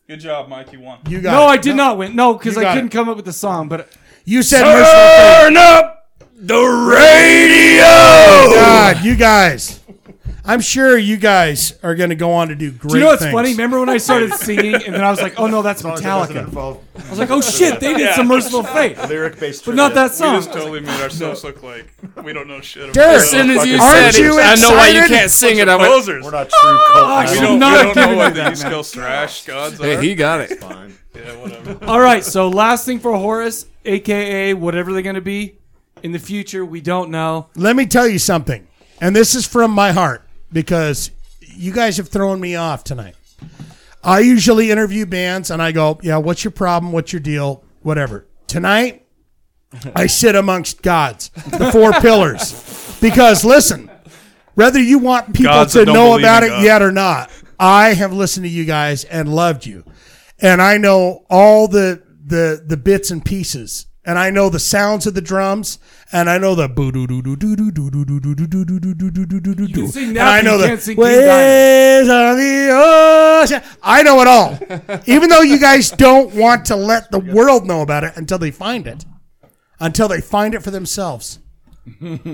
Speaker 6: Good job, Mike. You won.
Speaker 2: You got
Speaker 1: No,
Speaker 2: it.
Speaker 1: I did not win. No, because
Speaker 2: You
Speaker 1: I
Speaker 2: got
Speaker 1: couldn't
Speaker 2: it.
Speaker 1: come up with the song. But
Speaker 2: You said merciful fate. Oh,
Speaker 5: Turn up the radio.
Speaker 2: God, you guys. I'm sure you guys are going to go on to do great
Speaker 1: do you know what's
Speaker 2: things.
Speaker 1: funny? Remember when I started singing and then I was like, "Oh no, that's Metallica."
Speaker 7: involve
Speaker 1: I was like, "Oh shit, they did some merciful fate."
Speaker 7: lyric based
Speaker 1: But not that song.
Speaker 6: We just totally made ourselves look like we don't know shit.
Speaker 2: Dirt.
Speaker 6: About
Speaker 4: As soon as you said
Speaker 2: Aren't
Speaker 4: it,
Speaker 2: you
Speaker 4: I know why you
Speaker 2: excited?
Speaker 4: can't sing it. I went,
Speaker 6: posers.
Speaker 7: We're not true cult.
Speaker 1: I
Speaker 6: we
Speaker 1: should
Speaker 6: don't,
Speaker 1: not
Speaker 6: we
Speaker 1: have
Speaker 6: don't
Speaker 1: given
Speaker 6: know what
Speaker 1: it
Speaker 6: the
Speaker 1: that
Speaker 6: East Coast thrash gods are.
Speaker 4: hey, he got it.
Speaker 7: Fine.
Speaker 6: yeah, whatever.
Speaker 1: All right, so last thing for Horace, aka whatever they're gonna be in the future, we don't know.
Speaker 2: Let me tell you something. And this is from my heart because you guys have thrown me off tonight. I usually interview bands and I go, yeah, what's your problem? What's your deal? Whatever. Tonight, I sit amongst gods, the four pillars. Because listen, whether you want people
Speaker 6: Gods
Speaker 2: to
Speaker 6: that don't
Speaker 2: know
Speaker 6: believe
Speaker 2: about it
Speaker 6: in God.
Speaker 2: yet or not, I have listened to you guys and loved you. And I know all the the the bits and pieces. And I know the sounds of the drums, and I know the boo doo doo doo doo doo doo doo doo doo doo doo doo doo doo doo doo
Speaker 1: can
Speaker 2: doo.
Speaker 1: sing
Speaker 2: And
Speaker 1: now,
Speaker 2: I
Speaker 1: but
Speaker 2: know
Speaker 1: you
Speaker 2: the
Speaker 1: can't sing King
Speaker 2: waves on the ocean. I know it all, even though you guys don't want to let the world know about it until they find it, until they find it for themselves.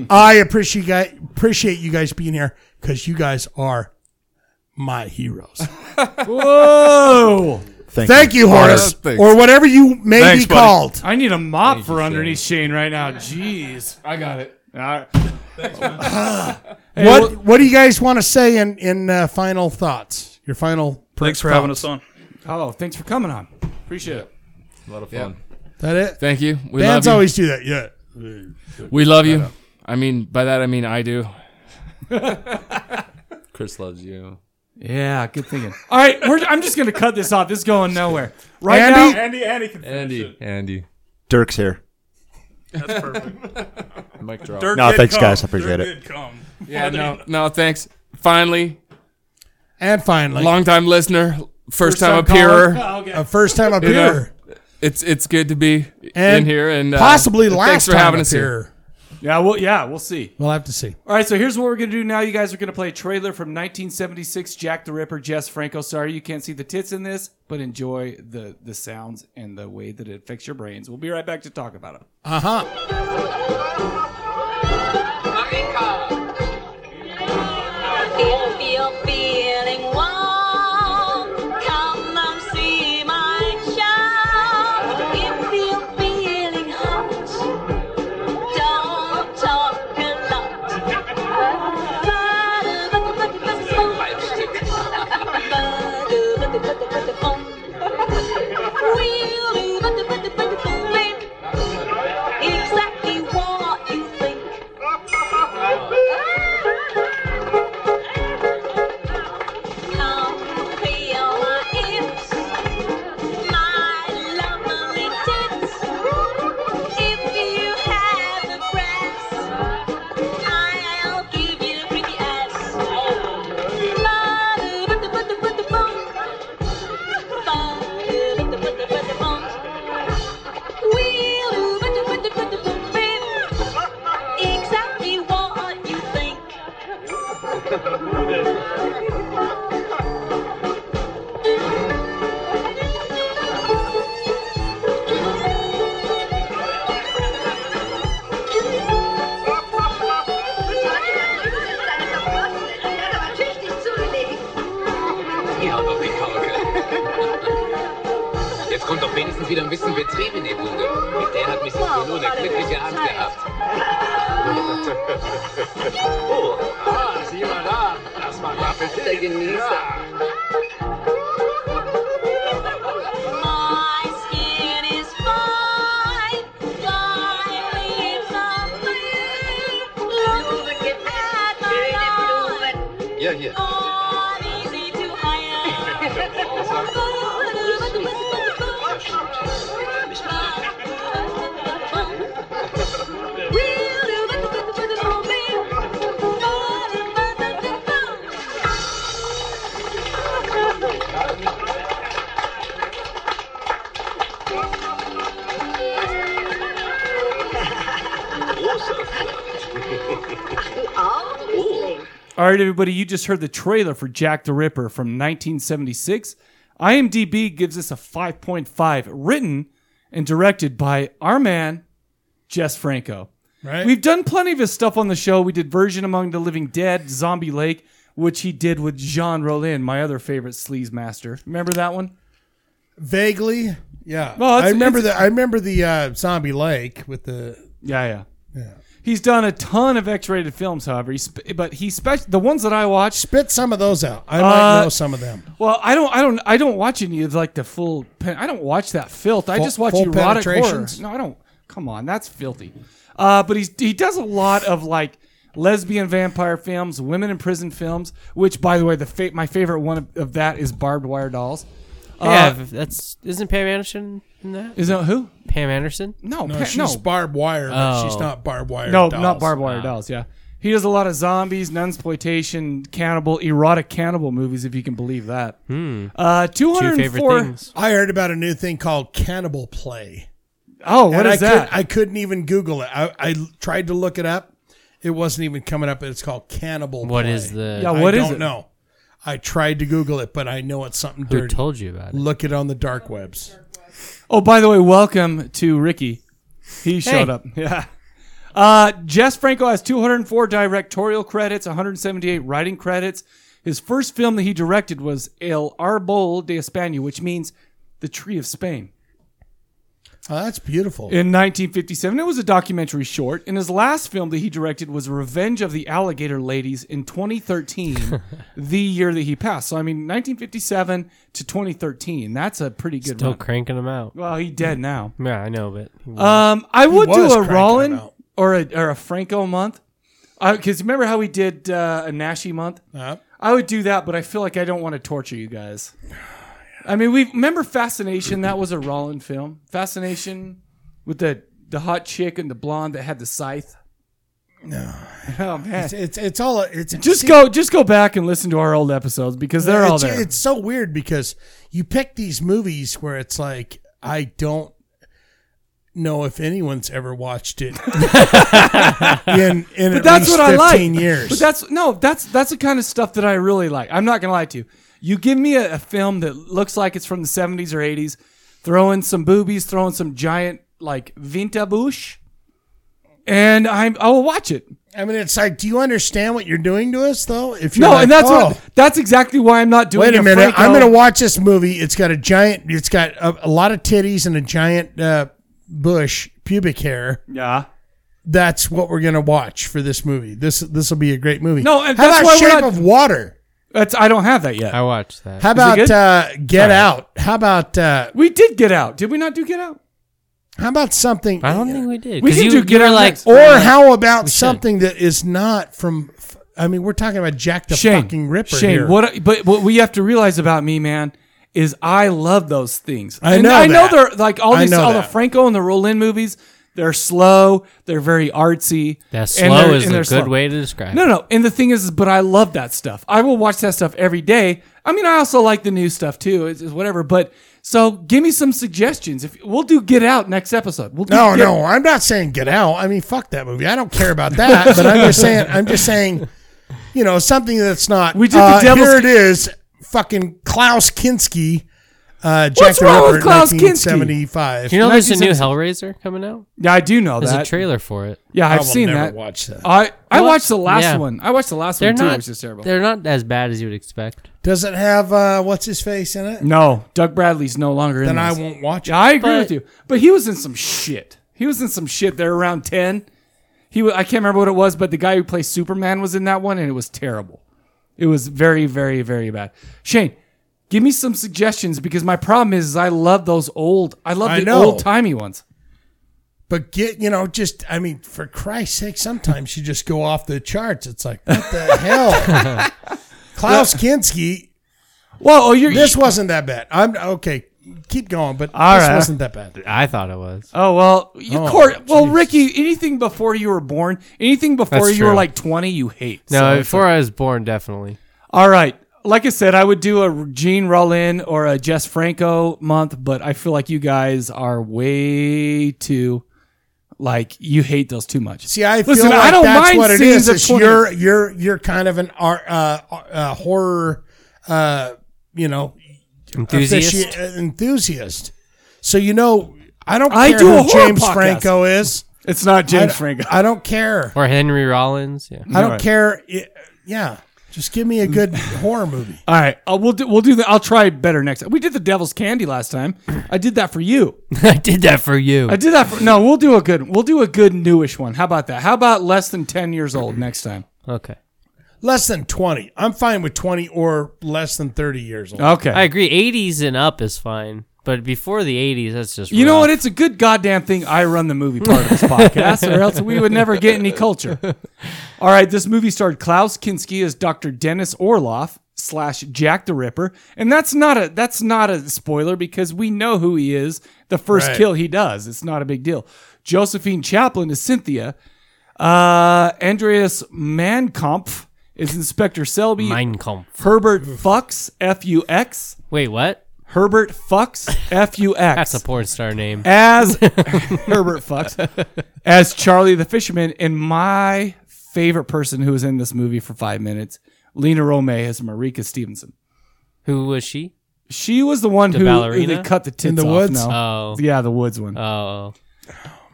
Speaker 2: I appreciate you guys, appreciate you guys being here because you guys are my heroes.
Speaker 1: Whoa!
Speaker 2: Thank you, Horace,
Speaker 5: Yeah, thanks.
Speaker 2: or whatever you may
Speaker 6: Thanks,
Speaker 2: be
Speaker 6: buddy.
Speaker 2: called.
Speaker 1: I need a mop for underneath Shane right now. Jeez.
Speaker 4: I got it.
Speaker 1: All right.
Speaker 2: what What do you guys want to say in in uh, final thoughts? Your final.
Speaker 6: Thanks for having us on.
Speaker 1: Oh, thanks for coming on. Appreciate it.
Speaker 5: A lot of fun.
Speaker 2: That it.
Speaker 4: Thank you. We
Speaker 2: Bands
Speaker 4: love you.
Speaker 2: always do that. Yeah.
Speaker 4: we love you. I mean, by that I mean I do.
Speaker 5: Chris loves you.
Speaker 1: Yeah, good thinking. All right, we're, I'm just gonna cut this off. This is going nowhere. Right
Speaker 2: Andy?
Speaker 1: now,
Speaker 6: Andy, Andy, can
Speaker 5: Andy. Andy.
Speaker 7: Dirk's here.
Speaker 5: Mic drop.
Speaker 6: Dirk
Speaker 7: No,
Speaker 6: did
Speaker 7: thanks,
Speaker 6: come.
Speaker 7: guys. I appreciate
Speaker 6: Dirk
Speaker 7: it.
Speaker 6: Did come.
Speaker 4: Yeah, no, no, thanks. Finally,
Speaker 2: And finally,
Speaker 4: longtime listener, first, time appearer.
Speaker 1: Oh, okay.
Speaker 2: a first time appearer.
Speaker 4: It's it's good to be
Speaker 2: And
Speaker 4: in here and uh,
Speaker 2: Possibly last
Speaker 4: Thanks for
Speaker 2: time
Speaker 4: having us here.
Speaker 2: appearer.
Speaker 1: Yeah, well, yeah, we'll see.
Speaker 2: We'll have to see.
Speaker 1: All right, so here's what we're gonna do now. You guys are gonna play a trailer from 1976. Jack the Ripper, Jess Franco. Sorry you can't see the tits in this, but enjoy the the sounds and the way that it affects your brains. We'll be right back to talk about it.
Speaker 2: Uh huh.
Speaker 8: If you're feeling warm, come and see my charm. If you're feeling hot, don't talk a lot. Exactly what you think. Come feel my hips, my lovely tits. If you have a breast, I'll give you a pretty ass. Bada bada bada bada bum. Bada bada bada bada bum. Wheeloo bada bada bada bum, babe. Exactly what you think.
Speaker 9: Natürlich nicht zulegen.
Speaker 10: Ja, doch die Kauke. Jetzt kommt doch wenigstens wieder ein bisschen Betrieb in die Bude. Mit der hat Mrs. Bulu eine glückliche Hand gehabt. Oh, ah, sieh mal da. Das war Waffeln der Genießer.
Speaker 8: My skin is fine, my lips are free. Look at my life,
Speaker 10: Ja, hier.
Speaker 8: all easy to hire.
Speaker 1: All right, everybody, you just heard the trailer for Jack the Ripper from 1976. IMDb gives us a 5.5, written and directed by our man, Jess Franco.
Speaker 2: Right.
Speaker 1: We've done plenty of his stuff on the show. We did Version Among the Living Dead, Zombie Lake, which he did with Jean Rollin, my other favorite sleaze master. Remember that one?
Speaker 2: Vaguely. Yeah.
Speaker 1: Well, it's-
Speaker 2: I remember
Speaker 1: it's-
Speaker 2: the I remember the uh, zombie lake with the
Speaker 1: Yeah, yeah. Yeah. He's done a ton of X-rated films, however, he sp- but he spec- the ones that I watched
Speaker 2: spit some of those out. I might
Speaker 1: Uh,
Speaker 2: know some of them.
Speaker 1: Well, I don't, I don't, I don't watch any of like the full. Pen, I don't watch that filth. I
Speaker 2: Full-
Speaker 1: just watch
Speaker 2: full
Speaker 1: erotic horror.
Speaker 2: penetrations?
Speaker 1: No, I don't. Come on, that's filthy. Uh, but he's he does a lot of like lesbian vampire films, women in prison films. Which, by the way, the fa- my favorite one of, of that is Barbed Wire Dolls.
Speaker 11: yeah,
Speaker 1: Uh,
Speaker 11: if that's isn't Pam Anderson in that?
Speaker 1: is that who?
Speaker 11: Pam Anderson?
Speaker 1: No,
Speaker 2: No,
Speaker 1: pa-
Speaker 2: she's
Speaker 1: no,
Speaker 2: barbed wire, but she's
Speaker 11: Oh.
Speaker 2: not barbed wire.
Speaker 1: no,
Speaker 2: dolls.
Speaker 1: not Barbed Wire Dolls. Yeah, he does a lot of zombies, nunsploitation, cannibal, erotic cannibal movies, if you can believe that.
Speaker 2: Hmm.
Speaker 1: Uh, two
Speaker 11: Two
Speaker 1: hundred
Speaker 11: favorite
Speaker 1: four.
Speaker 11: things.
Speaker 2: I heard about a new thing called cannibal play.
Speaker 1: Oh, what
Speaker 2: and
Speaker 1: is
Speaker 2: I
Speaker 1: that?
Speaker 2: Could, I couldn't even Google it. I, I tried to look it up. It wasn't even coming up. It's called cannibal.
Speaker 11: What
Speaker 2: play.
Speaker 11: is the
Speaker 1: Yeah,
Speaker 2: I
Speaker 1: Uh, what is
Speaker 2: don't
Speaker 1: it?
Speaker 2: know. I tried to Google it, but I know it's something
Speaker 11: who
Speaker 2: dirty.
Speaker 11: told you about it?
Speaker 2: Look it on the dark webs.
Speaker 1: Oh, by the way, welcome to Ricky. He showed
Speaker 11: Hey.
Speaker 1: up. Yeah. Uh, Jess Franco has 204 directorial credits, 178 writing credits. His first film that he directed was El Arbol de España, which means the Tree of Spain.
Speaker 2: Oh, that's beautiful.
Speaker 1: In 1957, it was a documentary short, and his last film that he directed was Revenge of the Alligator Ladies in 2013, the year that he passed. So, I mean, 1957 to 2013, that's a pretty good
Speaker 11: Still
Speaker 1: run.
Speaker 11: cranking them out.
Speaker 1: Well, he's dead now.
Speaker 11: Yeah, I know, but he was-
Speaker 1: Um, I would do
Speaker 2: was
Speaker 1: a
Speaker 2: cranking them
Speaker 1: Rollin
Speaker 2: out.
Speaker 1: or a or a Franco month, because remember how we did uh, a Nashi month?
Speaker 2: Uh,
Speaker 1: I would do that, but I feel like I don't want to torture you guys. I mean, we remember Fascination. That was a Rollin film. Fascination with the the hot chick and the blonde that had the scythe.
Speaker 2: No.
Speaker 1: Oh man.
Speaker 2: It's it's, it's all it's
Speaker 1: Just
Speaker 2: see-
Speaker 1: go, just go back and listen to our old episodes because they're all
Speaker 2: it's,
Speaker 1: there.
Speaker 2: It's so weird because you pick these movies where it's like I don't know if anyone's ever watched it in in
Speaker 1: but
Speaker 2: at
Speaker 1: that's
Speaker 2: least
Speaker 1: what I like.
Speaker 2: fifteen years.
Speaker 1: But that's no, that's that's the kind of stuff that I really like. I'm not gonna lie to you. You give me a, a film that looks like it's from the 70s or 80s, throw in some boobies, throw in some giant like Vintabush, and I'm I will watch it.
Speaker 2: I mean, it's like, do you understand what you're doing to us though? If you're
Speaker 1: no,
Speaker 2: like,
Speaker 1: and that's
Speaker 2: oh,
Speaker 1: what that's exactly why I'm not doing.
Speaker 2: Wait a minute!
Speaker 1: Franco.
Speaker 2: I'm going to watch this movie. It's got a giant. It's got a, a lot of titties and a giant uh, bush, pubic hair.
Speaker 1: Yeah.
Speaker 2: That's what we're going to watch for this movie. This this will be a great movie.
Speaker 1: No, and
Speaker 2: how
Speaker 1: that's
Speaker 2: about
Speaker 1: why we're
Speaker 2: Shape
Speaker 1: not-
Speaker 2: of Water?
Speaker 1: That's I don't have that yet.
Speaker 11: I watched that.
Speaker 2: How
Speaker 1: Is it
Speaker 2: about
Speaker 1: good?
Speaker 2: uh, Get
Speaker 1: All right.
Speaker 2: Out? How about uh,
Speaker 1: we did Get Out? Did we not do Get Out?
Speaker 2: How about something?
Speaker 11: I don't think we did.
Speaker 1: We
Speaker 11: 'cause
Speaker 1: can
Speaker 11: you,
Speaker 1: do
Speaker 11: you
Speaker 1: Get
Speaker 11: were
Speaker 1: Out
Speaker 11: like,
Speaker 1: next.
Speaker 2: Or
Speaker 11: we're like-
Speaker 2: how about
Speaker 11: we should.
Speaker 2: something that is not from? I mean, we're talking about Jack the
Speaker 1: Shane,
Speaker 2: fucking Ripper
Speaker 1: Shane,
Speaker 2: here.
Speaker 1: what? But what we have to realize about me, man, is I love those things.
Speaker 2: I
Speaker 1: And
Speaker 2: know
Speaker 1: I know
Speaker 2: that.
Speaker 1: they're like all
Speaker 2: I
Speaker 1: these,
Speaker 2: know
Speaker 1: all the
Speaker 2: that.
Speaker 1: Franco and the Roland movies. They're slow. They're very artsy.
Speaker 11: That
Speaker 1: and
Speaker 11: slow
Speaker 1: they're-
Speaker 11: is
Speaker 1: and
Speaker 11: a
Speaker 1: they're
Speaker 11: good way to describe
Speaker 1: No,
Speaker 11: it.
Speaker 1: no. And the thing is, is, but I love that stuff. I will watch that stuff every day. I mean, I also like the new stuff too. It's, it's whatever. But so, give me some suggestions. If we'll do Get Out next episode, we'll do
Speaker 2: No,
Speaker 1: Get-
Speaker 2: no, I'm not saying get out. I mean, fuck that movie. I don't care about that. but I'm just saying, I'm just saying, you know, something that's not.
Speaker 1: We did the
Speaker 2: uh,
Speaker 1: Devil's-
Speaker 2: Here it is, fucking Klaus Kinski. Uh, Jack
Speaker 1: What's
Speaker 2: the
Speaker 1: wrong with
Speaker 2: Ripper,
Speaker 1: Klaus Kinski?
Speaker 2: 1975.
Speaker 11: Do you know there's a new Hellraiser coming out?
Speaker 1: Yeah, I do know
Speaker 11: There's
Speaker 1: that.
Speaker 11: a trailer for it.
Speaker 1: Yeah, I've
Speaker 2: I will
Speaker 1: seen
Speaker 2: never
Speaker 1: that.
Speaker 2: watch that.
Speaker 1: I I
Speaker 11: What?
Speaker 1: watched the last
Speaker 11: Yeah.
Speaker 1: one. I watched the last
Speaker 11: They're
Speaker 1: one too.
Speaker 11: not.
Speaker 1: It was just terrible.
Speaker 11: They're not as bad as you would expect.
Speaker 2: Does it have uh, what's his face in it?
Speaker 1: No, Doug Bradley's no longer in
Speaker 2: Then I
Speaker 1: this.
Speaker 2: won't watch it.
Speaker 1: Yeah, I agree
Speaker 11: But-
Speaker 1: with you. But he was in some shit. He was in some shit there around 10. He wa- I can't remember what it was, but the guy who plays Superman was in that one and it was terrible. It was very very very bad. Shane, give me some suggestions because my problem is, is I love those old I love
Speaker 2: I
Speaker 1: the
Speaker 2: know.
Speaker 1: old-timey ones.
Speaker 2: But get you know, just I mean, for Christ's sake, sometimes you just go off the charts. It's like what the hell, Klaus Kinski.
Speaker 1: Well, oh, you're
Speaker 2: This wasn't that bad. I'm okay. Keep going, but
Speaker 1: All
Speaker 2: this
Speaker 1: right.
Speaker 2: wasn't that bad.
Speaker 11: I thought it was.
Speaker 1: Oh well, you
Speaker 2: Oh,
Speaker 1: court. Well,
Speaker 2: jeez.
Speaker 1: Ricky, anything before you were born, anything before
Speaker 11: That's
Speaker 1: you were
Speaker 11: true.
Speaker 1: like 20, you hate.
Speaker 11: No,
Speaker 1: So-
Speaker 11: before I was born, definitely.
Speaker 1: All right. Like I said, I would do a Gene Rollin or a Jess Franco month, but I feel like you guys are way too like you hate those too much.
Speaker 2: See, I feel
Speaker 1: Listen,
Speaker 2: like
Speaker 1: I don't
Speaker 2: that's
Speaker 1: mind
Speaker 2: what it
Speaker 1: scenes
Speaker 2: is.
Speaker 1: of
Speaker 2: It's
Speaker 1: 20
Speaker 2: you're you're you're kind of an ar- uh, uh, horror, uh, you know,
Speaker 11: Enthusiast?
Speaker 2: offici- uh, enthusiast. So you know, I don't.
Speaker 1: I
Speaker 2: care
Speaker 1: do a
Speaker 2: who
Speaker 1: horror
Speaker 2: James
Speaker 1: podcast.
Speaker 2: Franco is.
Speaker 1: It's not
Speaker 2: I
Speaker 1: James
Speaker 2: don't-
Speaker 1: Franco.
Speaker 2: I don't care.
Speaker 11: Or Henry Rollins. Yeah.
Speaker 2: I don't
Speaker 1: Right.
Speaker 2: care. I- Yeah, just give me a good horror movie.
Speaker 1: All right, uh, we'll do we'll do that. I'll try better next. time. We did the Devil's Candy last time. I did that for you.
Speaker 11: I did that for you.
Speaker 1: I did that for no. We'll do a good. We'll do a good newish one. How about that? How about less than ten years old next time?
Speaker 11: Okay.
Speaker 2: Less than twenty. I'm fine with twenty or less than thirty years old.
Speaker 1: Okay.
Speaker 11: I agree. 80s and up is fine. But before the 80s, that's just.
Speaker 1: You know
Speaker 11: rough.
Speaker 1: what? It's a good goddamn thing I run the movie part of this podcast, or else we would never get any culture. All right, this movie starred Klaus Kinski as Dr. Dennis Orloff slash Jack the Ripper, and that's not a that's not a spoiler because we know who he is. The first
Speaker 2: Right.
Speaker 1: kill he does, it's not a big deal. Josephine Chaplin is Cynthia. Uh, Andreas Mankampf is Inspector Selby.
Speaker 11: Mein Kampf.
Speaker 1: Herbert Fucks F U X.
Speaker 11: Wait, what?
Speaker 1: Herbert Fucks F U X
Speaker 11: That's a porn star name.
Speaker 1: as Herbert fucks as Charlie the fisherman, and my favorite person who was in this movie for five minutes, Lena Rome as Marika Stevenson.
Speaker 11: Who was she?
Speaker 1: She was the one
Speaker 11: The
Speaker 1: who, who
Speaker 11: ballerina?
Speaker 1: they cut the tits
Speaker 2: the
Speaker 1: off.
Speaker 2: woods?
Speaker 1: No.
Speaker 11: Oh.
Speaker 1: Yeah, the woods one.
Speaker 11: Oh.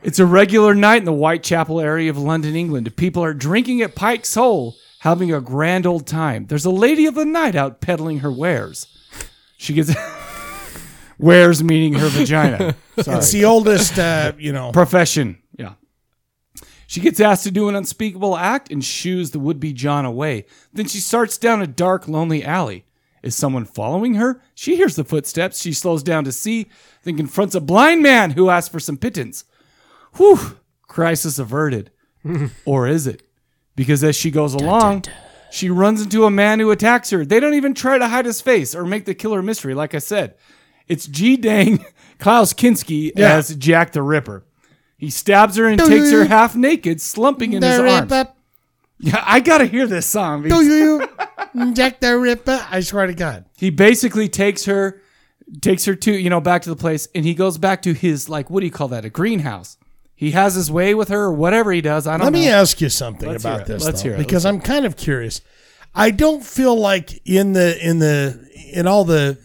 Speaker 1: It's a regular night in the Whitechapel area of London, England. People are drinking at Pike's Hole, having a grand old time. There's a lady of the night out peddling her wares. She gets wares meaning her vagina.
Speaker 2: It's the oldest, uh, you know.
Speaker 1: profession. Yeah. She gets asked to do an unspeakable act and shoos the would be John away. Then she starts down a dark, lonely alley. Is someone following her? She hears the footsteps. She slows down to see, then confronts a blind man who asks for some pittance. Whew, crisis averted. or is it? Because as she goes along, she runs into a man who attacks her. They don't even try to hide his face or make the killer a mystery, like I said. It's G Dang Klaus Kinski as Jack the Ripper. He stabs her and takes her half naked, slumping in his
Speaker 2: The
Speaker 1: arms.
Speaker 2: Ripper.
Speaker 1: Yeah, I gotta hear this song.
Speaker 2: Do you? Jack the Ripper. I swear to God.
Speaker 1: He basically takes her, takes her to you know back to the place, and he goes back to his like what do you call that? A greenhouse. He has his way with her, or whatever he does. I don't.
Speaker 2: Let
Speaker 1: know.
Speaker 2: me uh, ask you something
Speaker 1: Let's hear
Speaker 2: about
Speaker 1: it.
Speaker 2: this.
Speaker 1: Let's
Speaker 2: though,
Speaker 1: hear it.
Speaker 2: because I'm kind of curious. I don't feel like in the in the in all the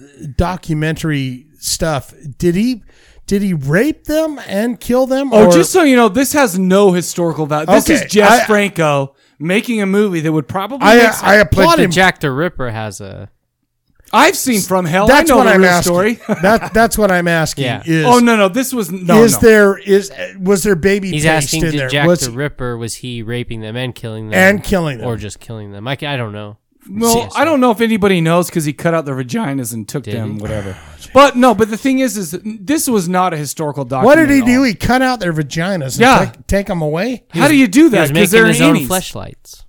Speaker 2: documentary stuff did he did he rape them and kill them?
Speaker 1: Oh,
Speaker 2: or-
Speaker 1: just so you know, this has no historical value. This
Speaker 2: Okay,
Speaker 1: is Jeff
Speaker 2: I-
Speaker 1: Franco making a movie that would probably.
Speaker 2: I-
Speaker 1: make-
Speaker 2: I applaud
Speaker 11: but the
Speaker 2: him.
Speaker 11: Jack the Ripper has a.
Speaker 1: I've seen From Hell.
Speaker 2: that's
Speaker 1: I know
Speaker 2: what
Speaker 1: the
Speaker 2: I'm
Speaker 1: real
Speaker 2: asking.
Speaker 1: story.
Speaker 2: That that's what I'm asking.
Speaker 11: Yeah.
Speaker 2: Is,
Speaker 1: oh no, no, this was no.
Speaker 2: is
Speaker 1: no.
Speaker 2: there is was there baby
Speaker 11: He's
Speaker 2: paste
Speaker 11: asking
Speaker 2: in
Speaker 11: did
Speaker 2: there?
Speaker 11: Jack
Speaker 2: Was-
Speaker 11: the Ripper was he raping them and killing them
Speaker 2: And killing them.
Speaker 11: or just killing them? I, ca- I don't know.
Speaker 1: Well, I don't know if anybody knows because he cut out their vaginas and took them,
Speaker 11: he? Oh,
Speaker 1: whatever. but no, but the thing is, is that this was not a historical
Speaker 2: what
Speaker 1: document.
Speaker 2: did he
Speaker 1: at all.
Speaker 2: do? He cut out their vaginas. And
Speaker 1: Yeah.
Speaker 2: Take, take them away.
Speaker 1: How do you do
Speaker 11: He was
Speaker 1: that? Because
Speaker 11: making
Speaker 1: they're
Speaker 11: his own
Speaker 1: innies.
Speaker 11: fleshlights.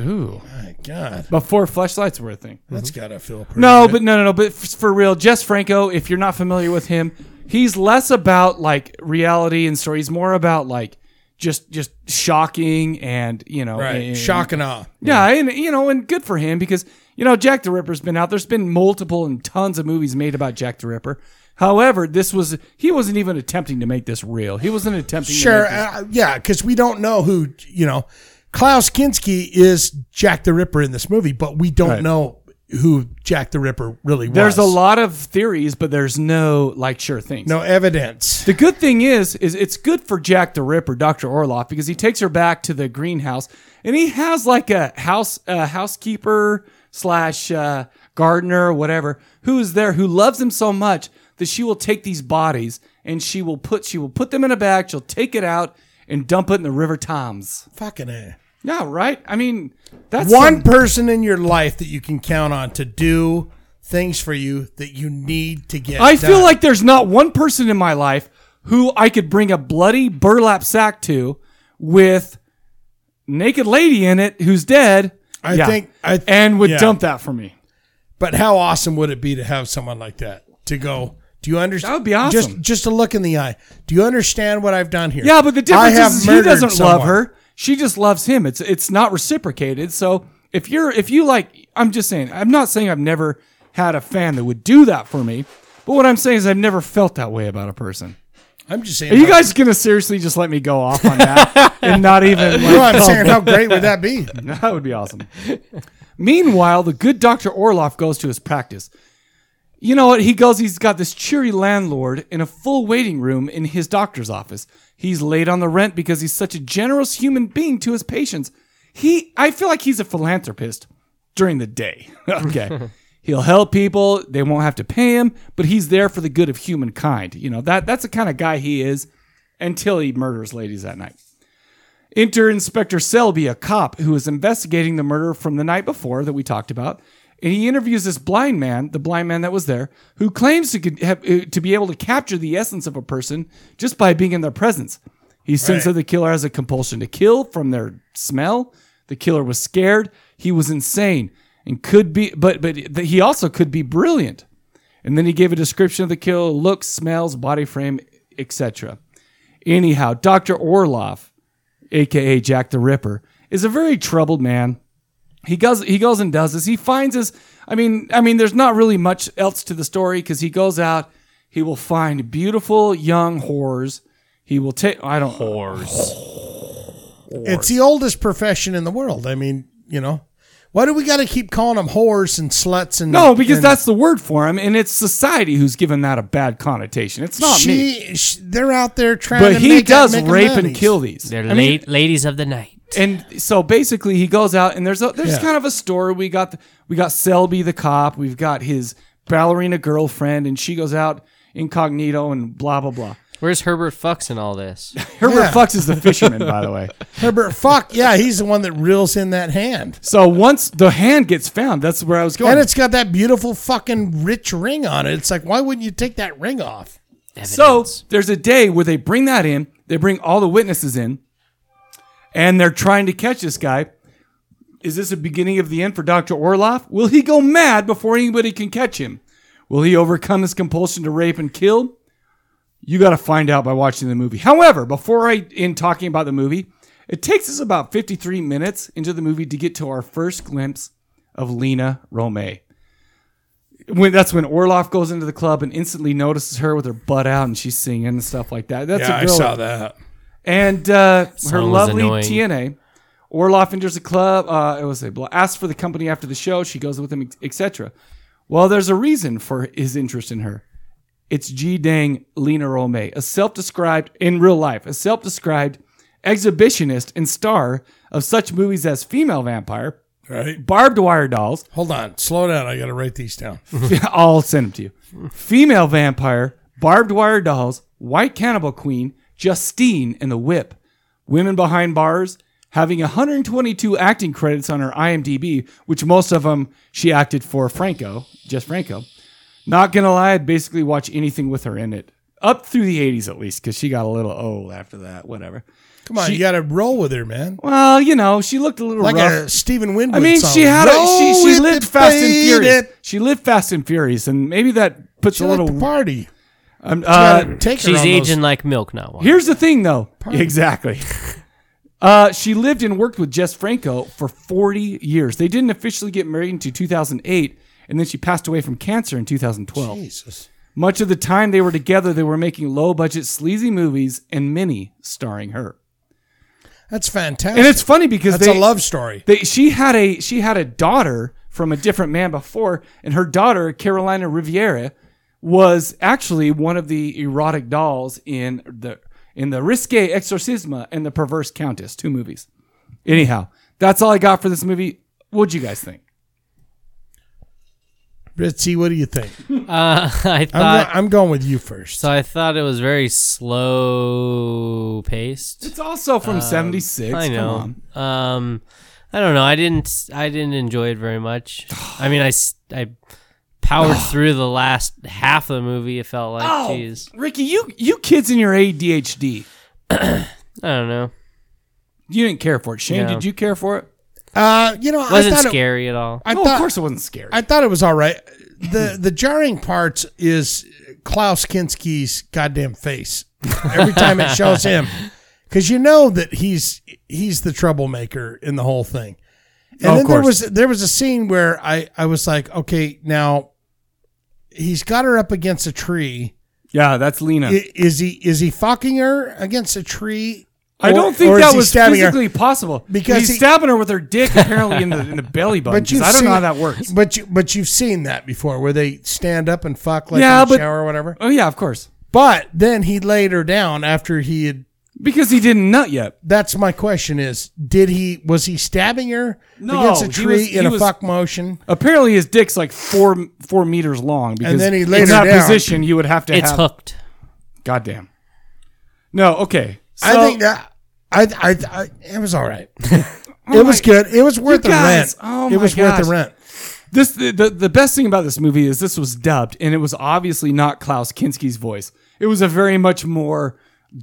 Speaker 1: Ooh,
Speaker 2: My God,
Speaker 1: before fleshlights were a thing.
Speaker 2: that's gotta feel pretty.
Speaker 1: No,
Speaker 2: good.
Speaker 1: but no, no, no. But f- for real, Jess Franco, if you're not familiar with him, he's less about like reality and story. He's more about like just just shocking and you know
Speaker 2: right,
Speaker 1: and-
Speaker 2: shock and awe.
Speaker 1: Yeah, and you know, and good for him because you know Jack the Ripper's been out. There's been multiple and tons of movies made about Jack the Ripper. However, this was he wasn't even attempting to make this real. He wasn't attempting.
Speaker 2: Sure,
Speaker 1: to make this,
Speaker 2: uh, yeah, because we don't know who you know. Klaus Kinski is Jack the Ripper in this movie, but we don't
Speaker 1: Right.
Speaker 2: know who Jack the Ripper really was.
Speaker 1: there's a lot of theories, but there's no like sure things.
Speaker 2: no evidence.
Speaker 1: The good thing is, is it's good for Jack the Ripper, Doctor Orloff, because he takes her back to the greenhouse, and he has like a house a housekeeper slash uh, gardener, whatever, who is there who loves him so much that she will take these bodies and she will put she will put them in a bag. She'll take it out and dump it in the River Thames.
Speaker 2: Fucking A.
Speaker 1: Yeah, right. I mean, that's some-
Speaker 2: one person in your life that you can count on to do things for you that you need to get.
Speaker 1: I feel
Speaker 2: done.
Speaker 1: like there's not one person in my life who I could bring a bloody burlap sack to with naked lady in it who's dead.
Speaker 2: I think- I th-
Speaker 1: and would
Speaker 2: yeah.
Speaker 1: dump that for me.
Speaker 2: But how awesome would it be to have someone like that to go? Do you understand?
Speaker 1: That would be awesome.
Speaker 2: Just, just a look in the eye. Do you understand what I've done here?
Speaker 1: Yeah, but the difference
Speaker 2: I have
Speaker 1: is, is he
Speaker 2: murdered
Speaker 1: doesn't love
Speaker 2: someone.
Speaker 1: her. She just loves him. It's it's not reciprocated. So if you're if you like, I'm just saying. I'm not saying I've never had a fan that would do that for me. But what I'm saying is I've never felt that way about a person.
Speaker 2: I'm just saying.
Speaker 1: Are you
Speaker 2: how-
Speaker 1: guys gonna seriously just let me go off on that and not even?
Speaker 2: No,
Speaker 1: like,
Speaker 2: I'm saying how great would that be?
Speaker 1: That would be awesome. Meanwhile, the good Dr. Orloff goes to his practice. You know what? He goes, he's got this cheery landlord in a full waiting room in his doctor's office. He's late on the rent because he's such a generous human being to his patients. He, I feel like he's a philanthropist during the day. okay. He'll help people. They won't have to pay him, but he's there for the good of humankind. You know, that, that's the kind of guy he is until he murders ladies that night. Enter Inspector Selby, a cop who is investigating the murder from the night before that we talked about. And he interviews this blind man, the blind man that was there, who claims to, could have, uh, to be able to capture the essence of a person just by being in their presence. He sensed that the killer has a compulsion to kill from their smell. The killer was scared. He was insane and could be, but, but th- he also could be brilliant. And then he gave a description of the killer looks, smells, body frame, etc. Anyhow, Dr. Orloff aka Jack the Ripper, is a very troubled man. He goes he goes and does this. He finds his I mean I mean there's not really much else to the story cuz he goes out, he will find beautiful young whores. He will take I don't whores.
Speaker 2: It's the oldest profession in the world. I mean, you know, why do we got to keep calling them whores and sluts and
Speaker 1: No, because
Speaker 2: and
Speaker 1: that's the word for him and it's society who's given that a bad connotation. It's not me.
Speaker 2: she, she- They're out there trying.
Speaker 1: But
Speaker 2: to
Speaker 1: he
Speaker 2: make that-
Speaker 1: does
Speaker 2: make them
Speaker 1: rape and
Speaker 2: nannies.
Speaker 1: kill these.
Speaker 11: They're
Speaker 1: I mean,
Speaker 11: late ladies of the night.
Speaker 1: and so basically he goes out and there's a there's
Speaker 2: Yeah.
Speaker 1: kind of a story we got the, we got selby the cop we've got his ballerina girlfriend and she goes out incognito and blah blah blah
Speaker 11: Where's Herbert Fuchs in all this?
Speaker 1: herbert
Speaker 2: Yeah.
Speaker 1: fucks is the fisherman by the way
Speaker 2: Herbert Fuck. Yeah, he's the one that reels in that hand,
Speaker 1: so once the hand gets found that's where i was going
Speaker 2: and it's got that beautiful fucking rich ring on it. It's like, why wouldn't you take that ring off?
Speaker 1: so there's a day where they bring that in they bring all the witnesses in and they're trying to catch this guy is this a beginning of the end for dr orloff will he go mad before anybody can catch him will he overcome his compulsion to rape and kill you got to find out by watching the movie. However, before I in talking about the movie, it takes us about 53 minutes into the movie to get to our first glimpse of Lena Romay. When that's when Orloff goes into the club and instantly notices her with her butt out and she's singing and stuff like that. That's
Speaker 2: Yeah,
Speaker 1: a
Speaker 2: I
Speaker 1: girl.
Speaker 2: saw that.
Speaker 1: And uh, her
Speaker 11: Song was
Speaker 1: lovely
Speaker 11: annoying.
Speaker 1: TNA. Orloff enters the club. Uh, it was a bl- asks for the company after the show. She goes with him, etc. Well, there's a reason for his interest in her. It's G Dang Lena Romay, a self-described in real life, a self-described exhibitionist and star of such movies as Female Vampire,
Speaker 2: Right.
Speaker 1: Barbed Wire Dolls.
Speaker 2: Hold on, slow down. I got to write these down.
Speaker 1: Hmm. I'll send them to you. Female Vampire, Barbed Wire Dolls, White Cannibal Queen, Justine and the Whip, Women Behind Bars, having 122 acting credits on her IMDb, which most of them she acted for Franco, just Franco. Not gonna lie, I'd basically watch anything with her in it. Up through the 80s at least, because she got a little old after that, whatever.
Speaker 2: Come on, you got to roll with her, man.
Speaker 1: Well, you know, she looked a little
Speaker 2: Like
Speaker 1: rough.
Speaker 2: a Stephen Winwood.
Speaker 1: I mean,
Speaker 2: song.
Speaker 1: she had a, she
Speaker 2: Roll
Speaker 1: she
Speaker 2: with
Speaker 1: lived
Speaker 2: it,
Speaker 1: Fast and
Speaker 2: fade
Speaker 1: Furious.
Speaker 2: it.
Speaker 1: She lived Fast and Furious, and maybe that puts
Speaker 2: She
Speaker 1: a
Speaker 2: liked
Speaker 1: little
Speaker 2: to party.
Speaker 1: Um,
Speaker 2: gotta
Speaker 1: uh,
Speaker 2: take
Speaker 11: She's aging like milk now. Wyatt.
Speaker 1: Here's the thing, though.
Speaker 11: Pardon?
Speaker 1: Exactly. Uh, she lived and worked with Jess Franco for 40 years. They didn't officially get married until 2008, and then she passed away from cancer in 2012.
Speaker 2: Jesus.
Speaker 1: Much of the time they were together, they were making low budget, sleazy movies and many starring her.
Speaker 2: That's fantastic.
Speaker 1: And it's funny because
Speaker 2: that's
Speaker 1: they-
Speaker 2: a love story.
Speaker 1: They, she had a she had a daughter from a different man before, and her daughter Carolina Riviera was actually one of the erotic dolls in the in the Risque Exorcisma and the Perverse Countess, two movies. Anyhow, that's all I got for this movie. What'd you guys think?
Speaker 2: Ritzy, what do you think?
Speaker 11: Uh, I
Speaker 2: I'm, go-
Speaker 11: thought.
Speaker 2: I'm going with you first.
Speaker 11: so I thought it was very slow paced.
Speaker 1: It's also from
Speaker 11: Um,
Speaker 1: '76.
Speaker 11: I
Speaker 1: Come
Speaker 11: know. Um, I don't know. I didn't. I didn't enjoy it very much. I mean, I s- I powered through the last half of the movie. It felt like,
Speaker 1: Oh,
Speaker 11: jeez,
Speaker 1: Ricky, you you kids in your ADHD,
Speaker 11: I don't know.
Speaker 1: you didn't care for it. Shane,
Speaker 11: No.
Speaker 1: did you care for it?
Speaker 2: Uh, you know,
Speaker 11: Wasn't
Speaker 2: I thought It,
Speaker 11: scary at all.
Speaker 2: I
Speaker 1: no,
Speaker 2: thought-
Speaker 1: of course it wasn't scary.
Speaker 2: I thought it was all right. The the jarring parts is Klaus Kinski's goddamn face every time it shows him, because you know that he's he's the troublemaker in the whole thing. And
Speaker 1: Oh, of
Speaker 2: then there
Speaker 1: course.
Speaker 2: was there was a scene where I I was like, okay, now he's got her up against a tree.
Speaker 1: yeah, that's Lena.
Speaker 2: I- Is he is he fucking her against a tree?
Speaker 1: I
Speaker 2: Or-
Speaker 1: don't think
Speaker 2: or is
Speaker 1: that
Speaker 2: he
Speaker 1: was
Speaker 2: stabbing her?
Speaker 1: physically possible
Speaker 2: Because
Speaker 1: he's
Speaker 2: he-
Speaker 1: stabbing her with her dick apparently in the in the belly button. 'cause
Speaker 2: you've
Speaker 1: I don't know
Speaker 2: seen-
Speaker 1: how that works.
Speaker 2: But you but you've seen that before, where they stand up and fuck like
Speaker 1: Yeah,
Speaker 2: in the
Speaker 1: but-
Speaker 2: shower or whatever.
Speaker 1: Oh yeah, of course,
Speaker 2: But then he laid her down after he had.
Speaker 1: because he didn't nut yet.
Speaker 2: That's my question: Is did he was he stabbing her
Speaker 1: No,
Speaker 2: against a
Speaker 1: he
Speaker 2: tree
Speaker 1: was-
Speaker 2: in
Speaker 1: he
Speaker 2: a
Speaker 1: was-
Speaker 2: fuck motion?
Speaker 1: Apparently, his dick's like four four meters long. Because
Speaker 2: then he
Speaker 1: in
Speaker 2: laid her
Speaker 1: that
Speaker 2: down.
Speaker 1: position, you would have to
Speaker 11: It's
Speaker 1: have.
Speaker 11: hooked.
Speaker 1: Goddamn. No, okay.
Speaker 2: I
Speaker 1: So-
Speaker 2: think that I I, I it was all right. it was good. It was worth the
Speaker 1: Oh guys,
Speaker 2: rent.
Speaker 1: oh
Speaker 2: it
Speaker 1: my
Speaker 2: was worth
Speaker 1: gosh.
Speaker 2: the rent.
Speaker 1: this the, the the best thing about this movie is this was dubbed, and it was obviously not Klaus Kinski's voice. It was a very much more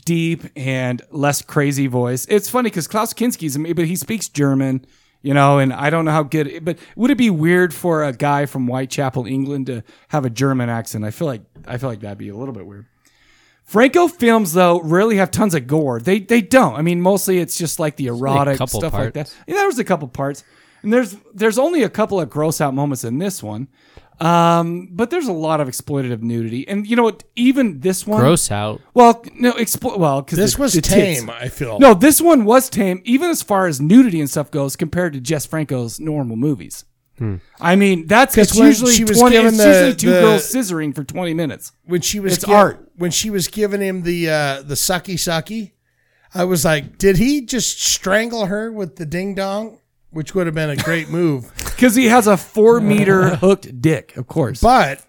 Speaker 1: deep and less crazy voice. It's funny because Klaus Kinski's, but he speaks German, you know, and I don't know how good. But would it be weird for a guy from Whitechapel, England, to have a German accent? I feel like I feel like that'd be a little bit weird. Franco films though rarely have tons of gore. They they don't. I mean, mostly it's just like the erotic
Speaker 11: couple
Speaker 1: stuff like that.
Speaker 11: parts.
Speaker 1: Yeah, there was a couple parts, and there's there's only a couple of gross out moments in this one, um, but there's a lot of exploitative nudity, and you know what? Even this one,
Speaker 11: Gross out.
Speaker 1: Well, no, explo- well, because
Speaker 2: This was tame. I feel
Speaker 1: No, this one was tame, even as far as nudity and stuff goes, compared to Jess Franco's normal movies.
Speaker 11: Hmm.
Speaker 1: I mean, that's
Speaker 2: 'Cause
Speaker 1: it's
Speaker 2: when
Speaker 1: usually
Speaker 2: she was
Speaker 1: twenty.
Speaker 2: given
Speaker 1: It's
Speaker 2: the-
Speaker 1: usually two
Speaker 2: the-
Speaker 1: girls scissoring for twenty minutes.
Speaker 2: when she was
Speaker 1: It's art.
Speaker 2: when she was giving him the uh, the sucky sucky. I was like, did he just strangle her with the ding dong? Which would have been a great move.
Speaker 1: Because he has a four meter hooked dick, of course.
Speaker 2: But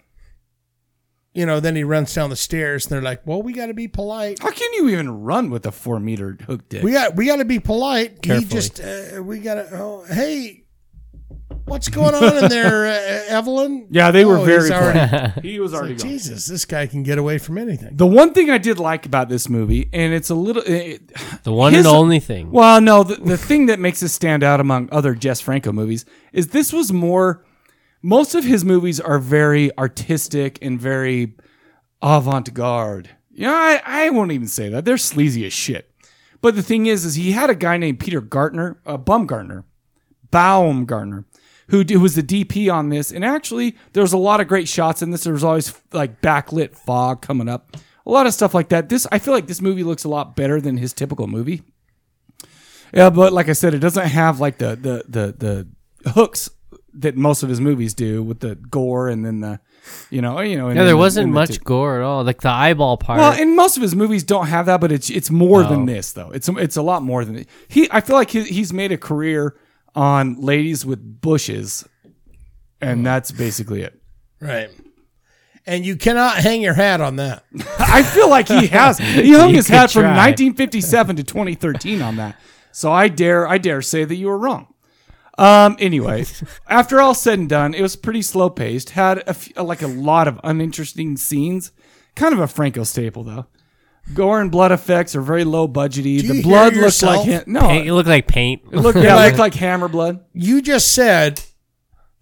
Speaker 2: you know, then he runs down the stairs, and they're like, "Well, we got to be polite.
Speaker 1: How can you even run with a four meter hooked dick?
Speaker 2: We got we got to be polite.
Speaker 1: Carefully.
Speaker 2: He just uh, we got to. Oh, hey, what's going on in there, uh, Evelyn?
Speaker 1: yeah, they were
Speaker 2: Oh, he's
Speaker 1: very.
Speaker 2: already-
Speaker 1: polite. he was already
Speaker 2: like,
Speaker 1: gone.
Speaker 2: Jesus. This guy can get away from anything.
Speaker 1: The one thing I did like about this movie, and it's a little. It,
Speaker 11: The one
Speaker 1: His-
Speaker 11: and only thing.
Speaker 1: well, no, the, the thing that makes it stand out among other Jess Franco movies is this was more. Most of his movies are very artistic and very avant garde. Yeah, I, I won't even say that. They're sleazy as shit. But the thing is, is he had a guy named Peter Gartner, uh, Bumgartner, Baumgartner, who, d- who was the DP on this. And actually, there's a lot of great shots in this. There was always like backlit fog coming up, a lot of stuff like that. This I feel like this movie looks a lot better than his typical movie. Yeah, but like I said, it doesn't have like the the the the hooks that most of his movies do with the gore and then the you know you know and
Speaker 11: yeah,
Speaker 1: then
Speaker 11: there
Speaker 1: the-
Speaker 11: wasn't
Speaker 1: and the
Speaker 11: much
Speaker 1: t-
Speaker 11: gore at all. Like the eyeball part.
Speaker 1: well, and most of his movies don't have that, but it's it's more than
Speaker 11: Oh.
Speaker 1: this though. It's it's a lot more than it. he. I feel like he, he's made a career on ladies with bushes, and that's basically it.
Speaker 2: Right. And you cannot hang your hat on that.
Speaker 1: I feel like he has he hung
Speaker 2: You
Speaker 1: his
Speaker 2: could
Speaker 1: hat from
Speaker 2: try.
Speaker 1: 1957 to 2013 on that. So I dare I dare say that you were wrong. Um. Anyway, after all said and done, it was pretty slow paced. Had a f- like a lot of uninteresting scenes. Kind of a Franco staple though. Gore and blood effects are very low budgety.
Speaker 2: Do
Speaker 1: the
Speaker 2: you
Speaker 1: blood
Speaker 2: hear
Speaker 1: looked like
Speaker 2: yourself?
Speaker 1: him. No,
Speaker 11: Paint- it looked like paint.
Speaker 1: It looked, yeah, it looked like hammer blood.
Speaker 2: You just said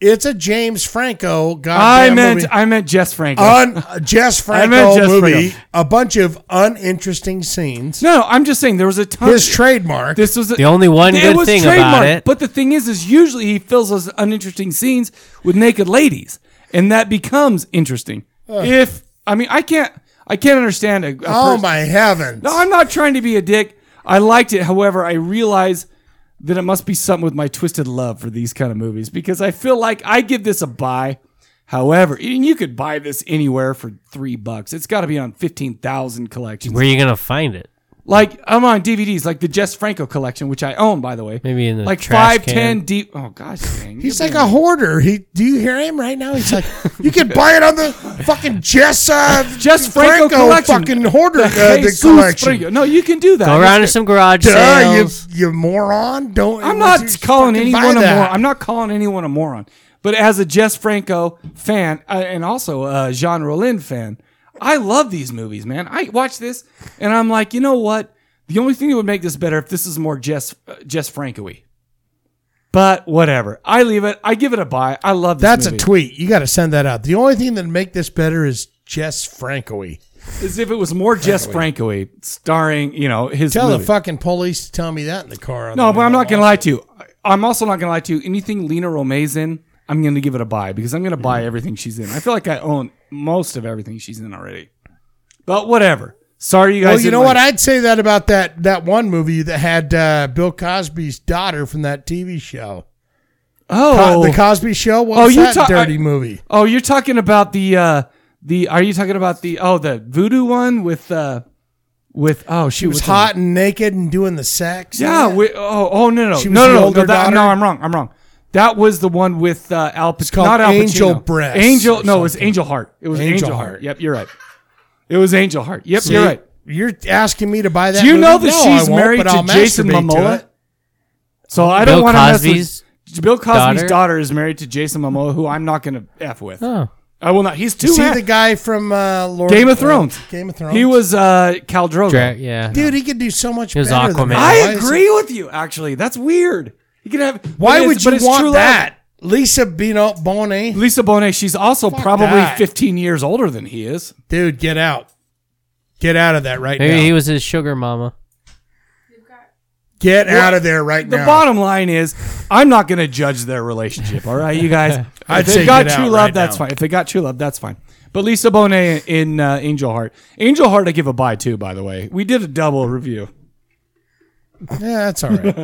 Speaker 2: it's a James Franco
Speaker 1: I
Speaker 2: goddamn
Speaker 1: meant
Speaker 2: movie.
Speaker 1: I meant Jess Franco.
Speaker 2: Un- Jess
Speaker 1: I
Speaker 2: Franco
Speaker 1: meant Jess
Speaker 2: movie,
Speaker 1: Franco.
Speaker 2: a bunch of uninteresting scenes.
Speaker 1: No, I'm just saying there was a ton.
Speaker 2: His trademark.
Speaker 1: This was a-
Speaker 11: The only one
Speaker 1: It
Speaker 11: good
Speaker 1: was
Speaker 11: thing
Speaker 1: trademarked,
Speaker 11: about it.
Speaker 1: But the thing is, is usually he fills those uninteresting scenes with naked ladies, and that becomes interesting. If I mean, I can't, I can't understand. A, a
Speaker 2: oh
Speaker 1: pers-
Speaker 2: my heavens!
Speaker 1: No, I'm not trying to be a dick. I liked it. However, I realize that it must be something with my twisted love for these kind of movies because I feel like I give this a buy. However, and you could buy this anywhere for three bucks. It's got to be on fifteen thousand collections.
Speaker 11: Where are you gonna find it?
Speaker 1: Like I'm on DVDs, like the Jess Franco collection, which I own, by the way.
Speaker 11: Maybe in the
Speaker 1: like
Speaker 11: trash
Speaker 1: five,
Speaker 11: can.
Speaker 1: ten deep. Oh gosh, dang.
Speaker 2: He's like a hoarder. He do you hear him right now? He's like, you can buy it on the fucking Jess uh,
Speaker 1: Jess Franco, collection.
Speaker 2: fucking hoarder uh,
Speaker 1: The
Speaker 2: the
Speaker 1: Jesus
Speaker 2: collection.
Speaker 1: Franco. No, you can do that.
Speaker 11: Go around to some garage
Speaker 2: Duh, you,
Speaker 11: sales.
Speaker 2: you moron! Don't.
Speaker 1: I'm not
Speaker 2: just
Speaker 1: calling
Speaker 2: fucking buy
Speaker 1: anyone a
Speaker 2: that.
Speaker 1: moron. I'm not calling anyone a moron. But as a Jess Franco fan uh, and also a Jean Rollin fan, I love these movies, man. I watch this and I'm like, you know what? The only thing that would make this better if this is more Jess uh, Jess Franco-y. But whatever. I leave it. I give it a buy. I love this
Speaker 2: That's a
Speaker 1: movie.
Speaker 2: tweet. You got to send that out. The only thing that make this better is Jess Franco.
Speaker 1: As if it was more Jess Franco-y, starring, you know, his
Speaker 2: Tell
Speaker 1: movie.
Speaker 2: the fucking police to tell me that in the car. on
Speaker 1: No,
Speaker 2: the
Speaker 1: but
Speaker 2: way
Speaker 1: I'm
Speaker 2: home.
Speaker 1: not gonna lie to you. I'm also not gonna lie to you. Anything Lena Rome's in, I'm gonna give it a buy because I'm gonna buy
Speaker 2: Mm-hmm.
Speaker 1: everything she's in. I feel like I own most of everything she's in already. But whatever. Sorry, you guys.
Speaker 2: Well, Oh, you
Speaker 1: didn't
Speaker 2: know what?
Speaker 1: like-
Speaker 2: I'd say that about that that one movie that had uh, Bill Cosby's daughter from that TV show.
Speaker 1: oh,
Speaker 2: Co- the Cosby Show. What
Speaker 1: Oh,
Speaker 2: was
Speaker 1: you
Speaker 2: that
Speaker 1: ta-
Speaker 2: dirty
Speaker 1: I-
Speaker 2: movie?
Speaker 1: oh, you're talking about the uh the. Are you talking about the oh the voodoo one with uh with oh she
Speaker 2: She was
Speaker 1: what's her
Speaker 2: hot and naked and doing the sex.
Speaker 1: name? Yeah. We, oh oh no no
Speaker 2: She was
Speaker 1: no
Speaker 2: the
Speaker 1: no no
Speaker 2: older
Speaker 1: no, that, no
Speaker 2: daughter?
Speaker 1: I'm wrong I'm wrong. That was the one with uh, Al Pacino.
Speaker 2: called
Speaker 1: not Al Pacino.
Speaker 2: Angel Breasts
Speaker 1: Angel.
Speaker 2: or
Speaker 1: No, it was
Speaker 2: something.
Speaker 1: Angel Heart. It was Angel,
Speaker 2: Angel
Speaker 1: Heart.
Speaker 2: Heart.
Speaker 1: Yep, you're right. It was Angel Heart. Yep,
Speaker 2: See,
Speaker 1: you're right.
Speaker 2: You're asking me to buy that.
Speaker 1: Do you
Speaker 2: movie?
Speaker 1: know that
Speaker 2: No, I
Speaker 1: she's
Speaker 2: won't,
Speaker 1: married
Speaker 2: but
Speaker 1: to
Speaker 2: I'll
Speaker 1: Jason
Speaker 2: masturbate to
Speaker 1: Momoa?
Speaker 2: it.
Speaker 1: So I don't
Speaker 11: Bill
Speaker 1: want to mess with
Speaker 11: Cosby's
Speaker 1: Bill Cosby's daughter?
Speaker 11: daughter?
Speaker 1: is married to Jason Momoa, who I'm not going to f with.
Speaker 11: Oh.
Speaker 1: I will not. He's too.
Speaker 2: See
Speaker 1: mad.
Speaker 2: the guy from uh, Lord
Speaker 1: Game of
Speaker 2: uh,
Speaker 1: Thrones.
Speaker 2: Game of Thrones.
Speaker 1: He was uh, Khal Drogo.
Speaker 11: Dra- yeah.
Speaker 2: dude. He could do so much.
Speaker 11: He was
Speaker 2: better than
Speaker 11: Aquaman.
Speaker 2: that. Why
Speaker 1: I
Speaker 2: is-
Speaker 1: agree with you. Actually, that's weird. You can have. but
Speaker 2: Why
Speaker 1: it's-
Speaker 2: would
Speaker 1: but
Speaker 2: you
Speaker 1: it's true
Speaker 2: want
Speaker 1: love.
Speaker 2: that? Lisa Bino Bonet.
Speaker 1: Lisa Bonet. She's also
Speaker 2: Fuck
Speaker 1: probably
Speaker 2: that.
Speaker 1: 15 years older than he is.
Speaker 2: Dude, get out. Get out of that right
Speaker 11: Maybe
Speaker 2: now.
Speaker 11: he was his sugar mama.
Speaker 2: get out of there right
Speaker 1: The
Speaker 2: now.
Speaker 1: bottom line is, I'm not going to judge their relationship. All right, you guys.
Speaker 2: I'd
Speaker 1: if they
Speaker 2: say
Speaker 1: got
Speaker 2: get
Speaker 1: true
Speaker 2: out
Speaker 1: love,
Speaker 2: right
Speaker 1: that's
Speaker 2: now.
Speaker 1: fine. If they got true love, that's fine. But Lisa Bonet in uh, Angel Heart, Angel Heart, I give a buy too. By the way, we did a double review.
Speaker 2: Yeah, that's all right.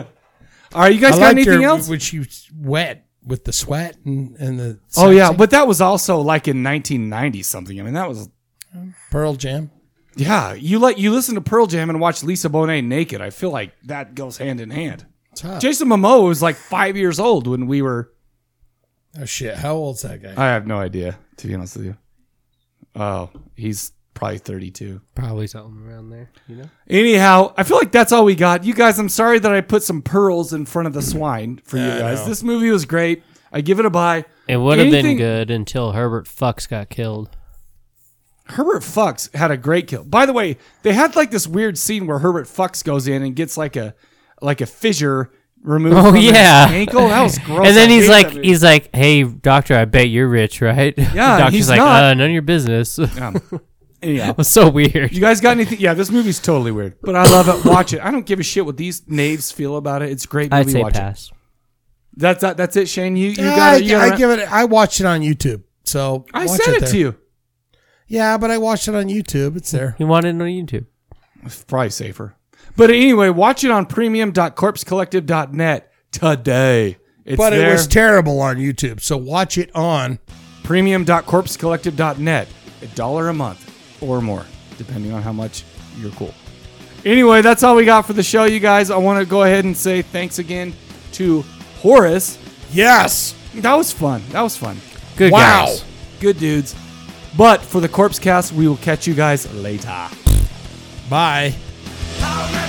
Speaker 1: All right, you
Speaker 2: I
Speaker 1: guys got
Speaker 2: liked
Speaker 1: anything
Speaker 2: her
Speaker 1: else?
Speaker 2: when she was wet with the sweat and, and the.
Speaker 1: oh
Speaker 2: sexy
Speaker 1: yeah, but that was also like in 1990 something. I mean, that was
Speaker 2: Pearl Jam.
Speaker 1: yeah. You like you listen to Pearl Jam and watch Lisa Bonet naked. I feel like that goes hand in hand.
Speaker 2: It's hot.
Speaker 1: Jason Momoa was like five years old when we were.
Speaker 2: Oh shit! How old's that guy?
Speaker 1: I have no idea to be honest with you. Oh, he's probably 32.
Speaker 11: Probably something around there. You know.
Speaker 1: Anyhow, I feel like that's all we got. You guys, I'm sorry that I put some pearls in front of the swine for you
Speaker 2: I
Speaker 1: guys.
Speaker 2: know.
Speaker 1: This movie was great. I give it a buy.
Speaker 11: It would have been
Speaker 1: Anything-
Speaker 11: good until Herbert Fucks got killed.
Speaker 1: Herbert Fucks had a great kill. By the way, they had like this weird scene where Herbert Fucks goes in and gets like a like a fissure removed
Speaker 11: Oh
Speaker 1: from his
Speaker 11: yeah,
Speaker 1: ankle. That was gross.
Speaker 11: And then
Speaker 1: I
Speaker 11: he's
Speaker 1: hate
Speaker 11: like,
Speaker 1: that movie.
Speaker 11: he's like, "Hey, doctor, I bet you're rich, right?" Uh,
Speaker 1: Yeah,
Speaker 11: doctor's
Speaker 1: he's
Speaker 11: like,
Speaker 1: not.
Speaker 11: Uh, "None of your business."
Speaker 1: Um, Anyhow.
Speaker 11: was so weird.
Speaker 1: You guys got anything? Yeah, this movie's totally weird, but I love it. Watch it. I don't give a shit what these knaves feel about it. It's a great movie.
Speaker 11: I'd say
Speaker 1: Watch it.
Speaker 11: pass.
Speaker 1: That's that, that's it, Shane. You you
Speaker 2: Yeah,
Speaker 1: got it. You
Speaker 2: I,
Speaker 1: got
Speaker 2: I give it. I watched it on YouTube, so
Speaker 1: I
Speaker 2: watch
Speaker 1: sent it
Speaker 2: there.
Speaker 1: to you.
Speaker 2: Yeah, but I watched it on YouTube. It's there.
Speaker 11: You want it on YouTube?
Speaker 1: It's probably safer. But anyway, watch it on premium.corpsecollective.net today. It's
Speaker 2: but
Speaker 1: there.
Speaker 2: it was terrible on YouTube, so watch it on.
Speaker 1: premium.corpsecollective.net. A dollar a month or more, depending on how much you're cool. Anyway, that's all we got for the show, you guys. I want to go ahead and say thanks again to Horace.
Speaker 2: Yes.
Speaker 1: That was fun. That was fun.
Speaker 11: Good
Speaker 1: wow.
Speaker 11: guys.
Speaker 1: Good dudes. But for the Corpse Cast, we will catch you guys later.
Speaker 2: Bye.
Speaker 8: I'll